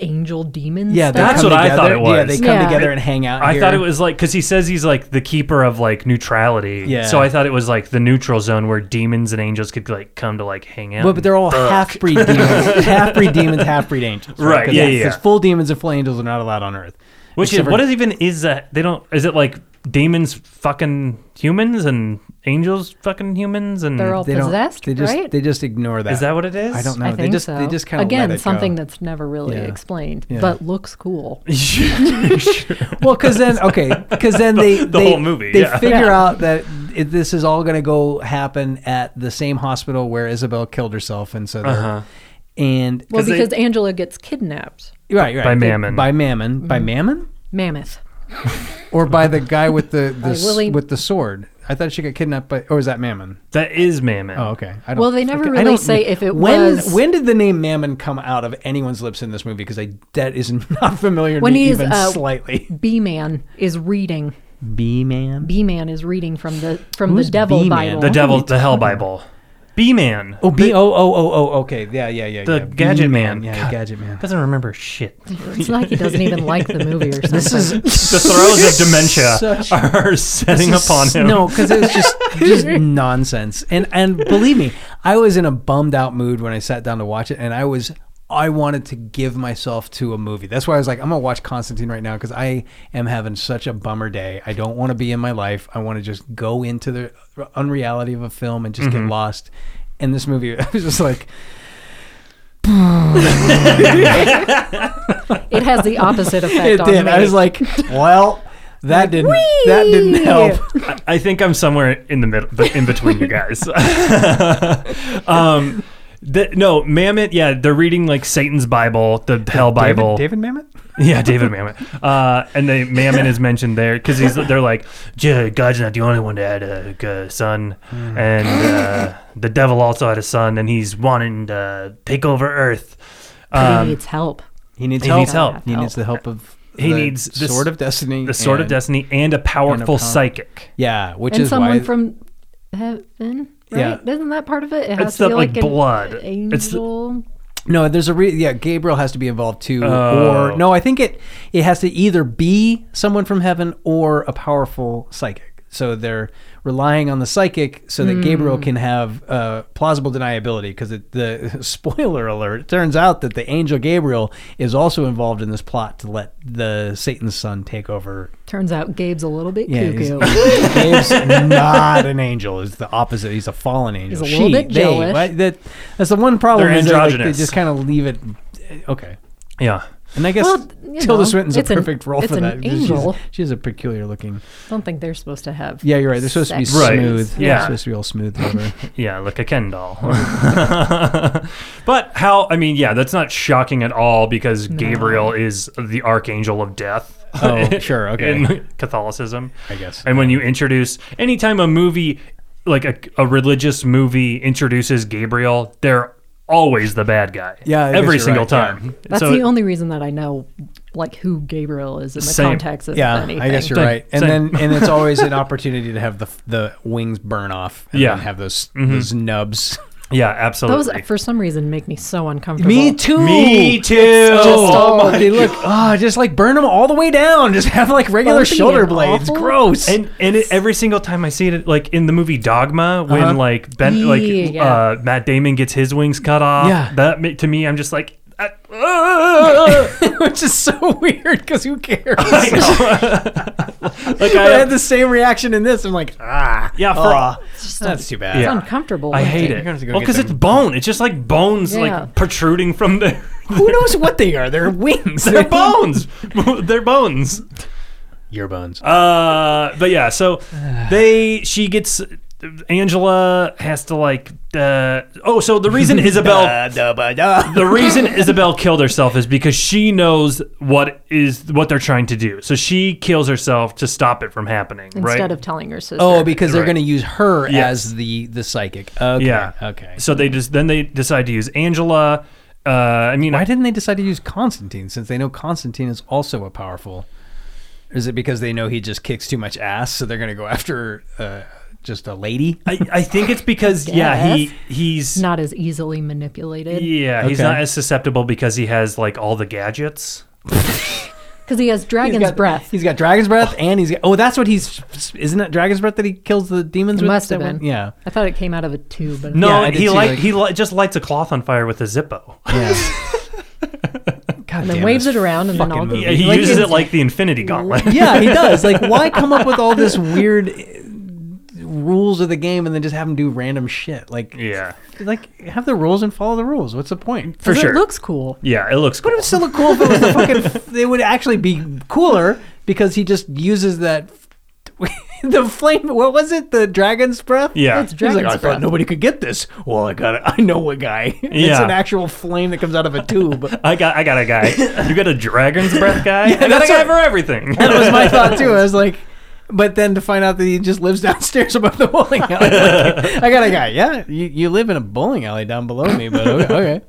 Speaker 4: angel demons?
Speaker 3: yeah, they
Speaker 4: stuff?
Speaker 2: That's
Speaker 3: come
Speaker 2: what I thought
Speaker 3: together-
Speaker 2: it
Speaker 3: Yeah,
Speaker 2: was.
Speaker 3: they come
Speaker 4: Yeah.
Speaker 3: together and hang out.
Speaker 2: I
Speaker 3: here.
Speaker 2: thought it was like because he says he's like the keeper of like neutrality.
Speaker 3: Yeah.
Speaker 2: So I thought it was like the neutral zone where demons and angels could like come to like hang out.
Speaker 3: But, but they're all half breed
Speaker 2: <laughs>
Speaker 3: demons, half breed demons, half breed angels.
Speaker 2: Right,
Speaker 3: 'Cause
Speaker 2: yeah,
Speaker 3: that's-
Speaker 2: yeah, yeah.
Speaker 3: full demons and full angels are not allowed on Earth.
Speaker 2: Which is
Speaker 3: Except for-
Speaker 2: what is even is that they don't is it like demons fucking humans and angels fucking humans and
Speaker 4: They're all-
Speaker 3: they
Speaker 4: possessed,
Speaker 3: Don't, they just
Speaker 4: right?
Speaker 3: they just ignore that.
Speaker 2: is that what it is?
Speaker 3: I
Speaker 2: <laughs>
Speaker 3: don't know.
Speaker 4: I
Speaker 3: they
Speaker 4: think
Speaker 3: just
Speaker 4: so.
Speaker 3: they just kind of
Speaker 4: again
Speaker 3: let it
Speaker 4: something
Speaker 3: go.
Speaker 4: that's never really
Speaker 3: Yeah.
Speaker 4: explained,
Speaker 3: Yeah.
Speaker 4: but looks
Speaker 3: <laughs>
Speaker 4: cool.
Speaker 3: well, because
Speaker 4: <laughs>
Speaker 3: then okay, because then they the
Speaker 2: whole movie,
Speaker 3: they
Speaker 2: yeah.
Speaker 3: figure
Speaker 4: Yeah.
Speaker 3: out that it, this is all going to go happen at the same hospital where Isabel killed herself, and so they're-
Speaker 2: Uh-huh.
Speaker 3: and
Speaker 4: Well,
Speaker 2: 'Cause they-
Speaker 4: because Angela gets kidnapped,
Speaker 3: right, right
Speaker 2: By
Speaker 3: they-
Speaker 2: Mammon.
Speaker 3: by Mammon by
Speaker 4: Mm-hmm.
Speaker 3: Mammon
Speaker 4: mammoth.
Speaker 3: or by the guy with
Speaker 4: <laughs>
Speaker 3: the, the s-
Speaker 4: Willie-
Speaker 3: with the sword. I thought she got kidnapped by or is that Mammon?
Speaker 2: That is Mammon.
Speaker 3: Oh, okay. I
Speaker 4: Well, they never really
Speaker 3: don't
Speaker 4: say
Speaker 3: kn-
Speaker 4: if it
Speaker 3: when,
Speaker 4: was-
Speaker 3: When did the name Mammon come out of anyone's lips in this movie? Because I that is <laughs> not familiar to
Speaker 4: When
Speaker 3: me
Speaker 4: he's,
Speaker 3: even
Speaker 4: uh,
Speaker 3: slightly.
Speaker 4: B man is reading.
Speaker 3: B man.
Speaker 4: B man is reading from the from
Speaker 3: Who's
Speaker 4: the Devil
Speaker 3: B-Man?
Speaker 4: Bible.
Speaker 2: The
Speaker 3: What are
Speaker 2: devil,
Speaker 3: we
Speaker 2: the Hell Bible, B Man.
Speaker 3: Oh, B O O O O. Okay, yeah, yeah, yeah.
Speaker 2: The
Speaker 3: yeah.
Speaker 2: Gadget
Speaker 3: B-Man.
Speaker 2: Man.
Speaker 3: Yeah,
Speaker 2: God.
Speaker 3: Gadget Man.
Speaker 2: Doesn't
Speaker 3: <laughs>
Speaker 2: remember shit.
Speaker 4: It's like he doesn't even like the movie or something.
Speaker 3: This is
Speaker 2: The throes of dementia
Speaker 3: Such-
Speaker 2: <laughs> are setting upon him.
Speaker 3: No, because it was <laughs> just just nonsense. And and believe me, I was in a bummed out mood when I sat down to watch it, and I was I wanted to give myself to a movie. That's why I was like, I'm gonna watch Constantine right now because I am having such a bummer day. I don't want to be in my life. I want to just go into the unreality of a film and just get lost. And this movie, <laughs> I was just like,
Speaker 4: it has the opposite effect
Speaker 3: <laughs> it
Speaker 4: on
Speaker 3: did.
Speaker 4: me.
Speaker 3: I was like, well, that didn't that didn't help.
Speaker 2: Oh, I- I think I'm somewhere in the middle, but in between you guys. <laughs> um, the, no, Mammoth. Yeah, they're reading like Satan's Bible, the Hell Bible.
Speaker 3: David, David Mamet.
Speaker 2: Yeah, David Mammon. Uh, and they Mammon is mentioned there because he's they're like, "Yeah, God's not the only one that had a g- son, and uh, the devil also had a son, and he's wanting to take over Earth.
Speaker 4: But
Speaker 2: Um,
Speaker 4: he needs help.
Speaker 3: He needs
Speaker 2: He
Speaker 3: help.
Speaker 2: needs help.
Speaker 3: He needs the help of.
Speaker 2: He
Speaker 3: the
Speaker 2: needs the
Speaker 3: sword
Speaker 2: s-
Speaker 3: of destiny.
Speaker 2: the sword of
Speaker 3: and-
Speaker 2: destiny and a powerful
Speaker 3: power-
Speaker 2: psychic.
Speaker 3: Yeah, which
Speaker 4: and
Speaker 3: is
Speaker 4: someone
Speaker 3: why.
Speaker 4: from heaven, right?
Speaker 3: Yeah.
Speaker 4: Isn't that part of it? It has
Speaker 2: It's
Speaker 4: to
Speaker 2: the,
Speaker 4: be
Speaker 2: like,
Speaker 4: like, an
Speaker 2: blood. It's the-
Speaker 4: Angel.
Speaker 3: no, there's a re- yeah. Gabriel has to be involved too,
Speaker 2: Oh.
Speaker 3: or no, I think it it has to either be someone from heaven or a powerful psychic. So they're relying on the psychic so that Gabriel
Speaker 4: Hmm.
Speaker 3: can have uh, plausible deniability. Because the <laughs> spoiler alert, it turns out that the angel Gabriel is also involved in this plot to let the Satan's son take over
Speaker 4: Turns out Gabe's a little bit
Speaker 3: Yeah, he's- <laughs>
Speaker 4: cuckoo.
Speaker 3: Dave's not an angel. Is the opposite. He's a fallen angel.
Speaker 4: He's a little bit jealous.
Speaker 3: right? That, that's the one problem.
Speaker 2: They're
Speaker 3: is that, like,
Speaker 2: androgynous.
Speaker 3: they just kind of leave it. eh, Okay.
Speaker 2: Yeah,
Speaker 3: And I guess
Speaker 4: Well, you
Speaker 3: Tilda
Speaker 4: know,
Speaker 3: Swinton's a
Speaker 4: it's an-
Speaker 3: perfect role
Speaker 4: it's
Speaker 3: for
Speaker 4: an
Speaker 3: that. She's-
Speaker 4: angel.
Speaker 3: She's, a peculiar looking.
Speaker 4: don't think they're supposed to have.
Speaker 3: Yeah, you're right. They're supposed to
Speaker 4: sex.
Speaker 3: be
Speaker 2: Right.
Speaker 3: smooth.
Speaker 2: Yeah.
Speaker 3: They're supposed to be all smooth.
Speaker 4: <laughs>
Speaker 3: over.
Speaker 2: yeah, like a Ken
Speaker 3: <laughs>
Speaker 2: doll. <laughs> but how? I mean, yeah, that's not shocking at all because Gabriel is the archangel of death.
Speaker 3: Oh,
Speaker 2: <laughs>
Speaker 3: sure, okay.
Speaker 2: in Catholicism.
Speaker 3: I guess.
Speaker 2: And when you introduce anytime a movie like a, a religious movie introduces Gabriel, they're always the bad guy.
Speaker 3: Yeah, I guess
Speaker 2: every
Speaker 3: you're
Speaker 2: single
Speaker 3: right, yeah.
Speaker 2: time.
Speaker 4: That's
Speaker 2: So
Speaker 4: the
Speaker 2: it-
Speaker 4: only reason that I know like who Gabriel is in the
Speaker 2: Same.
Speaker 4: context of
Speaker 3: Yeah,
Speaker 4: anything.
Speaker 3: I guess you're
Speaker 2: Same,
Speaker 3: right. And
Speaker 2: same.
Speaker 3: then and
Speaker 2: <laughs>
Speaker 3: it's always an opportunity to have the the wings burn off. And
Speaker 2: Yeah. Mm-hmm.
Speaker 3: then have those those nubs.
Speaker 2: yeah,
Speaker 4: Those
Speaker 2: absolutely.
Speaker 4: for some reason make me so uncomfortable.
Speaker 3: too.
Speaker 2: Me too.
Speaker 3: oh, dude, look, ah, just like burn them all the way down. Just have like regular
Speaker 4: Bumpy
Speaker 3: shoulder
Speaker 4: and
Speaker 3: blades.
Speaker 4: awful.
Speaker 3: Gross. <laughs>
Speaker 2: And and it, every single time I see it, like in the movie Dogma, when
Speaker 3: Uh-huh.
Speaker 2: like Ben, like
Speaker 4: Yeah.
Speaker 2: uh, Matt Damon gets his wings cut off.
Speaker 3: Yeah.
Speaker 2: that ma- to me, I'm just like, uh, <laughs>
Speaker 3: uh, which is so <laughs> weird because who <laughs> cares?
Speaker 2: I know. like
Speaker 3: I had
Speaker 2: I,
Speaker 3: the same reaction in this. I'm like, ah,
Speaker 2: yeah, for
Speaker 3: ah,
Speaker 4: It's just
Speaker 3: that's too bad.
Speaker 4: It's
Speaker 2: Yeah.
Speaker 4: uncomfortable.
Speaker 2: I
Speaker 4: with
Speaker 2: hate
Speaker 3: You're
Speaker 2: it.
Speaker 3: gonna have to go
Speaker 2: Well,
Speaker 3: get
Speaker 2: because it's
Speaker 3: them.
Speaker 2: bone. It's just like bones,
Speaker 4: Yeah.
Speaker 2: like protruding from their
Speaker 3: Who knows what they are? They're wings. <laughs>
Speaker 2: <laughs> their bones. <laughs> their bones.
Speaker 3: Your bones.
Speaker 2: Uh, but yeah, so they she gets Angela has to like. Uh, oh, so the reason Isabel. The reason Isabel killed herself is because she knows what is what they're trying to do. So she kills herself to stop it from happening,
Speaker 4: Instead
Speaker 2: right?
Speaker 4: of telling your sister.
Speaker 3: Oh, because they're
Speaker 2: Right.
Speaker 3: going to use her
Speaker 2: Yes.
Speaker 3: as the the psychic. Okay.
Speaker 2: yeah.
Speaker 3: Okay.
Speaker 2: So they just then they decide to use Angela. Uh, I mean,
Speaker 3: Why didn't they decide to use Constantine since they know Constantine is also a powerful? Is it because they know he just kicks too much ass, so they're going to go after uh, just a lady?
Speaker 2: I, I think it's because
Speaker 4: <laughs>
Speaker 2: yeah he
Speaker 4: Yes.
Speaker 2: he's
Speaker 4: not as easily manipulated
Speaker 2: yeah he's
Speaker 3: Okay.
Speaker 2: not as susceptible because he has like all the gadgets.
Speaker 4: because he has dragon's
Speaker 3: He's got-
Speaker 4: breath.
Speaker 3: He's got dragon's breath, and he's got, oh, that's what he's isn't it dragon's breath that he kills the demons
Speaker 4: It
Speaker 3: with?
Speaker 4: must have
Speaker 3: That one?
Speaker 4: been.
Speaker 3: Yeah.
Speaker 4: I thought it came out of a tube. But
Speaker 2: No,
Speaker 3: Yeah, I did
Speaker 2: he
Speaker 3: too,
Speaker 2: like,
Speaker 3: like-
Speaker 2: he li- just lights a cloth on fire with a Zippo. <laughs>
Speaker 3: God
Speaker 4: and then
Speaker 3: damn,
Speaker 4: waves
Speaker 3: this
Speaker 4: it around and then
Speaker 3: fucking
Speaker 4: all
Speaker 3: movie.
Speaker 2: Yeah, he
Speaker 3: Like
Speaker 2: uses
Speaker 3: it's-
Speaker 2: it like
Speaker 3: <laughs>
Speaker 2: the Infinity Gauntlet.
Speaker 3: yeah,
Speaker 4: <laughs>
Speaker 3: he does. Like, why come up with all this weird uh, rules of the game and then just have him do random shit? Like,
Speaker 2: <laughs> yeah,
Speaker 3: like have the rules and follow the rules. What's the point?
Speaker 2: for sure.
Speaker 4: It looks cool.
Speaker 2: yeah, it looks. Cool.
Speaker 3: It would still look cool if it was the fucking. it would actually be cooler because he just uses that. <laughs> the flame. What was it? The dragon's breath.
Speaker 2: Yeah,
Speaker 4: It's
Speaker 3: He's like,
Speaker 4: dragon's
Speaker 3: I
Speaker 4: breath.
Speaker 3: thought nobody could get this. Well, I got it. I know a guy. <laughs> It's
Speaker 2: Yeah.
Speaker 3: an actual flame that comes out of a tube. that
Speaker 2: I got I got a guy. You got a
Speaker 3: <laughs>
Speaker 2: dragon's breath guy. I got a
Speaker 3: that's
Speaker 2: guy
Speaker 3: what-
Speaker 2: for everything.
Speaker 3: was my thought too. I was like, but then to find out that he just lives <laughs> downstairs above the bowling alley. Like, I got a guy. Yeah, you, you live in a bowling alley down below me, but okay. okay.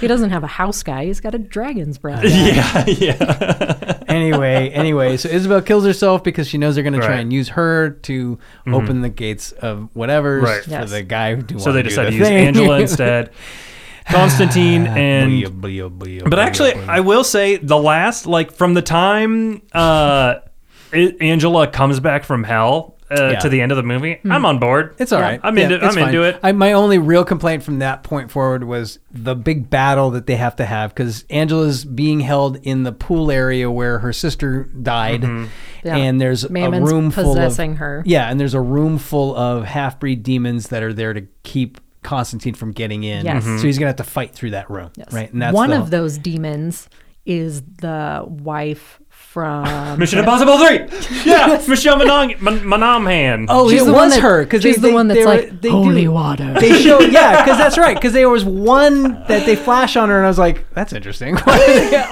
Speaker 4: He doesn't have a house guy. He's got a dragon's
Speaker 3: <laughs>
Speaker 4: breath.
Speaker 2: yeah, yeah.
Speaker 3: anyway, anyway, so Isabel kills herself because she knows they're going to try
Speaker 2: Right. Mm-hmm.
Speaker 3: and use her to open the gates of whatever
Speaker 2: Right.
Speaker 3: for
Speaker 4: Yes.
Speaker 3: the guy who do
Speaker 2: <laughs> So they
Speaker 3: do
Speaker 2: decide
Speaker 3: the
Speaker 2: to use
Speaker 3: thing. <laughs>
Speaker 2: Angela instead.
Speaker 3: <sighs>
Speaker 2: Constantine and
Speaker 3: Booyah, booyah, booyah,
Speaker 2: But
Speaker 3: booyah,
Speaker 2: actually,
Speaker 3: booyah.
Speaker 2: I will say the last, like from the time uh, I- Angela comes back from hell uh,
Speaker 3: Yeah. Hmm.
Speaker 2: to the end of the movie, I'm on board.
Speaker 3: it's all right.
Speaker 2: I'm into.
Speaker 3: Yeah, it's
Speaker 2: I'm into
Speaker 3: fine.
Speaker 2: it.
Speaker 3: I, my only real complaint from that point forward was the big battle that they have to have because Angela's being held in the pool area where her sister died,
Speaker 2: Mm-hmm.
Speaker 4: Yeah.
Speaker 3: and there's
Speaker 4: Mammon's
Speaker 3: a room full of
Speaker 4: possessing her.
Speaker 3: Yeah, and there's a room full of half breed demons that are there to keep Constantine from getting in.
Speaker 4: Yes. Mhm.
Speaker 3: So he's gonna have to fight through that room.
Speaker 4: Yes.
Speaker 3: Right. And that's
Speaker 4: one
Speaker 3: the-
Speaker 4: of those demons is the wife
Speaker 3: <laughs>
Speaker 4: from
Speaker 2: Mission Impossible Three. Yeah, Michelle Manon Man- Monaghan.
Speaker 3: Oh,
Speaker 4: She's
Speaker 3: it
Speaker 4: the one
Speaker 3: was
Speaker 4: that-
Speaker 3: her because
Speaker 4: she's
Speaker 3: they,
Speaker 4: the
Speaker 3: they-
Speaker 4: one that's
Speaker 3: they were-
Speaker 4: like,
Speaker 3: they
Speaker 4: "Holy
Speaker 3: do-
Speaker 4: water."
Speaker 3: They show yeah, because that's right. Because there was one that they flash on her, and I was like, "That's interesting." <laughs>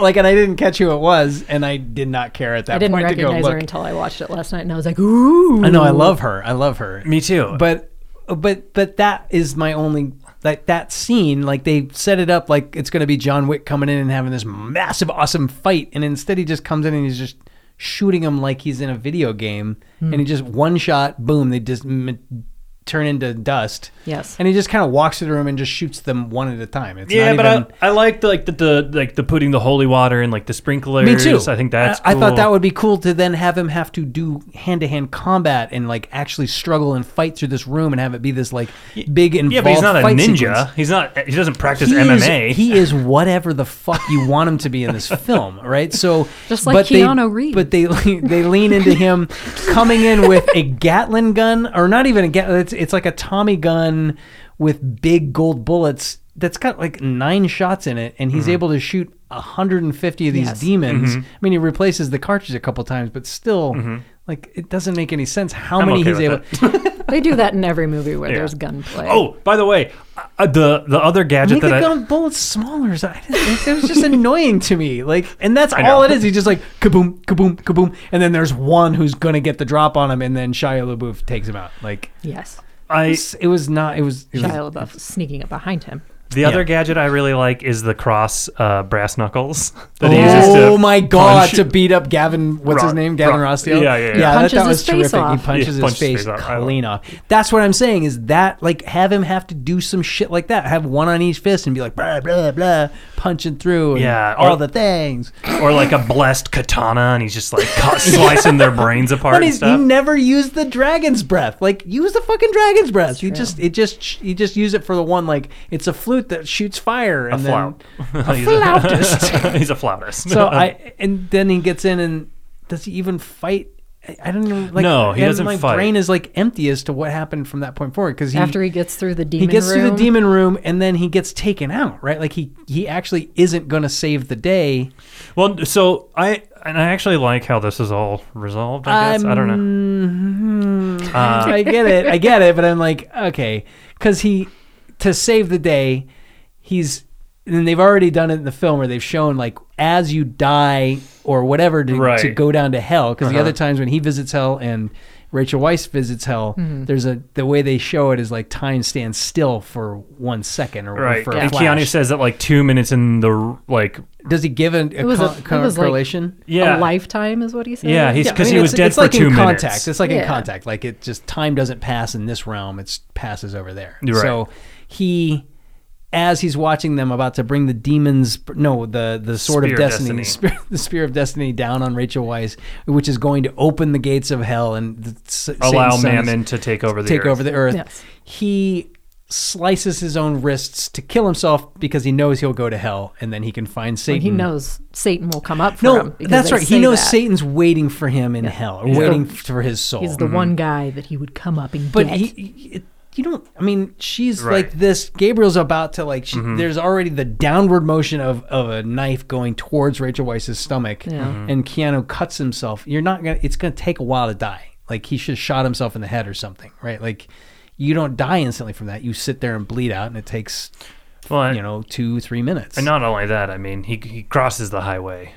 Speaker 3: like, and I didn't catch who it was, and I did not care at that
Speaker 4: I didn't
Speaker 3: point to go
Speaker 4: recognize her
Speaker 3: look.
Speaker 4: until I watched it last night, and I
Speaker 3: <laughs>
Speaker 4: was like, "Ooh!"
Speaker 3: I know I love her. I love her.
Speaker 2: me too.
Speaker 3: but but but that is my only like that scene like they set it up like it's going to be john wick coming in and having this massive awesome fight and instead he just comes in and he's just shooting him like he's in a video game and he just one shot boom they just m- turn into dust
Speaker 4: Yes.
Speaker 3: and he just kind of walks through the room and just shoots them one at a time it's
Speaker 2: yeah,
Speaker 3: not
Speaker 2: but
Speaker 3: even,
Speaker 2: I, I liked like the, the like the putting the holy water and like the sprinklers.
Speaker 3: me too.
Speaker 2: I think that's.
Speaker 3: I, I thought
Speaker 2: cool.
Speaker 3: that would be cool to then have him have to do hand to hand combat and like actually struggle and fight through this room and have it be this like big involved.
Speaker 2: Yeah, but he's not a
Speaker 3: fight
Speaker 2: ninja.
Speaker 3: sequence.
Speaker 2: He's not. He doesn't practice
Speaker 3: He is-
Speaker 2: MMA.
Speaker 3: he is whatever the fuck you want him to be in this film, right? So
Speaker 4: <laughs> Just like
Speaker 3: but they-
Speaker 4: Keanu Reeves.
Speaker 3: But they they lean into him coming in with a Gatlin gun, or not even a Gatlin. It's it's like a Tommy gun with big gold bullets that's got like nine shots in it, and
Speaker 2: Mm-hmm.
Speaker 3: he's able to shoot. 150 of these
Speaker 4: Yes.
Speaker 3: demons. I mean, he replaces the cartridge a couple times, but still, like, it doesn't make any sense how
Speaker 2: Mm-hmm. I'm
Speaker 3: many
Speaker 2: okay
Speaker 3: he's
Speaker 2: with
Speaker 3: able.
Speaker 2: that.
Speaker 4: They do that in every movie where
Speaker 2: Yeah.
Speaker 4: there's gunplay.
Speaker 2: Oh, by the way, I- uh, the the other gadget
Speaker 3: Make the
Speaker 2: that I,
Speaker 3: gun bullets smaller. So I didn't- It was
Speaker 2: <laughs>
Speaker 3: just annoying to me. Like, and that's
Speaker 2: know.
Speaker 3: all it is. He's just like kaboom, kaboom, kaboom, and then there's one who's gonna get the drop on him, and then Shia LaBeouf takes him out. Like,
Speaker 4: Yes.
Speaker 2: I
Speaker 3: it's- it was not. It was. It was
Speaker 4: Shia LaBeouf sneaking up behind him.
Speaker 2: the other gadget I really like is the cross uh, brass knuckles <laughs> that he uses to
Speaker 3: oh my god!
Speaker 2: punch- <laughs>
Speaker 3: To beat up Gavin, what's
Speaker 2: Ro-
Speaker 3: his name? Gavin
Speaker 2: Ro-
Speaker 3: Rossdale.
Speaker 2: Yeah, yeah, yeah.
Speaker 3: yeah that,
Speaker 4: Punches
Speaker 3: that was
Speaker 4: his face
Speaker 3: terrific. He
Speaker 4: off.
Speaker 3: punches,
Speaker 2: Yeah,
Speaker 3: his,
Speaker 2: punches his
Speaker 3: face
Speaker 2: face off. I
Speaker 3: clean off. That's what I'm saying. Is that like have him have to do some shit like that? Have one on each fist and be like blah blah blah, punching through. And
Speaker 2: Yeah,
Speaker 3: all
Speaker 2: or-
Speaker 3: the things.
Speaker 2: or like a blessed katana, and he's just like <laughs> cut, slicing their brains apart
Speaker 3: But
Speaker 2: and
Speaker 3: he's, he
Speaker 2: stuff.
Speaker 3: never used the dragon's breath. Like use the fucking dragon's breath. You just it just you just use it for the one like it's a flute that shoots fire and
Speaker 2: a
Speaker 3: then
Speaker 2: <laughs> flout. he's, a, <laughs>
Speaker 4: Flautist.
Speaker 2: he's a flautist. Um,
Speaker 3: so
Speaker 2: <laughs>
Speaker 3: I and then he gets in and does he even fight? I, I don't know. Like,
Speaker 2: No, he
Speaker 3: and
Speaker 2: doesn't
Speaker 3: My
Speaker 2: fight.
Speaker 3: brain is like empty as to what happened from that point forward because he
Speaker 4: After he gets through the
Speaker 3: he
Speaker 4: demon
Speaker 3: gets through the
Speaker 4: room.
Speaker 3: demon room and then he gets taken out. Right? Like he he actually isn't going to save the day.
Speaker 2: well, so I and I actually like how this is all resolved. I guess I don't
Speaker 3: Um,
Speaker 2: know.
Speaker 3: know.
Speaker 2: Uh,
Speaker 3: Um, <laughs> I get it. I get it. But I'm like, okay, because he to save the day, he's and they've already done it in the film where they've shown like as you die or whatever to,
Speaker 2: Right. Uh-huh.
Speaker 3: to go down to hell. Because the other times when he visits hell and Rachel Weiss visits hell,
Speaker 4: Mm-hmm.
Speaker 3: there's a the way they show it is like time stands still for one second or
Speaker 2: Right,
Speaker 3: for a
Speaker 2: and
Speaker 3: flash.
Speaker 2: Keanu says that like two minutes in the r- like,
Speaker 3: Does he give an, a,
Speaker 4: was
Speaker 3: co-
Speaker 4: a- it
Speaker 3: co-
Speaker 4: was like-
Speaker 3: correlation?
Speaker 2: yeah,
Speaker 4: A lifetime is what he said.
Speaker 2: Yeah, he's-
Speaker 3: I
Speaker 2: 'cause
Speaker 3: mean,
Speaker 2: he was
Speaker 3: it's-
Speaker 2: dead
Speaker 3: it's
Speaker 2: for
Speaker 3: like
Speaker 2: two
Speaker 3: in
Speaker 2: minutes.
Speaker 3: Contact. It's like in
Speaker 4: Yeah.
Speaker 3: contact. Like it just time doesn't pass in this realm. It passes over there.
Speaker 2: You're
Speaker 3: So he, as he's watching them about to bring the demons, no, the the sword
Speaker 2: Spear
Speaker 3: of
Speaker 2: of
Speaker 3: destiny,
Speaker 2: Destiny.
Speaker 3: The, <laughs> spear, the spear of destiny down on Rachel Weiss, which is going to open the gates of hell and the, s-
Speaker 2: allow
Speaker 3: Satan's son is-
Speaker 2: Mammon to take over the
Speaker 3: take
Speaker 2: earth.
Speaker 3: over the earth.
Speaker 4: Yes.
Speaker 3: He slices his own wrists to kill himself because he knows he'll go to hell, and then he can find Satan.
Speaker 4: When he knows Satan will come up for him.
Speaker 3: No,
Speaker 4: because
Speaker 3: that's
Speaker 4: they
Speaker 3: right. He
Speaker 4: say
Speaker 3: knows
Speaker 4: that.
Speaker 3: Satan's waiting for him in hell, or waiting f- for his soul.
Speaker 4: He's the one guy that he would come up and
Speaker 3: Mm-hmm. but
Speaker 4: get.
Speaker 3: he, he- it- you don't. I mean, she's
Speaker 2: Right. Mm-hmm.
Speaker 3: like this. Gabriel's about to like. She, There's already the downward motion of of a knife going towards Rachel Weiss's stomach,
Speaker 4: Yeah.
Speaker 2: Mm-hmm.
Speaker 4: Mhm.
Speaker 3: and Keanu cuts himself. You're not gonna. It's gonna take a while to die. Like he should have shot himself in the head or something, right? Like. You don't die instantly from that. You sit there and bleed out, and it takes
Speaker 2: Well,
Speaker 3: you know two, three minutes.
Speaker 2: And not only that, I mean, he he crosses the highway,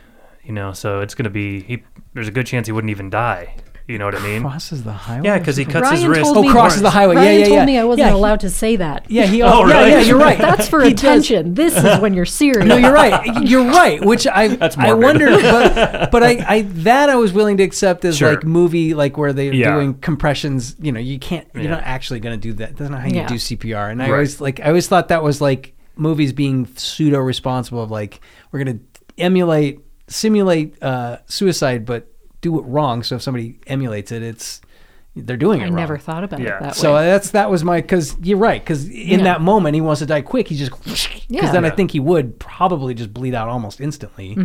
Speaker 2: you know, so it's gonna be he. There's a good chance he wouldn't even die. You know what I mean?
Speaker 3: crosses the highway.
Speaker 2: Yeah, because he cuts his
Speaker 4: Ryan
Speaker 2: wrist.
Speaker 4: told
Speaker 3: oh,
Speaker 4: me-
Speaker 3: crosses the highway.
Speaker 4: Ryan
Speaker 3: yeah, yeah,
Speaker 4: told
Speaker 3: yeah.
Speaker 4: me I wasn't
Speaker 3: Yeah, he-
Speaker 4: allowed to say that.
Speaker 3: Yeah, he.
Speaker 2: <laughs> Oh,
Speaker 3: yeah,
Speaker 2: really?
Speaker 3: yeah, you're right.
Speaker 4: <laughs> That's for
Speaker 3: He does-
Speaker 4: attention. This is when you're serious.
Speaker 3: No, you're
Speaker 4: <laughs>
Speaker 3: right. You're right. Which I
Speaker 2: <laughs>
Speaker 3: I
Speaker 2: morbid.
Speaker 3: wonder,
Speaker 2: <laughs>
Speaker 3: but, but I, I that I was willing to accept as
Speaker 2: Sure.
Speaker 3: like movie like where they're
Speaker 2: Yeah.
Speaker 3: doing compressions. You know, you can't. You're
Speaker 2: Yeah.
Speaker 3: not actually going to do that. That's not how you
Speaker 4: Yeah.
Speaker 3: do CPR. And I
Speaker 2: Right.
Speaker 3: always like I always thought that was like movies being pseudo responsible of like we're going to emulate simulate uh, suicide, but do it wrong. So if somebody emulates it, it's they're doing it
Speaker 4: I
Speaker 3: wrong.
Speaker 4: never thought about
Speaker 2: Yeah.
Speaker 4: it that
Speaker 3: So
Speaker 4: way.
Speaker 3: that's that was my because you're right because in
Speaker 4: Yeah.
Speaker 3: that moment he wants to die quick. He just because
Speaker 4: Yeah.
Speaker 3: then I
Speaker 2: Yeah. Mm-hmm.
Speaker 3: think he would probably just bleed out almost instantly,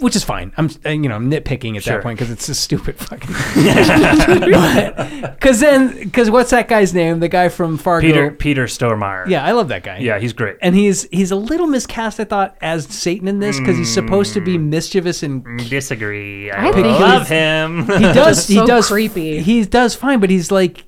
Speaker 3: which is fine. I'm uh, you know I'm nitpicking at
Speaker 2: Sure.
Speaker 3: that point because it's a stupid
Speaker 2: <laughs>
Speaker 3: fucking. <laughs> Because then because what's that guy's name? The guy from Fargo.
Speaker 2: Peter Peter Stormare.
Speaker 3: Yeah, I love that guy.
Speaker 2: yeah, he's great.
Speaker 3: And he's he's a little miscast, I thought, as Satan in this because he's supposed to
Speaker 2: Mm.
Speaker 3: be mischievous and
Speaker 2: Disagree. I,
Speaker 4: I think
Speaker 2: love
Speaker 4: he's-
Speaker 2: him. <laughs>
Speaker 3: he does. he
Speaker 4: so
Speaker 3: does
Speaker 4: creepy.
Speaker 3: He does fine, but he's like,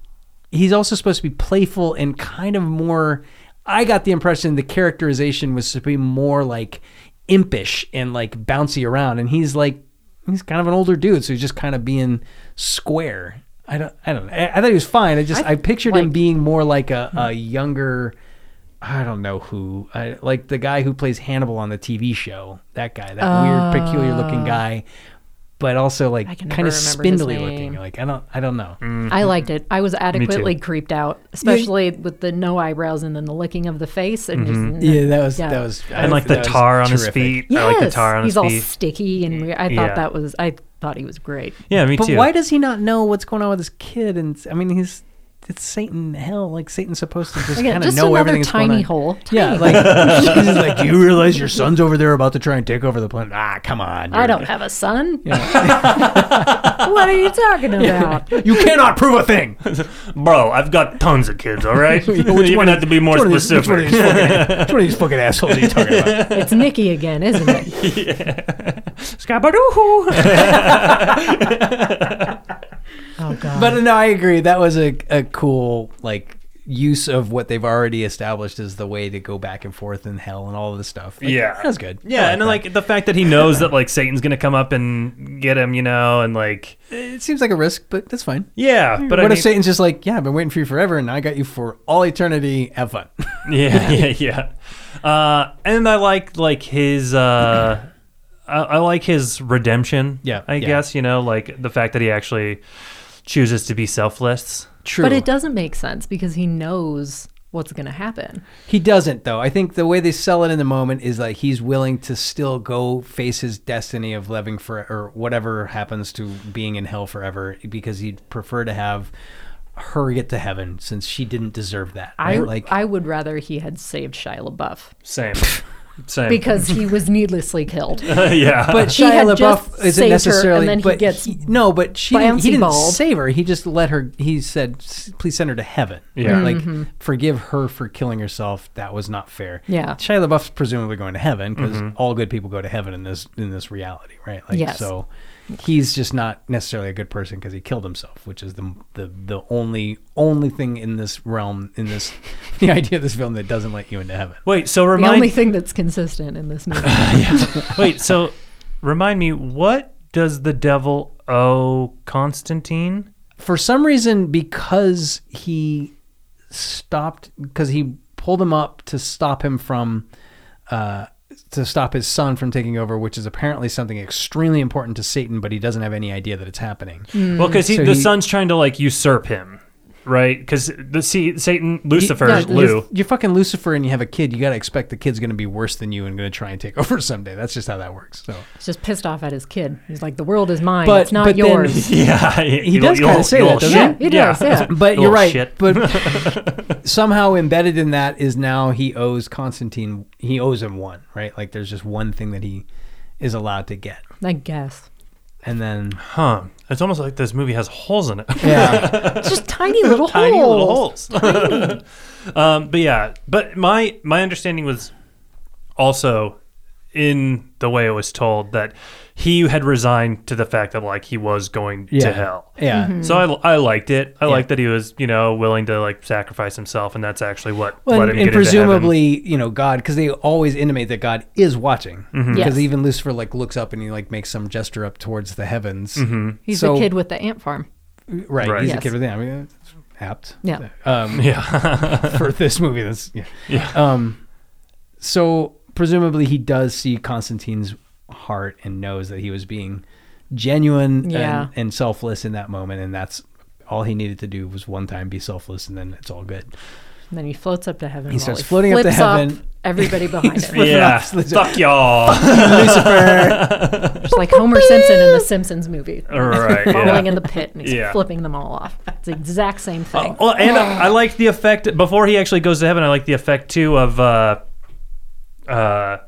Speaker 3: he's also supposed to be playful and kind of more. I got the impression the characterization was to be more like impish and like bouncy around, and he's like, he's kind of an older dude, so he's just kind of being square. I don't. I don't. know. I, I thought he was fine. I just I,
Speaker 4: I
Speaker 3: pictured him
Speaker 4: like- Hmm.
Speaker 3: being more like a, a younger. I don't know who, I, like the guy who plays Hannibal on the TV show. That guy, that weird, peculiar looking guy, but also like
Speaker 4: Uh, I can
Speaker 3: kind
Speaker 4: never
Speaker 3: of
Speaker 4: remember his
Speaker 3: spindly
Speaker 4: name.
Speaker 3: looking. Like I don't, I don't know.
Speaker 4: I liked it. I was adequately creeped out, especially with the no eyebrows and then the licking of the face. And just,
Speaker 3: Yeah, that was
Speaker 4: Yeah.
Speaker 3: that was.
Speaker 2: and like the
Speaker 3: that was
Speaker 2: tar on his
Speaker 3: terrific.
Speaker 2: feet.
Speaker 4: Yes,
Speaker 2: I like the tar on
Speaker 4: he's
Speaker 2: his
Speaker 4: all
Speaker 2: feet.
Speaker 4: sticky and weird. I thought
Speaker 2: Yeah.
Speaker 4: that was. I thought he was great.
Speaker 2: yeah, me
Speaker 3: But
Speaker 2: too.
Speaker 3: why does he not know what's going on with his kid? And I mean, he's it's Satan hell. Like Satan's supposed to just
Speaker 4: Again,
Speaker 3: kind of
Speaker 4: just
Speaker 3: know
Speaker 4: another
Speaker 3: everything that's going
Speaker 4: tiny
Speaker 3: on.
Speaker 4: hole.
Speaker 3: Yeah,
Speaker 4: Tiny <laughs>
Speaker 3: like he's just like, do you realize your son's over there about to try and take over the planet? Ah, come on.
Speaker 4: I
Speaker 3: you're- <laughs>
Speaker 4: don't have a son. <laughs> what are you talking
Speaker 3: <laughs>
Speaker 4: about?
Speaker 3: You cannot prove a thing.
Speaker 2: <laughs>
Speaker 3: <laughs>
Speaker 2: Bro, I've got tons of kids. All right, <laughs> you
Speaker 3: Which
Speaker 2: would
Speaker 3: one
Speaker 2: have to be more
Speaker 3: which one of these- which one of
Speaker 2: specific.
Speaker 3: these fucking- which one of these fucking assholes are you talking <laughs> about?
Speaker 4: It's Nikki again, isn't
Speaker 3: <laughs>
Speaker 4: it?
Speaker 2: Scabadoo.
Speaker 4: Oh god. Oh,
Speaker 3: But no, I agree. That was a, a cool like use of what they've already established as the way to go back and forth in hell and all of this stuff. Like,
Speaker 2: Yeah.
Speaker 3: that's good. I
Speaker 2: Yeah, and
Speaker 3: that.
Speaker 2: like the fact that he knows that like Satan's gonna come up and get him, you know, and like
Speaker 3: it seems like a risk, but that's fine.
Speaker 2: yeah, but
Speaker 3: Hmm. what
Speaker 2: I
Speaker 3: if
Speaker 2: mean,
Speaker 3: Satan's just like, yeah, I've been waiting for you forever, and I got you for all eternity. Have fun. <laughs>
Speaker 2: yeah, <laughs> yeah, yeah. Uh, and I like like his. Uh, I, I like his redemption.
Speaker 3: Yeah,
Speaker 2: I
Speaker 3: yeah.
Speaker 2: guess you know, like the fact that he actually chooses to be selfless.
Speaker 3: True,
Speaker 4: But it doesn't make sense because he knows what's going to happen.
Speaker 3: He doesn't though. I think the way they sell it in the moment is like he's willing to still go face his destiny of living for or whatever happens to being in hell forever because he'd prefer to have her get to heaven since she didn't deserve that.
Speaker 4: I
Speaker 3: right? like
Speaker 4: I would rather he had saved
Speaker 3: <laughs>
Speaker 4: Shia LaBeouf
Speaker 2: Same, same.
Speaker 4: because he was needlessly killed.
Speaker 3: <laughs>
Speaker 2: <laughs> yeah,
Speaker 3: but
Speaker 4: she
Speaker 3: Shia
Speaker 4: had
Speaker 3: LaBeouf
Speaker 4: just
Speaker 3: isn't
Speaker 4: saved her,
Speaker 3: necessarily.
Speaker 4: and then he
Speaker 3: but
Speaker 4: gets
Speaker 3: no, but she didn't, he
Speaker 4: bouncy
Speaker 3: didn't
Speaker 4: balled.
Speaker 3: save her. He just let her. He said, "S- "Please send her to heaven."
Speaker 2: Yeah.
Speaker 3: like
Speaker 4: Mm-hmm.
Speaker 3: forgive her for killing herself. That was not fair.
Speaker 4: Yeah.
Speaker 3: Shia LaBeouf's presumably going to heaven because all good people go to heaven in this in this reality, right? Like
Speaker 4: Yes.
Speaker 3: so. He's just not necessarily a good person because he killed himself, which is the, the the only only thing in this realm, in this <laughs> the idea of this film that doesn't let you into heaven.
Speaker 2: wait. So
Speaker 4: the only
Speaker 2: remind
Speaker 4: thing that's consistent in
Speaker 3: <laughs>
Speaker 4: this movie.
Speaker 2: wait. So remind me, what does the devil owe Constantine?
Speaker 3: for some reason because he stopped because he pulled him up to stop him from uh, to stop his son from taking over which is apparently something extremely important to satan but he doesn't have any idea that it's happening
Speaker 2: Well, because
Speaker 3: Hmm. So
Speaker 2: the
Speaker 3: he-
Speaker 2: son's trying to like usurp him, right? Because the see, Satan, Lucifer,
Speaker 3: You-
Speaker 2: Lou.
Speaker 3: You're, you're fucking lucifer and you have a kid you got to expect the kid's going to be worse than you and going to try and take <laughs> over someday that's just how that works so
Speaker 4: He's just pissed off at his kid. He's like, "The world is mine.
Speaker 3: But-
Speaker 4: it's not
Speaker 3: but then-
Speaker 4: yours."
Speaker 2: <laughs> Yeah, he,
Speaker 3: does kinda say that, doesn't
Speaker 4: yeah, he does. Yeah.
Speaker 3: but
Speaker 2: Little
Speaker 3: you're right.
Speaker 2: Oh, shit.
Speaker 3: But
Speaker 2: <laughs>
Speaker 3: somehow embedded in that is now he owes Constantine. He owes him one, right? Like there's just one thing that he is allowed to get,
Speaker 4: <laughs> I
Speaker 3: <laughs>
Speaker 4: guess
Speaker 3: and then
Speaker 2: Huh. It's almost like this movie has holes in it.
Speaker 3: <laughs> yeah,
Speaker 4: it's just tiny little
Speaker 2: Tiny
Speaker 4: holes.
Speaker 2: little holes. <laughs> um, but yeah, but my my understanding was also in the way it was told that he had resigned to the fact that like he was going
Speaker 3: Yeah.
Speaker 2: to hell.
Speaker 4: <laughs>
Speaker 3: yeah.
Speaker 4: Mhm.
Speaker 2: So I, I liked it. I liked that he was you know willing to like sacrifice himself, and that's actually what
Speaker 3: Well,
Speaker 2: let
Speaker 3: and,
Speaker 2: him
Speaker 3: and
Speaker 2: get into heaven.
Speaker 3: presumably, <laughs> you know, God, because they always intimate that God is watching. Because
Speaker 2: Mm-hmm.
Speaker 4: Yes.
Speaker 3: even Lucifer like looks up and he like makes some gesture up towards the heavens.
Speaker 2: Mm-hmm.
Speaker 4: He's
Speaker 3: So-
Speaker 4: the kid with the ant farm.
Speaker 3: right?
Speaker 2: Right.
Speaker 3: He's a
Speaker 4: Yes.
Speaker 3: kid with the. I mean, it's apt.
Speaker 4: Yeah.
Speaker 2: <laughs>
Speaker 3: Um, <laughs> for this movie, that's yeah. Um, so presumably he does see Constantine's heart and knows that he was being genuine
Speaker 4: Yeah.
Speaker 3: and, and selfless in that moment, and that's all he needed to do was one time be selfless, and then it's all good.
Speaker 4: And then he floats up to heaven.
Speaker 3: He
Speaker 4: while
Speaker 3: starts floating up to
Speaker 4: flips
Speaker 3: heaven. <laughs>
Speaker 4: everybody behind him.
Speaker 2: yeah, fuck y'all. <laughs>
Speaker 4: It's like Homer Simpson in the
Speaker 3: <laughs>
Speaker 4: Simpsons movie.
Speaker 2: All right,
Speaker 4: Falling
Speaker 2: yeah.
Speaker 4: in the pit and he's
Speaker 2: Yeah.
Speaker 4: flipping them all off. It's the exact same thing.
Speaker 2: Oh,
Speaker 3: Oh,
Speaker 2: Well, and I, I like the effect before he actually goes to heaven. I like the effect too of uh, uh,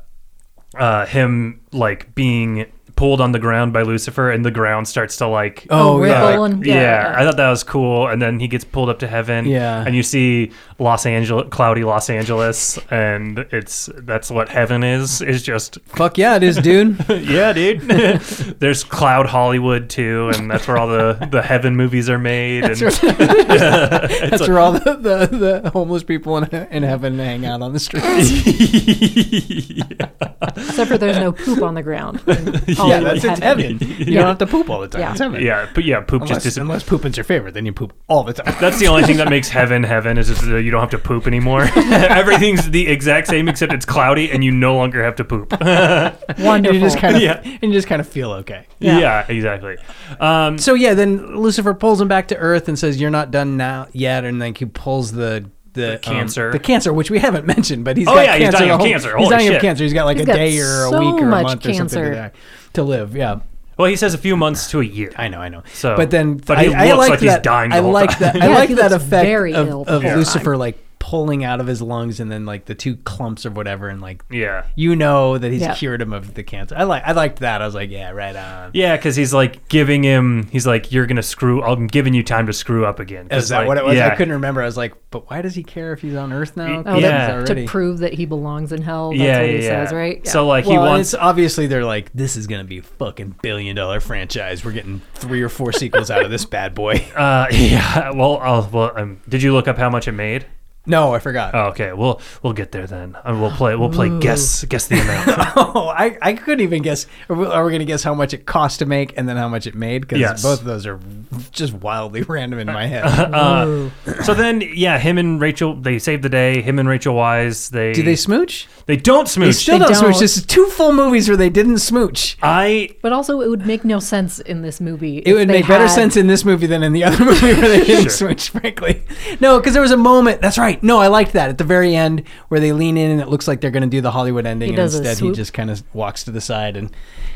Speaker 2: uh, him like being pulled on the ground by Lucifer, and the ground starts to like. uh,
Speaker 3: Oh,
Speaker 4: ripple
Speaker 3: yeah.
Speaker 4: and
Speaker 2: Yeah,
Speaker 4: yeah.
Speaker 2: I thought that was cool, and then he gets pulled up to heaven.
Speaker 3: Yeah.
Speaker 2: and you see Los Angeles, cloudy Los Angeles, and it's that's what heaven is. Is just <laughs>
Speaker 3: Fuck yeah, it is, dude.
Speaker 2: yeah, dude. <laughs> There's Cloud Hollywood too, and that's where all the the heaven movies are made. and
Speaker 3: that's where all the, the, the homeless people in, in heaven hang out on the streets.
Speaker 2: <laughs>
Speaker 4: Except for there's no poop on the ground. yeah,
Speaker 3: <laughs> yeah, Oh, that's it's
Speaker 2: <laughs>
Speaker 3: heaven. You
Speaker 4: Yeah.
Speaker 3: don't have to poop all the time.
Speaker 4: Yeah.
Speaker 3: It's heaven.
Speaker 2: Yeah, but yeah, poop
Speaker 3: Unless,
Speaker 2: just dis-
Speaker 3: unless pooping's your favorite, then you poop all the
Speaker 2: <laughs>
Speaker 3: time.
Speaker 2: That's the only thing that makes heaven heaven is just, uh, you don't have to poop
Speaker 3: <laughs>
Speaker 2: anymore. Everything's the exact same except it's cloudy and you no longer have to poop.
Speaker 4: Wonderful.
Speaker 3: and you just kind of
Speaker 2: Yeah.
Speaker 3: and you just kind of feel okay.
Speaker 2: <laughs> yeah. exactly. Um,
Speaker 3: So yeah, then Lucifer pulls him back to Earth and says, "You're not done now yet," and like he pulls the. The, um,
Speaker 2: cancer.
Speaker 3: the cancer, which we haven't <laughs> mentioned, but he's
Speaker 2: Oh,
Speaker 3: got
Speaker 2: yeah, he's
Speaker 3: cancer
Speaker 2: dying
Speaker 3: the
Speaker 2: of
Speaker 3: whole-
Speaker 2: cancer.
Speaker 3: He's
Speaker 2: Holy
Speaker 3: dying
Speaker 2: shit.
Speaker 3: of cancer. He's got like
Speaker 4: He's
Speaker 3: a
Speaker 4: got
Speaker 3: day or a
Speaker 4: so
Speaker 3: week or a
Speaker 4: much
Speaker 3: month or something to,
Speaker 4: cancer.
Speaker 3: die, to live. Yeah,
Speaker 2: well, he says a few months to a year.
Speaker 3: I know, I know.
Speaker 2: So-
Speaker 3: but then,
Speaker 2: but
Speaker 3: I,
Speaker 2: he
Speaker 3: I
Speaker 2: looks
Speaker 3: like
Speaker 2: like
Speaker 3: that,
Speaker 2: he's dying the
Speaker 3: I
Speaker 2: whole
Speaker 3: like
Speaker 2: time.
Speaker 3: that. I
Speaker 4: Yeah,
Speaker 3: like
Speaker 4: he
Speaker 3: that
Speaker 4: looks
Speaker 3: effect
Speaker 4: very
Speaker 3: of,
Speaker 4: ill
Speaker 3: of
Speaker 4: the whole
Speaker 3: Lucifer like pulling out of his lungs, and then like the two clumps or whatever, and like
Speaker 2: Yeah.
Speaker 3: you know that he's
Speaker 4: Yeah.
Speaker 3: cured him of the cancer. I like I liked that. I was like, yeah, right on.
Speaker 2: Yeah, because he's like giving him. He's like, "You're gonna screw. I'm giving you time to screw up again." 'Cause,
Speaker 3: Is that
Speaker 2: like,
Speaker 3: what it was? I
Speaker 2: Yeah,
Speaker 3: couldn't remember. I was like, but why does he care if he's on Earth now?
Speaker 4: Oh,
Speaker 2: Yeah.
Speaker 4: that's
Speaker 3: Already.
Speaker 4: to prove that he belongs in hell. That's
Speaker 2: yeah,
Speaker 4: what he
Speaker 2: yeah, yeah.
Speaker 4: says, right?
Speaker 2: So like he
Speaker 3: well, and
Speaker 2: wants.
Speaker 3: it's obviously they're like, this is gonna be a fucking billion dollar franchise. We're getting three or four sequels out of this bad boy. <laughs>
Speaker 2: Uh, <laughs> yeah. Well, I'll, well. Um, did you look up how much it made?
Speaker 3: No, I forgot.
Speaker 2: Oh, okay. We'll we'll get there then. Uh, we'll play. We'll play. Guess guess the amount.
Speaker 3: <laughs> Oh, I, I couldn't even guess. Are we, are we going to guess how much it cost to make and then how much it made? Because
Speaker 2: Yes.
Speaker 3: both of those are just wildly <laughs> random in my
Speaker 4: <laughs>
Speaker 3: head.
Speaker 2: so then, yeah, him and Rachel they save the day. Him and Rachel Wise they
Speaker 3: Do they smooch?
Speaker 2: they don't
Speaker 3: They
Speaker 2: smooch.
Speaker 3: still
Speaker 4: They
Speaker 3: don't, smooch.
Speaker 4: don't.
Speaker 3: This is two full movies where they didn't smooch.
Speaker 2: I
Speaker 4: But also, it would make no sense in this movie.
Speaker 3: It would make better sense in this movie than in the other <laughs> movie where they didn't
Speaker 2: Sure.
Speaker 3: smooch, frankly. No, because there was a moment. That's right. No, I liked that at the very end where they lean in and it looks like they're going to do the Hollywood ending,
Speaker 4: He
Speaker 3: and
Speaker 4: does a
Speaker 3: instead he
Speaker 4: swoop.
Speaker 3: just kind of walks to the side and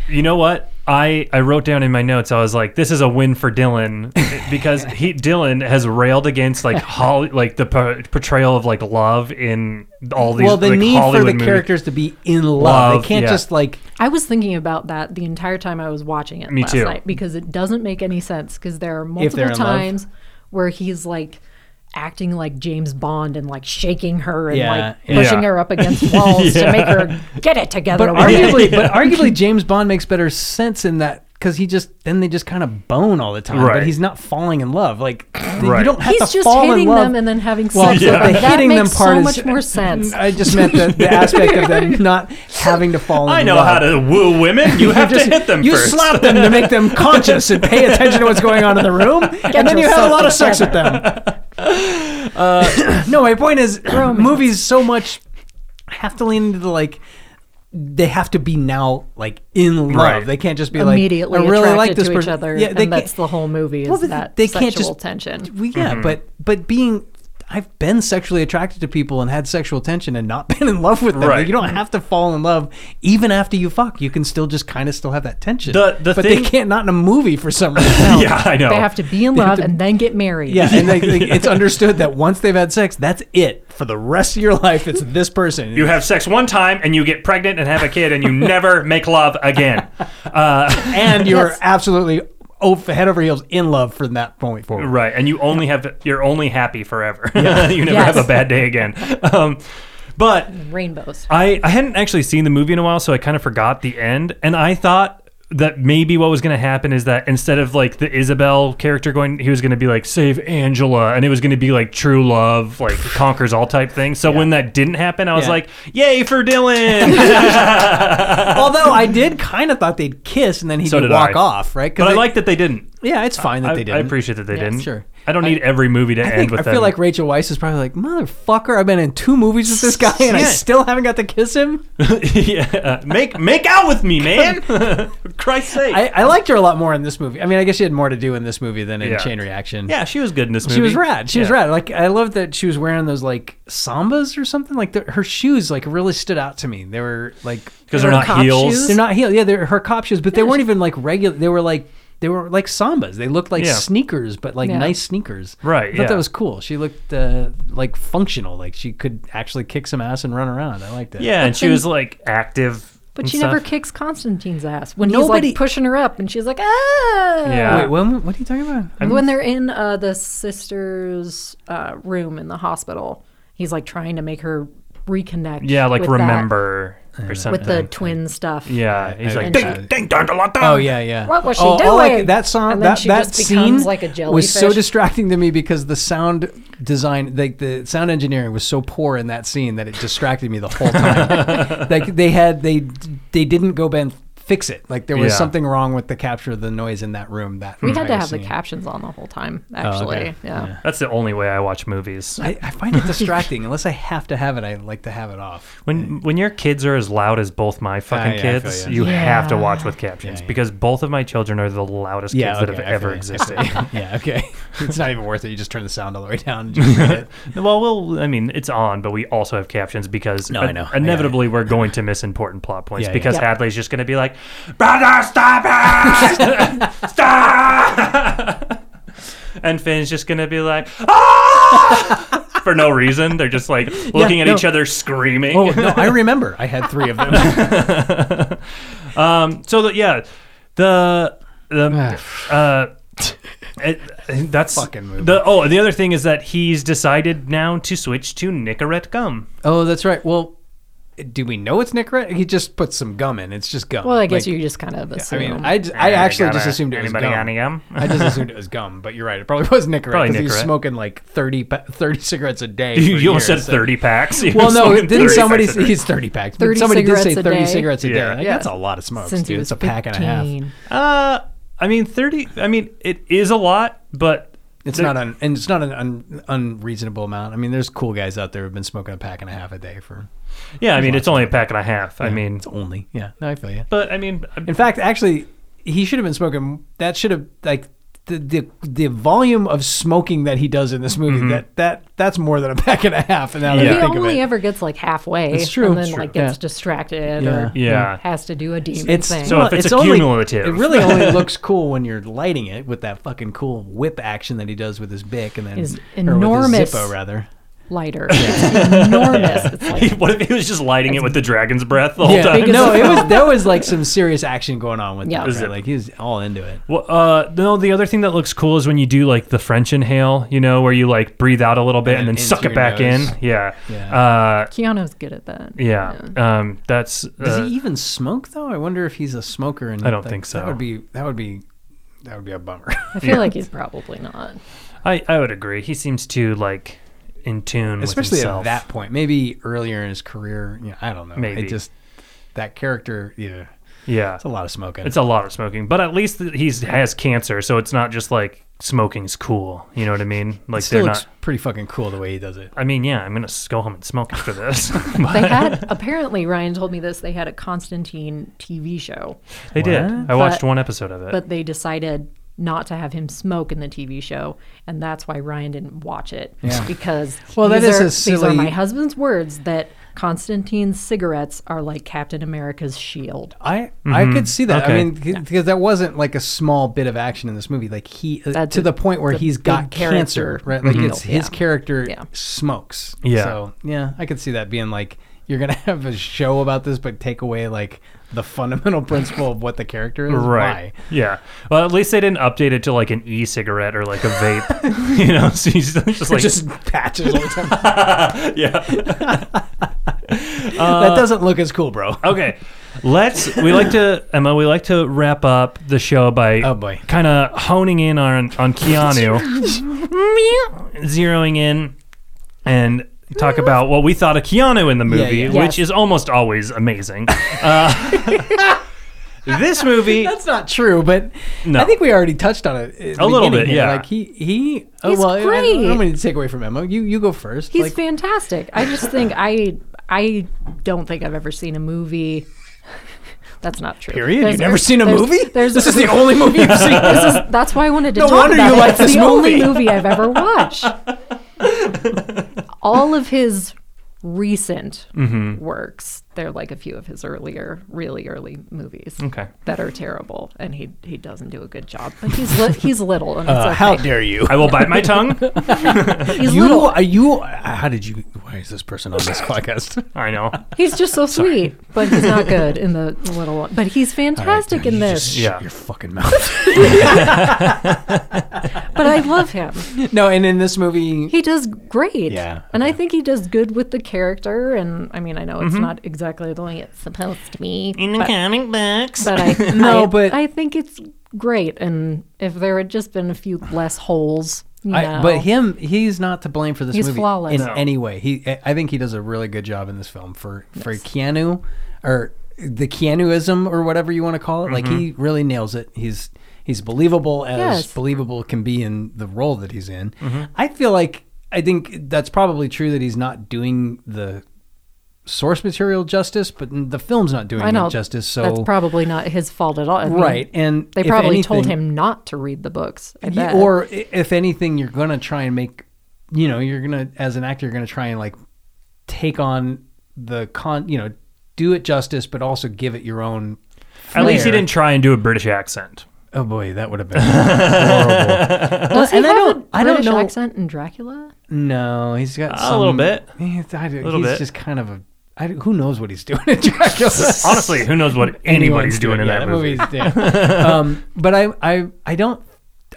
Speaker 2: You know what? I, I wrote down in my notes. I was like, "This is a win
Speaker 3: <laughs>
Speaker 2: for Dylan because he Dylan has railed against like Holly, like the per- portrayal of like love in all these
Speaker 3: well, the
Speaker 2: like,
Speaker 3: need
Speaker 2: Hollywood
Speaker 3: for the
Speaker 2: movies.
Speaker 3: characters to be in love.
Speaker 2: Love,
Speaker 3: they can't
Speaker 2: yeah.
Speaker 3: just like
Speaker 4: I was thinking about that the entire time I was watching it
Speaker 2: Me
Speaker 4: last
Speaker 2: too.
Speaker 4: night because it doesn't make any sense because there are
Speaker 3: If they're
Speaker 4: multiple
Speaker 3: in love.
Speaker 4: times where he's like acting like James Bond and like shaking her and like
Speaker 3: Yeah, yeah.
Speaker 4: pushing
Speaker 2: Yeah.
Speaker 4: her
Speaker 3: <laughs>
Speaker 4: up against walls
Speaker 2: Yeah.
Speaker 4: to make her get it together.
Speaker 3: But
Speaker 4: or whatever.
Speaker 3: arguably,
Speaker 4: <laughs>
Speaker 3: but arguably, James Bond makes better sense in that because he just then they just kind of bone all the time.
Speaker 2: Right.
Speaker 3: But he's not falling in love. Like
Speaker 2: Right.
Speaker 3: you don't have to
Speaker 4: he's just
Speaker 3: fall
Speaker 4: hitting
Speaker 3: in love.
Speaker 4: them and then having sex.
Speaker 3: well,
Speaker 4: with
Speaker 3: the <laughs>
Speaker 4: them. That
Speaker 3: hitting them
Speaker 4: makes
Speaker 3: part
Speaker 4: so
Speaker 3: is
Speaker 4: much more sense.
Speaker 3: <laughs> I just meant the, the aspect of
Speaker 4: <laughs>
Speaker 3: them not having to fall in love.
Speaker 2: I know how to woo women. <laughs> You have
Speaker 3: Just-
Speaker 2: to hit
Speaker 3: <laughs>
Speaker 2: them
Speaker 3: You
Speaker 2: first.
Speaker 3: slap
Speaker 2: <laughs>
Speaker 3: them to make them conscious and pay attention to what's going on in the
Speaker 4: <laughs>
Speaker 3: room, and then you have a
Speaker 4: yourself
Speaker 3: lot of sex with them. no, my point
Speaker 4: <coughs>
Speaker 3: is, movies so much have to lean into the like. They have to be now like in love.
Speaker 2: Right.
Speaker 3: They can't just be
Speaker 4: immediately
Speaker 3: like I really
Speaker 4: attracted
Speaker 3: like this
Speaker 4: to
Speaker 3: person.
Speaker 4: each other.
Speaker 3: Yeah, they
Speaker 4: and
Speaker 3: can't-
Speaker 4: that's the whole movie is
Speaker 3: Well, but
Speaker 4: that
Speaker 3: they
Speaker 4: they
Speaker 3: can't
Speaker 4: sexual
Speaker 3: just-
Speaker 4: tension.
Speaker 3: Well,
Speaker 2: Mm-hmm.
Speaker 3: yeah, but but being I've been sexually attracted to people and had sexual tension and not <laughs> been in love with them. Like,
Speaker 2: Right.
Speaker 3: You don't have to fall in love even after you fuck. You can still just kind of still have that tension.
Speaker 2: The- the
Speaker 3: but
Speaker 2: thing-
Speaker 3: they can't not in a movie for some
Speaker 2: <laughs>
Speaker 3: reason.
Speaker 2: yeah, I know.
Speaker 4: They have to be in love and then get married.
Speaker 3: Yeah, and
Speaker 2: <laughs>
Speaker 3: they, they- it's understood that once they've had sex, that's it for the rest of your life. It's this person.
Speaker 2: you have sex one time and you get pregnant and have a kid and you never make love again. Uh,
Speaker 3: <laughs> and you're
Speaker 4: Yes.
Speaker 3: absolutely o- head over heels in love from that point forward.
Speaker 2: Right, and you only have you're only happy forever. <laughs> you never
Speaker 4: Yes.
Speaker 2: have a bad day again. Um, but
Speaker 3: <laughs>
Speaker 4: Rainbows.
Speaker 2: I, I hadn't actually seen the movie in a while, so I kind of forgot the end. And I thought that maybe what was going to happen is that instead of like the Isabel character going, he was going to be like, save Angela. And it was going to be like true
Speaker 3: <laughs>
Speaker 2: love, like conquers all type thing. So when that didn't happen, I was
Speaker 3: Yeah.
Speaker 2: like, yay for Dylan.
Speaker 3: <laughs> Although I did kind of thought they'd kiss and then he'd
Speaker 2: So did
Speaker 3: walk
Speaker 2: I.
Speaker 3: off, right? 'Cause
Speaker 2: but I
Speaker 3: they-
Speaker 2: like that they didn't.
Speaker 3: Yeah, it's fine that
Speaker 2: I,
Speaker 3: they did.
Speaker 2: I appreciate that they didn't.
Speaker 3: sure.
Speaker 2: I don't need every movie to
Speaker 3: I,
Speaker 2: end
Speaker 3: think,
Speaker 2: with
Speaker 3: I feel
Speaker 2: them.
Speaker 3: like Rachel Weisz is probably like, motherfucker, I've been in two movies with this guy and I
Speaker 2: Yeah.
Speaker 3: still haven't got to kiss
Speaker 2: <laughs>
Speaker 3: him.
Speaker 2: yeah, make make out with me,
Speaker 3: <laughs>
Speaker 2: man. For Christ's sake.
Speaker 3: I, I liked her a lot more in this movie. I mean, I guess she had more to do in this movie than in
Speaker 2: Yeah.
Speaker 3: Chain Reaction.
Speaker 2: yeah, she was good in this movie.
Speaker 3: She was rad. She was
Speaker 2: Yeah.
Speaker 3: rad. Like I loved that she was wearing those like sambas or something. Like the, her shoes like really stood out to me. They were like
Speaker 2: because they're
Speaker 4: Her
Speaker 2: not
Speaker 4: cop
Speaker 2: heels.
Speaker 4: shoes?
Speaker 3: they're not heel. Yeah, they're her cop shoes, but they weren't even like regular. They were like they were like sambas. They looked like
Speaker 2: Yeah.
Speaker 3: sneakers, but like
Speaker 4: Yeah.
Speaker 3: nice sneakers.
Speaker 2: Right,
Speaker 3: I thought
Speaker 2: yeah.
Speaker 3: that was cool. She looked uh, like functional. Like she could actually kick some ass and run around. I liked that.
Speaker 2: Yeah, and she was like active.
Speaker 4: But
Speaker 2: and
Speaker 4: she never
Speaker 2: stuff.
Speaker 4: kicks Constantine's ass when
Speaker 3: Nobody-
Speaker 4: he's like pushing her up, and she's like, ah.
Speaker 2: Yeah.
Speaker 3: Wait, when, what are you talking about?
Speaker 4: When they're in uh, the sister's uh, room in the hospital, he's like trying to make her reconnect.
Speaker 2: Yeah, like
Speaker 4: with that-
Speaker 2: remember or something.
Speaker 4: with the twin stuff.
Speaker 2: yeah, he's like
Speaker 4: and-
Speaker 2: ding ding dong dong dong.
Speaker 3: Oh yeah, yeah.
Speaker 4: What was she
Speaker 3: oh, all I
Speaker 4: doing?
Speaker 3: could- that song,
Speaker 4: And then
Speaker 3: that
Speaker 4: she
Speaker 3: that
Speaker 4: just
Speaker 3: scene
Speaker 4: becomes like a
Speaker 3: was so
Speaker 4: jellyfish.
Speaker 3: distracting to me because the sound design, like the sound engineering, was so poor in that scene that it distracted me the whole <laughs> time. like they had they they didn't go back and fix it. Like there was
Speaker 2: Yeah.
Speaker 3: something wrong with the capture of the noise in that room. That
Speaker 4: We had to
Speaker 3: entire
Speaker 4: have the
Speaker 3: scene.
Speaker 4: captions on the whole time,
Speaker 3: Oh,
Speaker 4: actually.
Speaker 3: okay.
Speaker 4: Yeah.
Speaker 2: That's the only way I watch movies.
Speaker 3: I, I find it distracting unless I have to have it. I like to have it off.
Speaker 2: When when your kids are as loud as both my fucking
Speaker 3: yeah, I feel
Speaker 2: kids,
Speaker 3: ya.
Speaker 2: you
Speaker 4: Yeah.
Speaker 2: have to watch with captions
Speaker 3: yeah.
Speaker 2: because both of my children are the loudest kids that
Speaker 3: okay,
Speaker 2: have
Speaker 3: I
Speaker 2: ever
Speaker 3: feel you.
Speaker 2: existed.
Speaker 3: <laughs> yeah, okay. It's not even worth it. You just turn the sound all the way <laughs> down. And just read it.
Speaker 2: well, well, I mean, it's on, but we also have captions because
Speaker 3: No, I know. I got it.
Speaker 2: inevitably we're going to miss important plot points
Speaker 3: Yeah, yeah.
Speaker 2: because
Speaker 4: Yeah.
Speaker 2: Hadley's just going to be like, "Brother, stop
Speaker 3: <laughs>
Speaker 2: it! stop!" and Finn's just going to be like, "Ah!" for no reason. They're just like looking at
Speaker 3: no.
Speaker 2: each other, screaming.
Speaker 3: Oh no, I remember. I had three of them.
Speaker 2: <laughs> Um, so the, yeah, the
Speaker 3: <sighs>
Speaker 2: the uh, it, that's
Speaker 3: Fucking movie.
Speaker 2: the oh. and The other thing is that he's decided now to switch to Nicorette gum.
Speaker 3: oh, that's right. Well, do we know it's Nicorette? He just put some gum in. It's just gum.
Speaker 4: Well, I guess
Speaker 3: Like,
Speaker 4: you just kind of
Speaker 3: I
Speaker 4: assume.
Speaker 3: mean, I, j- I actually just assumed it was
Speaker 2: anybody
Speaker 3: gum.
Speaker 2: on gum. <laughs>
Speaker 3: I just assumed it was gum, but you're right. It probably was Nicorette
Speaker 2: Probably
Speaker 3: because he was
Speaker 2: Nicorette.
Speaker 3: smoking like 30, pa- 30 cigarettes a day.
Speaker 2: <laughs> You,
Speaker 3: for
Speaker 2: you almost said
Speaker 3: years, so-
Speaker 2: thirty packs. You
Speaker 3: Well,
Speaker 2: were
Speaker 3: no,
Speaker 2: smoking
Speaker 3: didn't
Speaker 2: 30
Speaker 3: somebody?
Speaker 2: packs a day.
Speaker 3: He's thirty packs. but
Speaker 4: 30
Speaker 3: somebody did
Speaker 4: cigarettes
Speaker 3: say
Speaker 4: a
Speaker 3: thirty
Speaker 4: day.
Speaker 3: cigarettes a day.
Speaker 2: Yeah.
Speaker 3: Like,
Speaker 4: Yeah.
Speaker 3: That's a lot of smokes,
Speaker 4: since he
Speaker 3: dude. It's
Speaker 4: was
Speaker 3: a pack and a half. <laughs>
Speaker 4: 15.
Speaker 2: Uh, I mean thirty. I mean it is a lot, but
Speaker 3: It's
Speaker 2: there-
Speaker 3: not an and it's not an un, unreasonable amount. I mean, there's cool guys out there who've been smoking a pack and a half a day for
Speaker 2: yeah. I mean it's only a pack and a half. I mean,
Speaker 3: only. Yeah, no, I feel you.
Speaker 2: but I <laughs> mean
Speaker 3: <laughs> In fact, actually, he should have been smoking. That should have like the the, the volume of smoking that he does in this movie.
Speaker 2: Mm-hmm.
Speaker 3: That that that's more than a <laughs> pack and a half. And now that I
Speaker 4: He
Speaker 3: think of
Speaker 4: only
Speaker 3: it,
Speaker 4: ever gets like halfway.
Speaker 3: It's true,
Speaker 4: And then
Speaker 3: it's true.
Speaker 4: like gets
Speaker 3: Yeah.
Speaker 4: distracted
Speaker 3: Yeah.
Speaker 4: or
Speaker 2: Yeah.
Speaker 4: has to do a demon
Speaker 3: it's
Speaker 4: thing.
Speaker 2: So if it's
Speaker 3: only-
Speaker 2: accumulative.
Speaker 3: it really only <laughs> looks cool when you're lighting it with that fucking cool whip action that he does with his bick and then
Speaker 4: His
Speaker 3: or with
Speaker 4: enormous-
Speaker 3: his Zippo rather. <laughs>
Speaker 4: lighter. It's enormous. It's like
Speaker 2: what if he was just lighting it with the dragon's breath the whole time?
Speaker 4: Big as
Speaker 3: no,
Speaker 4: a
Speaker 3: it was there was like some serious action going on with
Speaker 4: Yeah.
Speaker 3: that.
Speaker 4: Is
Speaker 3: Right? Like he was all into it.
Speaker 2: Well, uh, no, the other thing that looks cool is when you do like the French inhale, you know, where you like breathe out a little bit and,
Speaker 3: And
Speaker 2: then
Speaker 3: in
Speaker 2: suck
Speaker 3: through
Speaker 2: it back
Speaker 3: your
Speaker 2: in.
Speaker 3: nose.
Speaker 2: Yeah.
Speaker 3: Yeah.
Speaker 2: Uh,
Speaker 4: Keanu's good at that.
Speaker 2: yeah. Um, that's.
Speaker 3: Does
Speaker 2: Uh,
Speaker 3: he even smoke though? I wonder if he's a smoker. And
Speaker 2: I don't
Speaker 3: that-
Speaker 2: think so.
Speaker 3: That would be that would be that would be a bummer. <laughs>
Speaker 4: I feel like he's probably not.
Speaker 2: I, I would agree. He seems to like in tune
Speaker 3: Especially
Speaker 2: with
Speaker 3: at
Speaker 2: himself.
Speaker 3: that point. Maybe earlier in his career. You know, I don't know.
Speaker 2: Maybe.
Speaker 3: It just that character. Yeah,
Speaker 2: Yeah.
Speaker 3: it's a lot of smoking.
Speaker 2: It's a lot of smoking, but at least he has cancer, so it's not just like smoking's cool. You know what I mean? Like
Speaker 3: still
Speaker 2: they're
Speaker 3: looks
Speaker 2: not.
Speaker 3: pretty fucking cool the way he does it.
Speaker 2: I mean, yeah, I'm gonna s- go home and smoke after this. But
Speaker 4: <laughs>
Speaker 3: <laughs>
Speaker 4: They had apparently Ryan told me this. They had a Constantine TV show,
Speaker 2: they did. I watched
Speaker 4: But-
Speaker 2: one episode of it.
Speaker 4: but they decided not to have him smoke in the TV show, and that's why Ryan didn't watch it
Speaker 3: Yeah.
Speaker 4: <laughs> because
Speaker 3: <laughs> Well, that
Speaker 4: these
Speaker 3: is
Speaker 4: are,
Speaker 3: a
Speaker 4: these are
Speaker 3: silly-
Speaker 4: my husband's words that Constantine's cigarettes are like Captain America's shield.
Speaker 3: I I could see that.
Speaker 2: Okay.
Speaker 3: I mean, because that wasn't like a small bit of action in this movie. Like he uh,
Speaker 4: That's
Speaker 3: to
Speaker 4: a-
Speaker 3: the point where
Speaker 4: the
Speaker 3: he's got
Speaker 4: big character
Speaker 3: cancer, right? Like
Speaker 4: reveal,
Speaker 3: it's his
Speaker 4: yeah.
Speaker 3: character
Speaker 4: Yeah.
Speaker 3: smokes.
Speaker 2: Yeah.
Speaker 3: So yeah, I could see that being like you're gonna <laughs> have a show about this, but take away like the fundamental principle of what the character is. Why?
Speaker 2: Right. Yeah. Well, at least they didn't update it to like an e-cigarette or like a
Speaker 4: <laughs>
Speaker 2: vape. <laughs> you know, so
Speaker 3: <laughs>
Speaker 2: he's just like
Speaker 3: Just patches all the time.
Speaker 2: <laughs> yeah.
Speaker 3: that doesn't look as cool, bro.
Speaker 2: <laughs> Okay. Let's we like to Emma, we like to wrap up the show by
Speaker 3: Oh, boy.
Speaker 2: kind of honing in on on Keanu. zeroing in and talk about what we thought of Keanu in the movie,
Speaker 3: yeah.
Speaker 2: which
Speaker 4: Yes.
Speaker 2: is almost always amazing. Uh, <laughs> this movie
Speaker 3: That's not true, but
Speaker 2: No.
Speaker 3: I think we already touched on it at the
Speaker 2: A little
Speaker 3: beginning
Speaker 2: bit,
Speaker 3: here.
Speaker 2: yeah.
Speaker 3: Like he, he. oh,
Speaker 4: He's
Speaker 3: well, I- I,
Speaker 4: great.
Speaker 3: don't mean to take away from Emma. You, you go first.
Speaker 4: He's
Speaker 3: like,
Speaker 4: fantastic. I just think I I don't think I've ever seen a movie. <laughs> That's not true.
Speaker 3: Period?
Speaker 4: There's-
Speaker 3: You've never seen a
Speaker 4: there's-
Speaker 3: movie?
Speaker 4: There's
Speaker 3: this is the only movie
Speaker 4: <laughs>
Speaker 3: you've seen.
Speaker 4: this is that's why I wanted to
Speaker 3: No
Speaker 4: talk
Speaker 3: wonder
Speaker 4: about
Speaker 3: you
Speaker 4: it.
Speaker 3: like
Speaker 4: It's
Speaker 3: this
Speaker 4: the
Speaker 3: movie.
Speaker 4: only movie
Speaker 3: <laughs>
Speaker 4: I've ever watched. All of his recent
Speaker 3: Mm-hmm.
Speaker 4: works, they're like a few of his earlier, really early movies
Speaker 2: Okay.
Speaker 4: that are terrible, and he he doesn't do a good job. But he's li- he's little, and it's okay.
Speaker 3: Uh, How dare you?
Speaker 2: I will bite my tongue.
Speaker 4: he's
Speaker 3: You
Speaker 4: little.
Speaker 3: are you? How did you? Why is this person on this <laughs> podcast?
Speaker 2: I know.
Speaker 4: He's just so sweet, but he's not good in
Speaker 3: <laughs>
Speaker 4: the little one. But he's fantastic in this.
Speaker 2: Yeah.
Speaker 3: your fucking mouth.
Speaker 4: But I love him.
Speaker 3: <laughs> no, and in this movie,
Speaker 4: He does great.
Speaker 3: Yeah,
Speaker 4: And I think he does good with the character. And I mean, I know it's
Speaker 3: Mm-hmm.
Speaker 4: not exactly the way it's supposed to be.
Speaker 3: <laughs>
Speaker 4: but,
Speaker 2: comic books.
Speaker 4: but I
Speaker 3: No,
Speaker 4: I-
Speaker 3: but-
Speaker 4: I think it's great. And if there had just been a few less holes, you
Speaker 3: I,
Speaker 4: know,
Speaker 3: but him, he's not to blame for this
Speaker 4: He's
Speaker 3: movie
Speaker 4: flawless.
Speaker 3: in
Speaker 4: No.
Speaker 3: any way. He, I- I think he does a really good job in this film for for Keanu, or the Keanuism or whatever you want to call it. Like he really nails it. He's he's believable as
Speaker 4: Yes.
Speaker 3: believable can be in the role that he's in. I feel like I think that's probably true that he's not doing the source material justice, but the film's not doing
Speaker 4: I know
Speaker 3: it justice. So
Speaker 4: that's probably not his fault at all. I mean,
Speaker 3: right, and
Speaker 4: They
Speaker 3: if
Speaker 4: probably told
Speaker 3: anything-
Speaker 4: him not to read the books. I
Speaker 3: Ye-
Speaker 4: bet.
Speaker 3: or i- if anything you're gonna try and make you know you're gonna as an actor you're gonna try and like take on the con you know do it justice but also give it your own
Speaker 2: At least he
Speaker 3: flair.
Speaker 2: didn't try and do a British accent.
Speaker 3: Oh boy, that would have
Speaker 2: <laughs>
Speaker 3: been horrible.
Speaker 4: Does he
Speaker 3: and I
Speaker 4: have
Speaker 3: don't-
Speaker 4: a
Speaker 3: I don't
Speaker 4: British
Speaker 3: know-
Speaker 4: accent in Dracula?
Speaker 3: No, he's got
Speaker 2: A little
Speaker 3: some-
Speaker 2: bit.
Speaker 3: He's, I, don't-
Speaker 2: Little
Speaker 3: he's
Speaker 2: bit.
Speaker 3: just kind of a. I, don't- who knows what he's doing in Dracula?
Speaker 2: <laughs> Honestly, who knows what anybody's
Speaker 3: Anyone's
Speaker 2: doing in
Speaker 3: yeah,
Speaker 2: that, movie? <laughs>
Speaker 3: movie's dead. um, but I, I, I don't,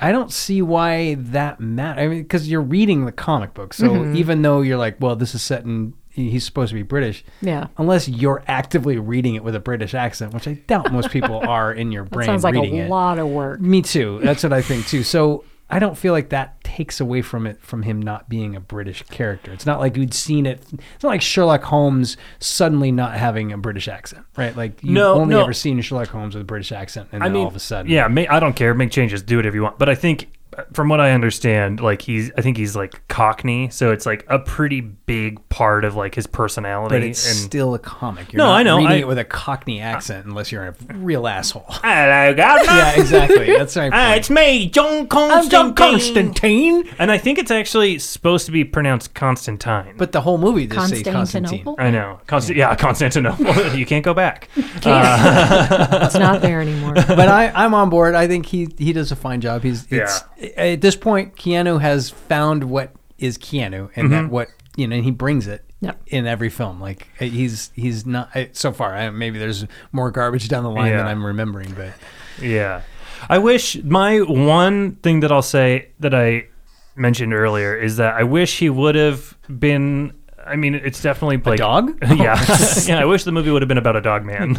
Speaker 3: I don't see why that matters. I mean, because you're reading the comic book, so
Speaker 4: Mm-hmm.
Speaker 3: even though you're like, well, this is set in, he's supposed to be British.
Speaker 4: Yeah.
Speaker 3: Unless you're actively reading it with a British accent, which I doubt most
Speaker 4: <laughs>
Speaker 3: people are in your
Speaker 4: That
Speaker 3: brain.
Speaker 4: sounds like
Speaker 3: reading
Speaker 4: a
Speaker 3: it.
Speaker 4: lot of work.
Speaker 3: Me too. That's what I think too. So I don't feel like that takes away from it from him not being a British character. It's not like you'd seen it. It's not like Sherlock Holmes suddenly not having a British accent, right? Like you've
Speaker 2: No,
Speaker 3: only
Speaker 2: no.
Speaker 3: ever seen Sherlock Holmes with a British accent, and then all of a sudden,
Speaker 2: yeah. ma I don't care. Make changes. Do whatever you want. But I think, uh, from what I understand, like he's, I think he's like Cockney, so it's like a pretty big part of like his personality.
Speaker 3: But it's
Speaker 2: and
Speaker 3: still a comic. You're
Speaker 2: No,
Speaker 3: not
Speaker 2: I know.
Speaker 3: Reading
Speaker 2: I-
Speaker 3: it with a Cockney accent, unless you're a real asshole.
Speaker 2: hello,
Speaker 3: yeah,
Speaker 2: <laughs>
Speaker 3: exactly. That's my point.
Speaker 2: it's me, John Ah, Constantine.
Speaker 3: Constantine.
Speaker 2: And I think it's actually supposed to be pronounced Constantine.
Speaker 3: But the whole movie just says Constantine. <laughs>
Speaker 4: Constantinople?
Speaker 2: I know, Const- yeah. Constantinople. <laughs> you can't go back.
Speaker 4: It's not there anymore.
Speaker 3: but I, I'm on board. I think he he does a fine job. He's it's, at this point, Keanu has found what is Keanu, and
Speaker 4: Mm-hmm.
Speaker 3: that what you know, and he brings it
Speaker 4: Yep.
Speaker 3: in every film. Like uh, he's he's not I- so far. I, maybe there's more garbage down the line than
Speaker 2: Yeah.
Speaker 3: I'm remembering, but
Speaker 2: Yeah. I wish my one thing that I'll say that I mentioned earlier is that I wish he would have been. I mean, it's definitely like
Speaker 3: dog?
Speaker 2: <laughs> yeah, yeah. I wish the movie would have been about a dog man.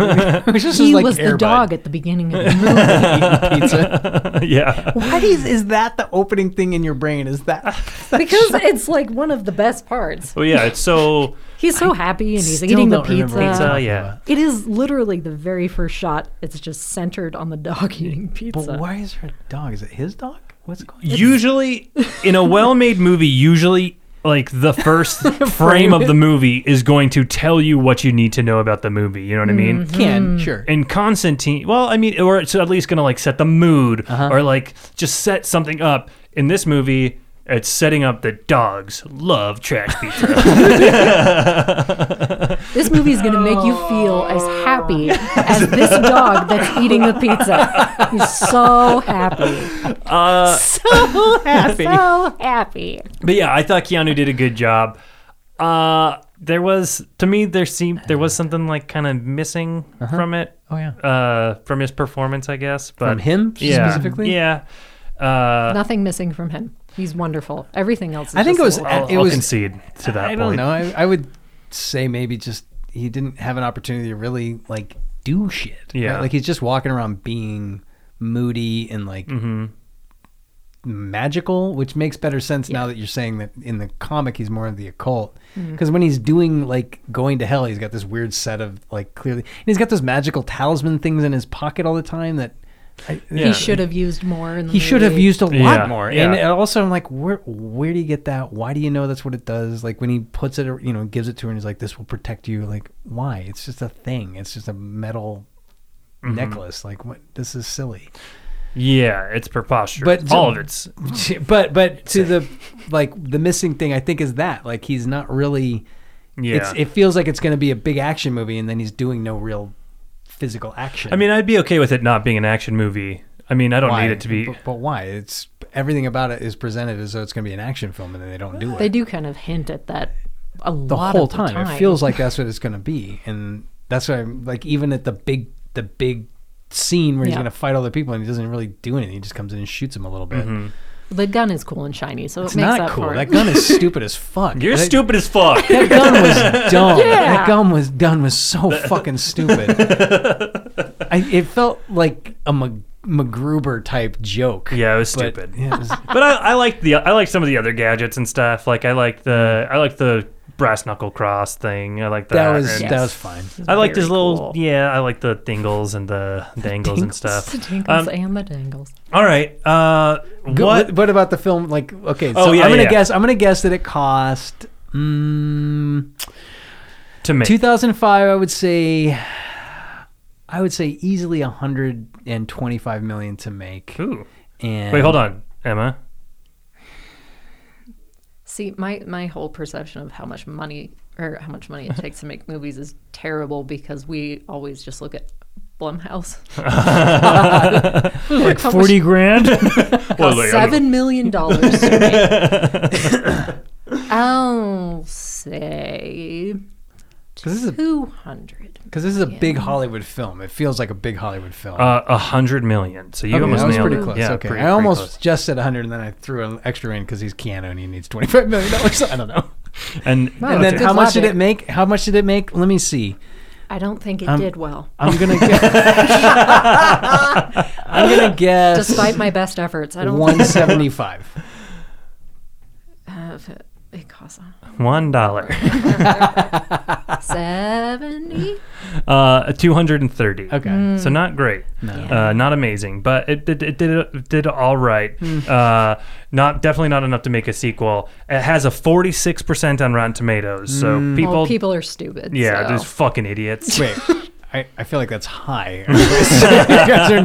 Speaker 2: <laughs>
Speaker 3: which is
Speaker 4: <laughs> he
Speaker 3: like
Speaker 4: was the
Speaker 3: Air Bud
Speaker 4: dog at the beginning of the
Speaker 3: <laughs>
Speaker 4: movie.
Speaker 3: eating
Speaker 4: <laughs>
Speaker 3: pizza.
Speaker 2: yeah,
Speaker 3: Why is is that the opening thing in your brain? Is
Speaker 4: <laughs>
Speaker 3: that <laughs>
Speaker 4: because it's like one of the best parts.
Speaker 2: well, yeah. It's so
Speaker 4: He's so happy and he's
Speaker 3: Still
Speaker 4: eating the
Speaker 3: don't remember
Speaker 4: pizza.
Speaker 3: what
Speaker 2: pizza.
Speaker 3: talking
Speaker 2: yeah,
Speaker 3: about.
Speaker 4: It is literally the very first shot. It's just centered on the dog <laughs> eating pizza.
Speaker 3: But why is her dog? Is it his dog? What's it called?
Speaker 2: usually in a well-made movie, usually like the first frame of the movie is going to tell you what you need to know about the movie. You know what I mean?
Speaker 3: Ken,
Speaker 4: Mm.
Speaker 3: sure.
Speaker 2: and Constantine. Well, I mean, or it's at least gonna like set the mood
Speaker 3: Uh-huh.
Speaker 2: or like just set something up. In this movie, it's setting up that dogs love trash
Speaker 3: <laughs>
Speaker 2: pizza.
Speaker 4: This movie is going to make you feel as happy as this dog that's eating the pizza. He's so happy.
Speaker 3: so Uh, happy.
Speaker 4: So happy.
Speaker 2: but yeah, I thought Keanu did a good job. Uh, there was to me there seemed there was something like kind of missing from it.
Speaker 3: Oh, yeah.
Speaker 2: uh, from his performance, I guess. But
Speaker 3: From him
Speaker 2: yeah,
Speaker 3: specifically?
Speaker 2: yeah. Uh,
Speaker 4: Nothing missing from him. He's wonderful. Everything else is
Speaker 3: I think
Speaker 4: just
Speaker 3: it
Speaker 4: a
Speaker 3: was-
Speaker 4: little-
Speaker 2: I'll, I'll
Speaker 3: was-
Speaker 2: concede to that
Speaker 3: I
Speaker 2: point.
Speaker 3: don't know. I, I would say maybe just he didn't have an opportunity to really like do shit.
Speaker 2: Yeah.
Speaker 3: Like he's just walking around being moody and like
Speaker 2: Mm-hmm.
Speaker 3: magical, which makes better sense now that you're saying that in the comic he's more of the occult.
Speaker 4: Mm-hmm.
Speaker 3: Because when he's doing like going to hell, he's got this weird set of like clearly, and he's got those magical talisman things in his pocket all the time that. I,
Speaker 4: he should have used more. In the
Speaker 3: he should have
Speaker 4: movie.
Speaker 3: used a lot
Speaker 2: Yeah,
Speaker 3: more.
Speaker 2: yeah.
Speaker 3: And it also, I'm like, where where do you get that? Why do you know that's what it does? Like when he puts it, you know, gives it to her, and he's like, "This will protect you." Like, why? It's just a thing. It's just a metal Mm-hmm. necklace. Like, what? This is silly.
Speaker 2: Yeah, it's preposterous.
Speaker 3: But-
Speaker 2: all of it's
Speaker 3: <laughs> But but to the like the missing thing, I think is that like he's not really.
Speaker 2: yeah.
Speaker 3: It's, it feels like it's going to be a big action movie, and then he's doing no real physical action.
Speaker 2: I mean, I'd be okay with it not being an action movie. I mean, I don't
Speaker 3: why?
Speaker 2: need it to be.
Speaker 3: But, but why? It's everything about it is presented as though it's going to be an action film, and then they don't do it.
Speaker 4: They do kind of hint at that a lot
Speaker 3: the whole
Speaker 4: of the
Speaker 3: time.
Speaker 4: time.
Speaker 3: It feels like that's what it's going to be, and that's why I'm like even at the big the big scene where he's
Speaker 4: Yeah.
Speaker 3: going to fight all the people and he doesn't really do anything. He just comes in and shoots him a little bit.
Speaker 2: Mm-hmm.
Speaker 4: the gun is cool and shiny, so
Speaker 3: It's
Speaker 4: it makes
Speaker 3: not
Speaker 4: up
Speaker 3: cool.
Speaker 4: <laughs> for it.
Speaker 3: That gun is stupid as fuck.
Speaker 2: You're
Speaker 3: that,
Speaker 2: stupid as
Speaker 3: <laughs>
Speaker 2: fuck.
Speaker 3: That gun
Speaker 2: <laughs>
Speaker 3: was dumb.
Speaker 4: Yeah.
Speaker 3: That gun was gun was so fucking
Speaker 2: <laughs>
Speaker 3: stupid. I, it felt like a Mag- MacGruber type joke.
Speaker 2: yeah, it was
Speaker 3: but-
Speaker 2: stupid.
Speaker 3: yeah, it was-
Speaker 2: <laughs> But I, I liked the I liked some of the other gadgets and stuff. Like I liked the I liked the brass knuckle cross thing. I liked that.
Speaker 3: that was
Speaker 2: and
Speaker 3: that was fine.
Speaker 2: I liked
Speaker 4: Very
Speaker 2: his little
Speaker 4: cool.
Speaker 3: <laughs>
Speaker 2: yeah. I liked the dingles and the dangles and stuff.
Speaker 4: The dangles
Speaker 2: Um,
Speaker 4: and the dangles.
Speaker 2: all right. Uh,
Speaker 3: Go-
Speaker 2: what?
Speaker 3: What about the film? Like, okay,
Speaker 2: Oh,
Speaker 3: so
Speaker 2: yeah,
Speaker 3: I'm gonna
Speaker 2: yeah.
Speaker 3: guess. I'm gonna guess that it cost. Mm,
Speaker 2: to me?
Speaker 3: 2005 i would say i would say easily 125 million to make
Speaker 2: Ooh.
Speaker 3: and
Speaker 2: Wait, hold on, Emma.
Speaker 4: See, my my whole perception of how much money or how much money it takes to make movies is terrible because we always just look at Blumhouse.
Speaker 1: Like
Speaker 3: <laughs>
Speaker 1: forty grand.
Speaker 2: <laughs> Well, like, I don't-
Speaker 4: Seven
Speaker 2: <laughs>
Speaker 4: million dollars. to make. I'll say
Speaker 3: Because this is a
Speaker 4: two hundred.
Speaker 3: because this is a big Hollywood film. It feels like a big Hollywood film.
Speaker 2: Uh, a hundred million. So you
Speaker 3: Okay,
Speaker 2: almost
Speaker 3: that was
Speaker 2: nailed
Speaker 3: pretty
Speaker 2: it.
Speaker 3: close.
Speaker 2: Yeah,
Speaker 3: okay,
Speaker 2: pretty-
Speaker 3: I
Speaker 2: pretty
Speaker 3: almost
Speaker 2: close.
Speaker 3: just said 100, and then I threw an extra in because he's Keanu and he needs 25 million dollars. <laughs> I don't know.
Speaker 2: And oh,
Speaker 3: and then
Speaker 4: that's
Speaker 3: how
Speaker 4: good
Speaker 3: much did
Speaker 4: logic.
Speaker 3: it make? How much did it make? Let me see.
Speaker 4: I don't think it
Speaker 3: Um,
Speaker 4: did well,
Speaker 3: I'm <laughs> gonna.
Speaker 4: <laughs>
Speaker 3: guess. I'm gonna guess
Speaker 4: despite my best efforts. I don't. Think,
Speaker 3: 175.
Speaker 4: uh, if it- <laughs> it costs
Speaker 2: one dollar,
Speaker 4: seventy.
Speaker 2: uh, two hundred and thirty.
Speaker 3: Okay.
Speaker 4: Hmm.
Speaker 2: So not great, uh, not amazing, but it, it, it did it did all right.
Speaker 4: Hmm.
Speaker 2: Uh, not definitely not enough to make a sequel. It has a forty six percent on Rotten Tomatoes, so people,
Speaker 4: Well, Hmm. people are stupid.
Speaker 2: yeah,
Speaker 4: so.
Speaker 2: just fucking <laughs> idiots.
Speaker 3: Wait. I, I feel like that's high. <laughs> You guys are-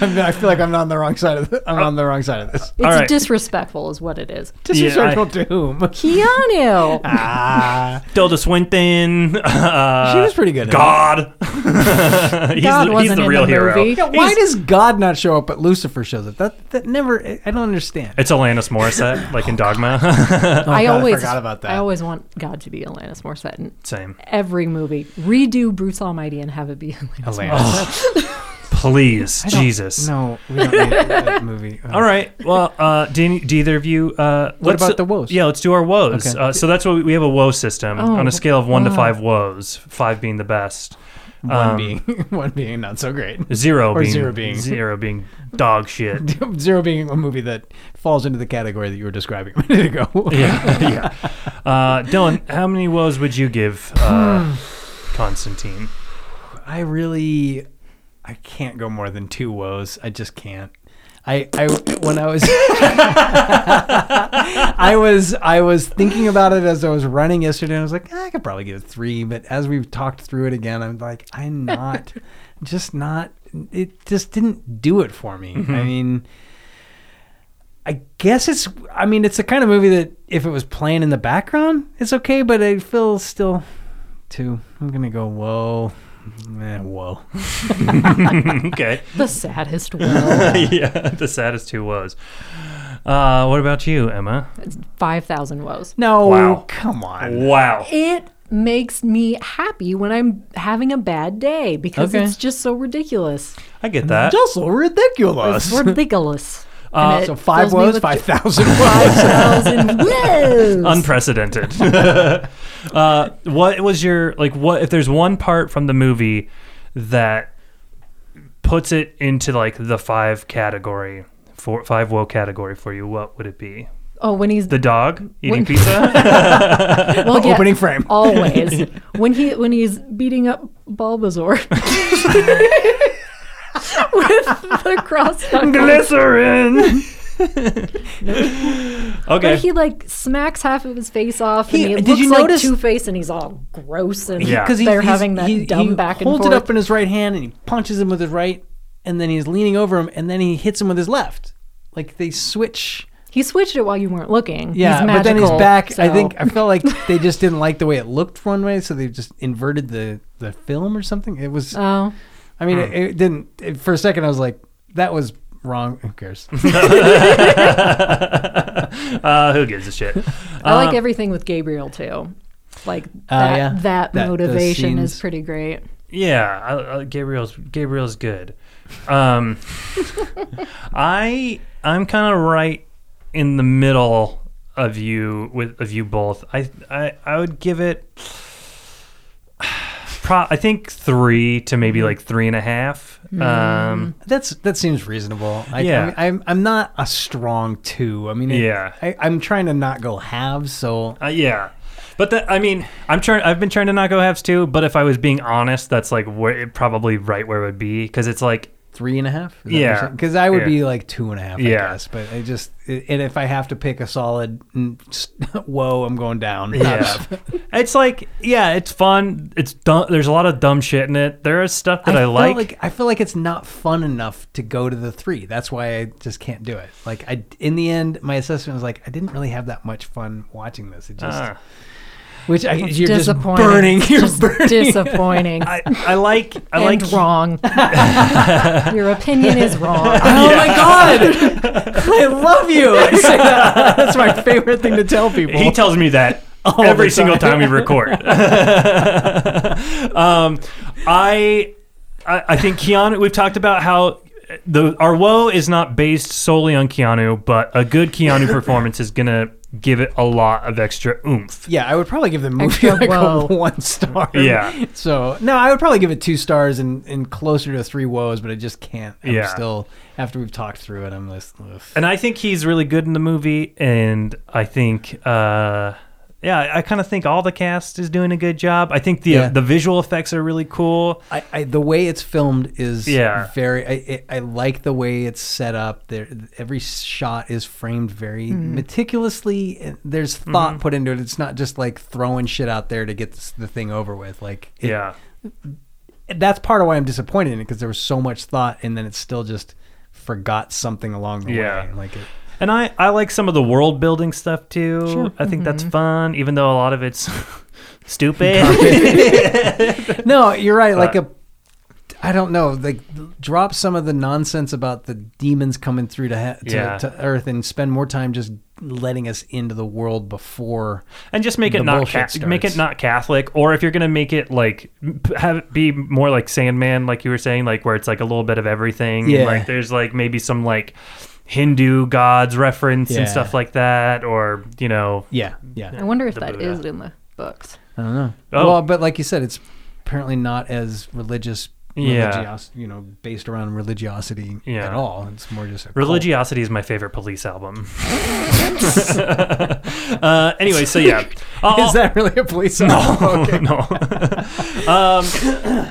Speaker 3: I'm not- I feel like I'm not on the wrong side of the, I'm on the wrong side of this.
Speaker 4: it's
Speaker 2: all right.
Speaker 4: disrespectful, is what it is.
Speaker 3: Disrespectful to whom?
Speaker 4: <laughs> Keanu.
Speaker 3: <laughs> Ah,
Speaker 2: Tilda Swinton, <laughs> uh,
Speaker 3: she was pretty good. at it.
Speaker 4: <laughs>
Speaker 2: God. he's
Speaker 4: God
Speaker 2: the, he's
Speaker 4: wasn't
Speaker 2: the
Speaker 4: in
Speaker 2: real
Speaker 4: the
Speaker 2: hero. Oh,
Speaker 4: movie.
Speaker 3: Yeah, why does God not show up, but Lucifer shows up? That that never. I I don't understand.
Speaker 2: It's Alanis Morissette, like in Dogma. <laughs>
Speaker 4: I
Speaker 3: God, I
Speaker 4: always
Speaker 3: forgot about that.
Speaker 4: I always want God to be Alanis Morissette in
Speaker 2: Same.
Speaker 4: every movie. Redo Bruce Almighty and have it be <laughs> Alanis.
Speaker 3: Alanis.
Speaker 2: Please, Jesus.
Speaker 3: No, we don't need that movie.
Speaker 2: All right. Well, uh, do, any- do either of you? Uh,
Speaker 3: What
Speaker 2: let's-
Speaker 3: about the woes?
Speaker 2: Yeah, let's do our woes.
Speaker 3: Okay.
Speaker 2: Uh, so that's what we, we have a woe system
Speaker 4: Oh,
Speaker 2: on a scale of one to
Speaker 4: wow.
Speaker 2: five woes, five being the best,
Speaker 3: One
Speaker 2: um,
Speaker 3: being <laughs> one being not so great.
Speaker 2: zero
Speaker 3: Or
Speaker 2: being
Speaker 3: zero being-
Speaker 2: zero being dog shit.
Speaker 3: <laughs>
Speaker 2: <laughs>
Speaker 3: Zero being a movie that falls into the category that you were describing a minute ago.
Speaker 2: yeah, yeah. Uh, Dylan, how many woes would you give <sighs> uh, Constantine? <laughs>
Speaker 3: I really, I can't go more than two woes. I just can't. I, I when I was <laughs> I was I was thinking about it as I was running yesterday and I was like, "Ah, I could probably get a three, but as we've talked through it again, I'm like, I'm not <laughs> just not it just didn't do it for me. I mean I guess it's I mean it's the kind of movie that if it was playing in the background, it's okay, but I feel still two. I'm gonna go whoa. Eh, whoa.
Speaker 2: okay.
Speaker 4: The saddest one.
Speaker 2: <laughs> yeah, the saddest two woes. Uh, what about you, Emma?
Speaker 4: Five thousand woes.
Speaker 3: No,
Speaker 2: Wow.
Speaker 3: come on.
Speaker 2: Wow.
Speaker 4: It makes me happy when I'm having a bad day because
Speaker 3: Okay.
Speaker 4: it's just so ridiculous.
Speaker 2: I get that.
Speaker 3: Just so ridiculous.
Speaker 2: Uh, <laughs>
Speaker 4: It's ridiculous. And it
Speaker 3: so Uh, five
Speaker 4: fills me
Speaker 3: woes, <laughs>
Speaker 4: with
Speaker 3: five
Speaker 4: jo-
Speaker 3: thousand woes.
Speaker 4: 5,000
Speaker 2: <laughs>
Speaker 4: woes.
Speaker 2: Unprecedented. uh, what was your like? What if there's one part from the movie that puts it into like the five category, four five woe category for you? What would it be?
Speaker 4: oh, when he's
Speaker 2: The dog eating
Speaker 4: When-
Speaker 2: pizza. <laughs>
Speaker 4: well, yeah,
Speaker 3: Opening frame.
Speaker 4: always
Speaker 3: <laughs>
Speaker 4: when he when he's beating up Bulbasaur <laughs> with the cross knuckles.
Speaker 2: Glycerin. <laughs> okay.
Speaker 4: But he like smacks half of his face off, and
Speaker 3: He-
Speaker 4: he,
Speaker 3: did
Speaker 4: looks
Speaker 3: you
Speaker 4: like
Speaker 3: notice-
Speaker 4: Two Face, and he's all gross, and
Speaker 2: Yeah. 'cause
Speaker 4: they're having that dumb
Speaker 3: he
Speaker 4: back and
Speaker 3: holds
Speaker 4: forth.
Speaker 3: it up in his right hand and he punches him with his right, and then he's leaning over him, and then he hits him with his left. Like they switch.
Speaker 4: he switched it while you weren't looking.
Speaker 3: Yeah,
Speaker 4: he's
Speaker 3: but then he's
Speaker 4: magical,
Speaker 3: back. I
Speaker 4: so-
Speaker 3: think I felt <laughs> like they just didn't like the way it looked one way, so they just inverted the the film or something. It was.
Speaker 4: Oh,
Speaker 3: I mean, it, it didn't. It, for a second, I was like, that was wrong. Who cares?
Speaker 2: <laughs> uh, who gives a shit?
Speaker 4: I like everything with Gabriel too. Like that,
Speaker 3: Uh, yeah.
Speaker 4: that,
Speaker 3: That- those
Speaker 4: motivation is
Speaker 3: scenes.
Speaker 4: pretty great.
Speaker 2: Yeah, I, I, Gabriel's Gabriel's good. Um, I I'm kind of right in the middle of you with of you both. I I, I would give it. <sighs> Pro, I think three to maybe like three and a half. Um,
Speaker 3: That's that seems reasonable. I,
Speaker 2: Yeah.
Speaker 3: I mean, I'm I'm not a strong two. I mean, it-
Speaker 2: Yeah.
Speaker 3: I, I'm trying to not go halves. So
Speaker 2: uh, yeah, but that I mean, I'm trying. I've been trying to not go halves too. But if I was being honest, that's like where it probably right where it would be because it's like
Speaker 3: three and a half.
Speaker 2: Yeah.
Speaker 3: because I would
Speaker 2: Yeah.
Speaker 3: be like two and a half.
Speaker 2: Yeah.
Speaker 3: I guess, but I just and if I have to pick a solid, mm, s- <laughs> whoa, I'm going down.
Speaker 2: Yeah. <laughs> it's like, yeah, it's fun. It's dumb. There's a lot of dumb shit in it. There is stuff that I,
Speaker 3: felt
Speaker 2: like.
Speaker 3: I feel like it's not fun enough to go to the three. That's why I just can't do it. Like I, in the end, my assessment was like I didn't really have that much fun watching this. It just
Speaker 2: Uh,
Speaker 3: Which I, you're just
Speaker 4: disappointing.
Speaker 3: burning. <laughs> You're
Speaker 4: Just
Speaker 3: burning.
Speaker 4: disappointing.
Speaker 2: I, I like I
Speaker 4: and
Speaker 2: like
Speaker 4: wrong.
Speaker 3: <laughs>
Speaker 4: Your opinion is wrong.
Speaker 3: Oh my god! <laughs> I love you. I say <laughs> that. That's my favorite thing to tell people.
Speaker 2: He tells me that every single time we record. <laughs> um, I, I I think Keanu. We've talked about how the our woe is not based solely on Keanu, but a good Keanu performance is gonna give it a lot of extra oomph.
Speaker 3: yeah, I would probably give the movie
Speaker 4: Extra
Speaker 3: like
Speaker 4: whoa.
Speaker 3: a one star.
Speaker 2: Yeah.
Speaker 3: So no, I would probably give it two stars and, and closer to three woes, but I just can't. I'm
Speaker 2: Yeah.
Speaker 3: still after we've talked through it, I'm just. ugh.
Speaker 2: And I think he's really good in the movie, and I think. Uh, yeah, I kind of think all the cast is doing a good job. I think the
Speaker 3: Yeah.
Speaker 2: the visual effects are really cool.
Speaker 3: I, I the way it's filmed is
Speaker 2: Yeah.
Speaker 3: very I, I I like the way it's set up there every shot is framed very meticulously and there's thought
Speaker 2: Mm-hmm.
Speaker 3: put into it it's not just like throwing shit out there to get this, the thing over with like it-
Speaker 2: Yeah.
Speaker 3: that's part of why I'm disappointed in it because there was so much thought and then it still just forgot something along the
Speaker 2: Yeah.
Speaker 3: way like it,
Speaker 2: And I, I like some of the world building stuff too. I think that's
Speaker 3: Mm-hmm.
Speaker 2: fun, even though a lot of it's <laughs>
Speaker 3: <laughs>
Speaker 2: stupid. <laughs>
Speaker 3: no you're right like
Speaker 2: But-
Speaker 3: a I don't know like drop some of the nonsense about the demons coming through to, he- to,
Speaker 2: Yeah.
Speaker 3: to earth and spend more time just letting us into the world before
Speaker 2: and just make it
Speaker 3: The
Speaker 2: not
Speaker 3: bullshit
Speaker 2: ca- make it
Speaker 3: starts.
Speaker 2: not Catholic. Or if you're gonna make it like p- have it be more like Sandman, like you were saying, like where it's like a little bit of everything.
Speaker 3: Yeah.
Speaker 2: And, like there's like maybe some like Hindu gods reference
Speaker 3: Yeah.
Speaker 2: and stuff like that, or you know,
Speaker 3: yeah yeah
Speaker 4: I wonder if
Speaker 2: The
Speaker 4: that is
Speaker 2: Buddha.
Speaker 4: in the books.
Speaker 3: I don't know
Speaker 2: Oh.
Speaker 3: well but like you said it's apparently not as religious
Speaker 2: Yeah.
Speaker 3: religios- you know based around religiosity
Speaker 2: Yeah.
Speaker 3: at all it's more just a cult.
Speaker 2: Religiosity is my favorite police
Speaker 3: <laughs>
Speaker 2: album. <laughs> uh, anyway, so
Speaker 3: <laughs>
Speaker 2: yeah, I'll-
Speaker 3: is that really a police <laughs>
Speaker 2: <laughs> No, Oh, no. um,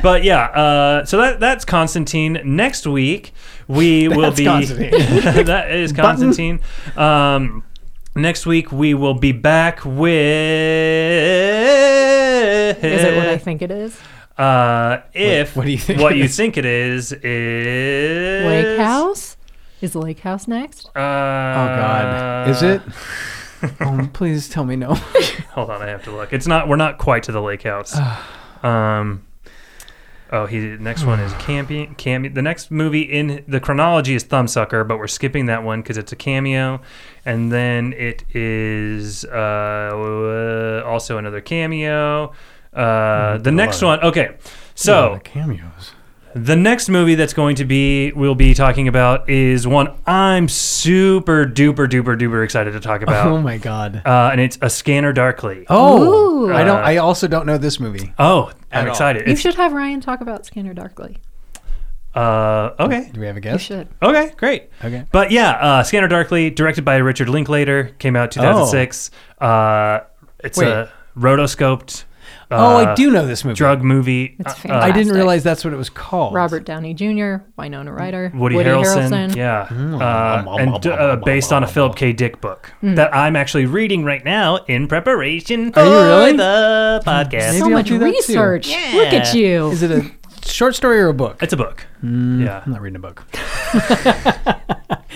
Speaker 2: but yeah, uh, so that that's Constantine. Next week we will
Speaker 3: That's
Speaker 2: be
Speaker 3: Constantine.
Speaker 2: <laughs> that is Constantine. Um, next week we will be back with
Speaker 4: Is it what I think it is?
Speaker 2: Uh, if
Speaker 3: what do you think
Speaker 2: what
Speaker 3: it
Speaker 2: you
Speaker 3: is?
Speaker 2: think it is is
Speaker 4: Lake House? Is Lake House next?
Speaker 2: Uh,
Speaker 3: Oh God, is it? <laughs> um, please tell me no. <laughs>
Speaker 2: Hold on, I have to look. It's not. We're not quite to the lake house. um. Oh, he. Next one is camping. Cameo. The next movie in the chronology is Thumbsucker, but we're skipping that one because it's a cameo, and then it is uh, also another cameo. Uh, the next one. Okay, so
Speaker 3: cameos.
Speaker 2: the next movie that's going to be we'll be talking about is one I'm super duper duper duper excited to talk about.
Speaker 3: <laughs> Oh my god.
Speaker 2: uh, and it's a Scanner Darkly.
Speaker 3: Oh,
Speaker 4: Ooh.
Speaker 3: I don't.
Speaker 2: Uh,
Speaker 3: I also don't know this movie.
Speaker 2: Oh, I'm
Speaker 3: all.
Speaker 2: excited.
Speaker 4: You
Speaker 2: It's-
Speaker 4: should have Ryan talk about Scanner Darkly.
Speaker 2: uh, okay.
Speaker 3: Do we have a
Speaker 4: You
Speaker 3: guess?
Speaker 4: should.
Speaker 2: Okay, great.
Speaker 3: Okay.
Speaker 2: But yeah, uh, Scanner Darkly, directed by Richard Linklater, came out 2006.
Speaker 3: Oh.
Speaker 2: Uh, it's a rotoscoped. Uh,
Speaker 3: oh, I do know this movie.
Speaker 2: Drug movie.
Speaker 4: It's
Speaker 2: Uh, uh,
Speaker 4: fantastic.
Speaker 3: I didn't realize that's what it was called.
Speaker 4: Robert Downey Jr., Winona Ryder,
Speaker 2: uh, Woody, Harrelson, yeah,
Speaker 3: Mm, um,
Speaker 2: uh, and uh, based on a Philip K. Dick book that I'm actually reading right now in preparation for
Speaker 3: Are you really?
Speaker 2: the podcast.
Speaker 3: Maybe
Speaker 4: So
Speaker 3: I'll
Speaker 4: much
Speaker 3: do that too.
Speaker 4: research. Look at you.
Speaker 3: Is it a short story or a book?
Speaker 2: It's a book. yeah,
Speaker 3: I'm not reading a book. I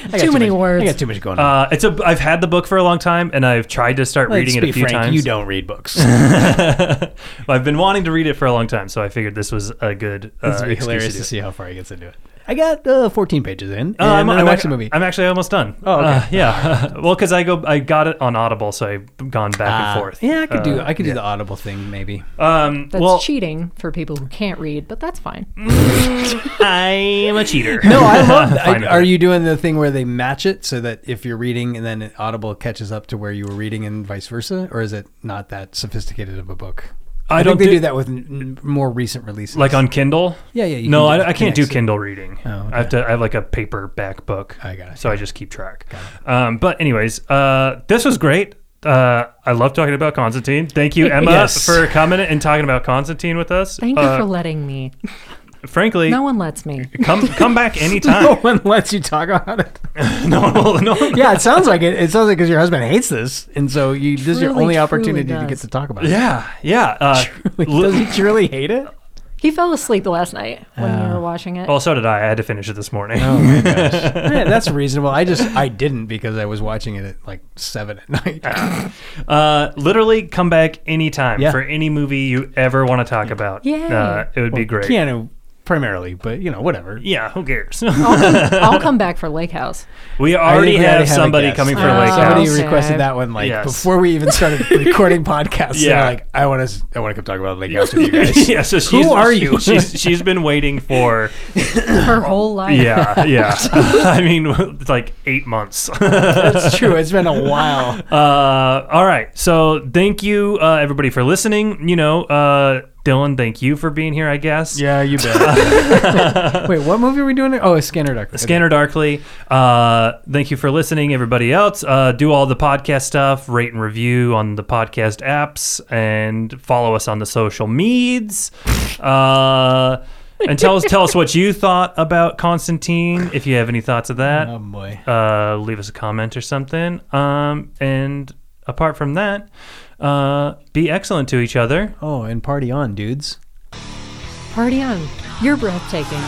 Speaker 3: got
Speaker 4: Too many
Speaker 3: much-
Speaker 4: words.
Speaker 3: I got too much going on.
Speaker 2: uh, it's a. I've had the book for a long time, and I've tried to start
Speaker 3: Let's
Speaker 2: reading it
Speaker 3: be
Speaker 2: a few
Speaker 3: frank,
Speaker 2: times. Uh,
Speaker 3: You don't read
Speaker 2: <laughs>
Speaker 3: books.
Speaker 2: well, I've been wanting to read it for a long time, so I figured this was a good. Uh,
Speaker 3: It's be
Speaker 2: excuse
Speaker 3: hilarious
Speaker 2: do
Speaker 3: to
Speaker 2: it.
Speaker 3: see how far he gets into it. I got uh, 14 pages in. and
Speaker 2: Uh, I'm,
Speaker 3: then I
Speaker 2: I'm
Speaker 3: watched
Speaker 2: ac-
Speaker 3: the movie.
Speaker 2: I'm actually almost done.
Speaker 3: Oh, okay.
Speaker 2: Uh, yeah. <laughs> well, because I go, I got it on Audible, so I've gone back
Speaker 3: Ah,
Speaker 2: and forth.
Speaker 3: Yeah, I could do.
Speaker 2: Uh,
Speaker 3: I could do the audible thing maybe.
Speaker 2: Um,
Speaker 4: That's
Speaker 2: well, <laughs>
Speaker 4: cheating for people who can't read, but that's fine.
Speaker 3: Mm,
Speaker 2: I'm a cheater.
Speaker 3: No,
Speaker 2: <laughs>
Speaker 3: I love
Speaker 2: Fine
Speaker 3: that.
Speaker 2: with
Speaker 3: Are
Speaker 2: it.
Speaker 3: you doing the thing where they match it so that if you're reading and then Audible catches up to where you were reading and vice versa? Or is it not that sophisticated of a book?
Speaker 2: I
Speaker 3: think
Speaker 2: don't
Speaker 3: they
Speaker 2: do-
Speaker 3: do, that with n- more recent releases. <laughs>
Speaker 2: Like on Kindle?
Speaker 3: Yeah, yeah, you
Speaker 2: no,
Speaker 3: can
Speaker 2: I,
Speaker 3: just
Speaker 2: I can't do
Speaker 3: connect it.
Speaker 2: Kindle reading.
Speaker 3: Oh, okay.
Speaker 2: I have to. I have like a paperback book.
Speaker 3: I got it.
Speaker 2: So I just keep track. Um, but anyways, uh, this was great. Uh, I love talking about Constantine.
Speaker 3: <laughs>
Speaker 2: Thank you, Emma,
Speaker 3: Yes.
Speaker 2: for coming and talking about Constantine with us.
Speaker 4: Thank you
Speaker 2: Uh,
Speaker 4: for letting me.
Speaker 2: frankly,
Speaker 4: No one lets me.
Speaker 3: <laughs>
Speaker 2: come come back
Speaker 3: no
Speaker 2: anytime.
Speaker 3: one lets you talk about it.
Speaker 2: <laughs> no, no, no.
Speaker 3: <laughs> Yeah, it sounds like it. It sounds like because your husband hates this, and so you this is your
Speaker 4: Truly,
Speaker 3: only
Speaker 4: truly
Speaker 3: opportunity to <laughs>
Speaker 4: does.
Speaker 3: get to talk about it.
Speaker 2: Yeah, yeah. Uh,
Speaker 3: Like,
Speaker 2: li- <laughs>
Speaker 3: does he truly hate it?
Speaker 4: He fell asleep last night when
Speaker 3: Uh,
Speaker 4: we were watching it.
Speaker 3: oh.
Speaker 2: Well, oh, so did I. I had to finish it this morning.
Speaker 3: Yeah, that's reasonable. I just I didn't because I was watching it at like seven at night.
Speaker 2: <laughs> Ah,
Speaker 3: <laughs>
Speaker 2: Uh, literally, come back anytime
Speaker 3: Yeah.
Speaker 2: for any movie you ever want to talk about.
Speaker 4: Yay.
Speaker 2: Uh, it would be great.
Speaker 3: Keanu primarily, but you know whatever.
Speaker 2: Yeah, who cares?
Speaker 4: I'll come back for Lake House.
Speaker 2: <laughs> we
Speaker 3: Oh. I
Speaker 2: already
Speaker 3: think we
Speaker 2: have
Speaker 3: a
Speaker 2: somebody
Speaker 3: guest.
Speaker 2: coming for
Speaker 4: Oh.
Speaker 2: Lake
Speaker 3: Somebody
Speaker 2: House.
Speaker 4: re-
Speaker 3: requested
Speaker 4: Okay.
Speaker 3: that one like
Speaker 2: Yes.
Speaker 3: before we even started recording podcasts.
Speaker 2: Yeah.
Speaker 3: Yeah, like I want to I want to come talk about Lake House with you guys.
Speaker 2: <laughs> yeah, so she's,
Speaker 3: are you?
Speaker 2: she's, she's been waiting for.
Speaker 3: <laughs>
Speaker 4: Her whole life.
Speaker 2: Yeah, yeah. <laughs> I mean, <laughs> it's like eight months. <laughs>
Speaker 3: That's true. It's been a while.
Speaker 2: Uh, all right. So thank you, uh, everybody, for listening. You know, uh, Dylan, thank you for being here, I
Speaker 3: <laughs>
Speaker 2: guess.
Speaker 3: Yeah, you bet. Wait, what movie are we doing? Oh, a Scanner Dark.
Speaker 2: Scanner Darkly. Uh, thank you for listening, everybody else. Uh, do all the podcast stuff, rate and review on the podcast apps, and follow us on the social meds. Uh, and tell us tell us what you thought about Constantine. If you have any thoughts of that,
Speaker 3: Oh boy.
Speaker 2: uh, leave us a comment or something. Um, and apart from that, uh, be excellent to each other.
Speaker 3: Oh, and party on, dudes.
Speaker 4: Party on. You're breathtaking.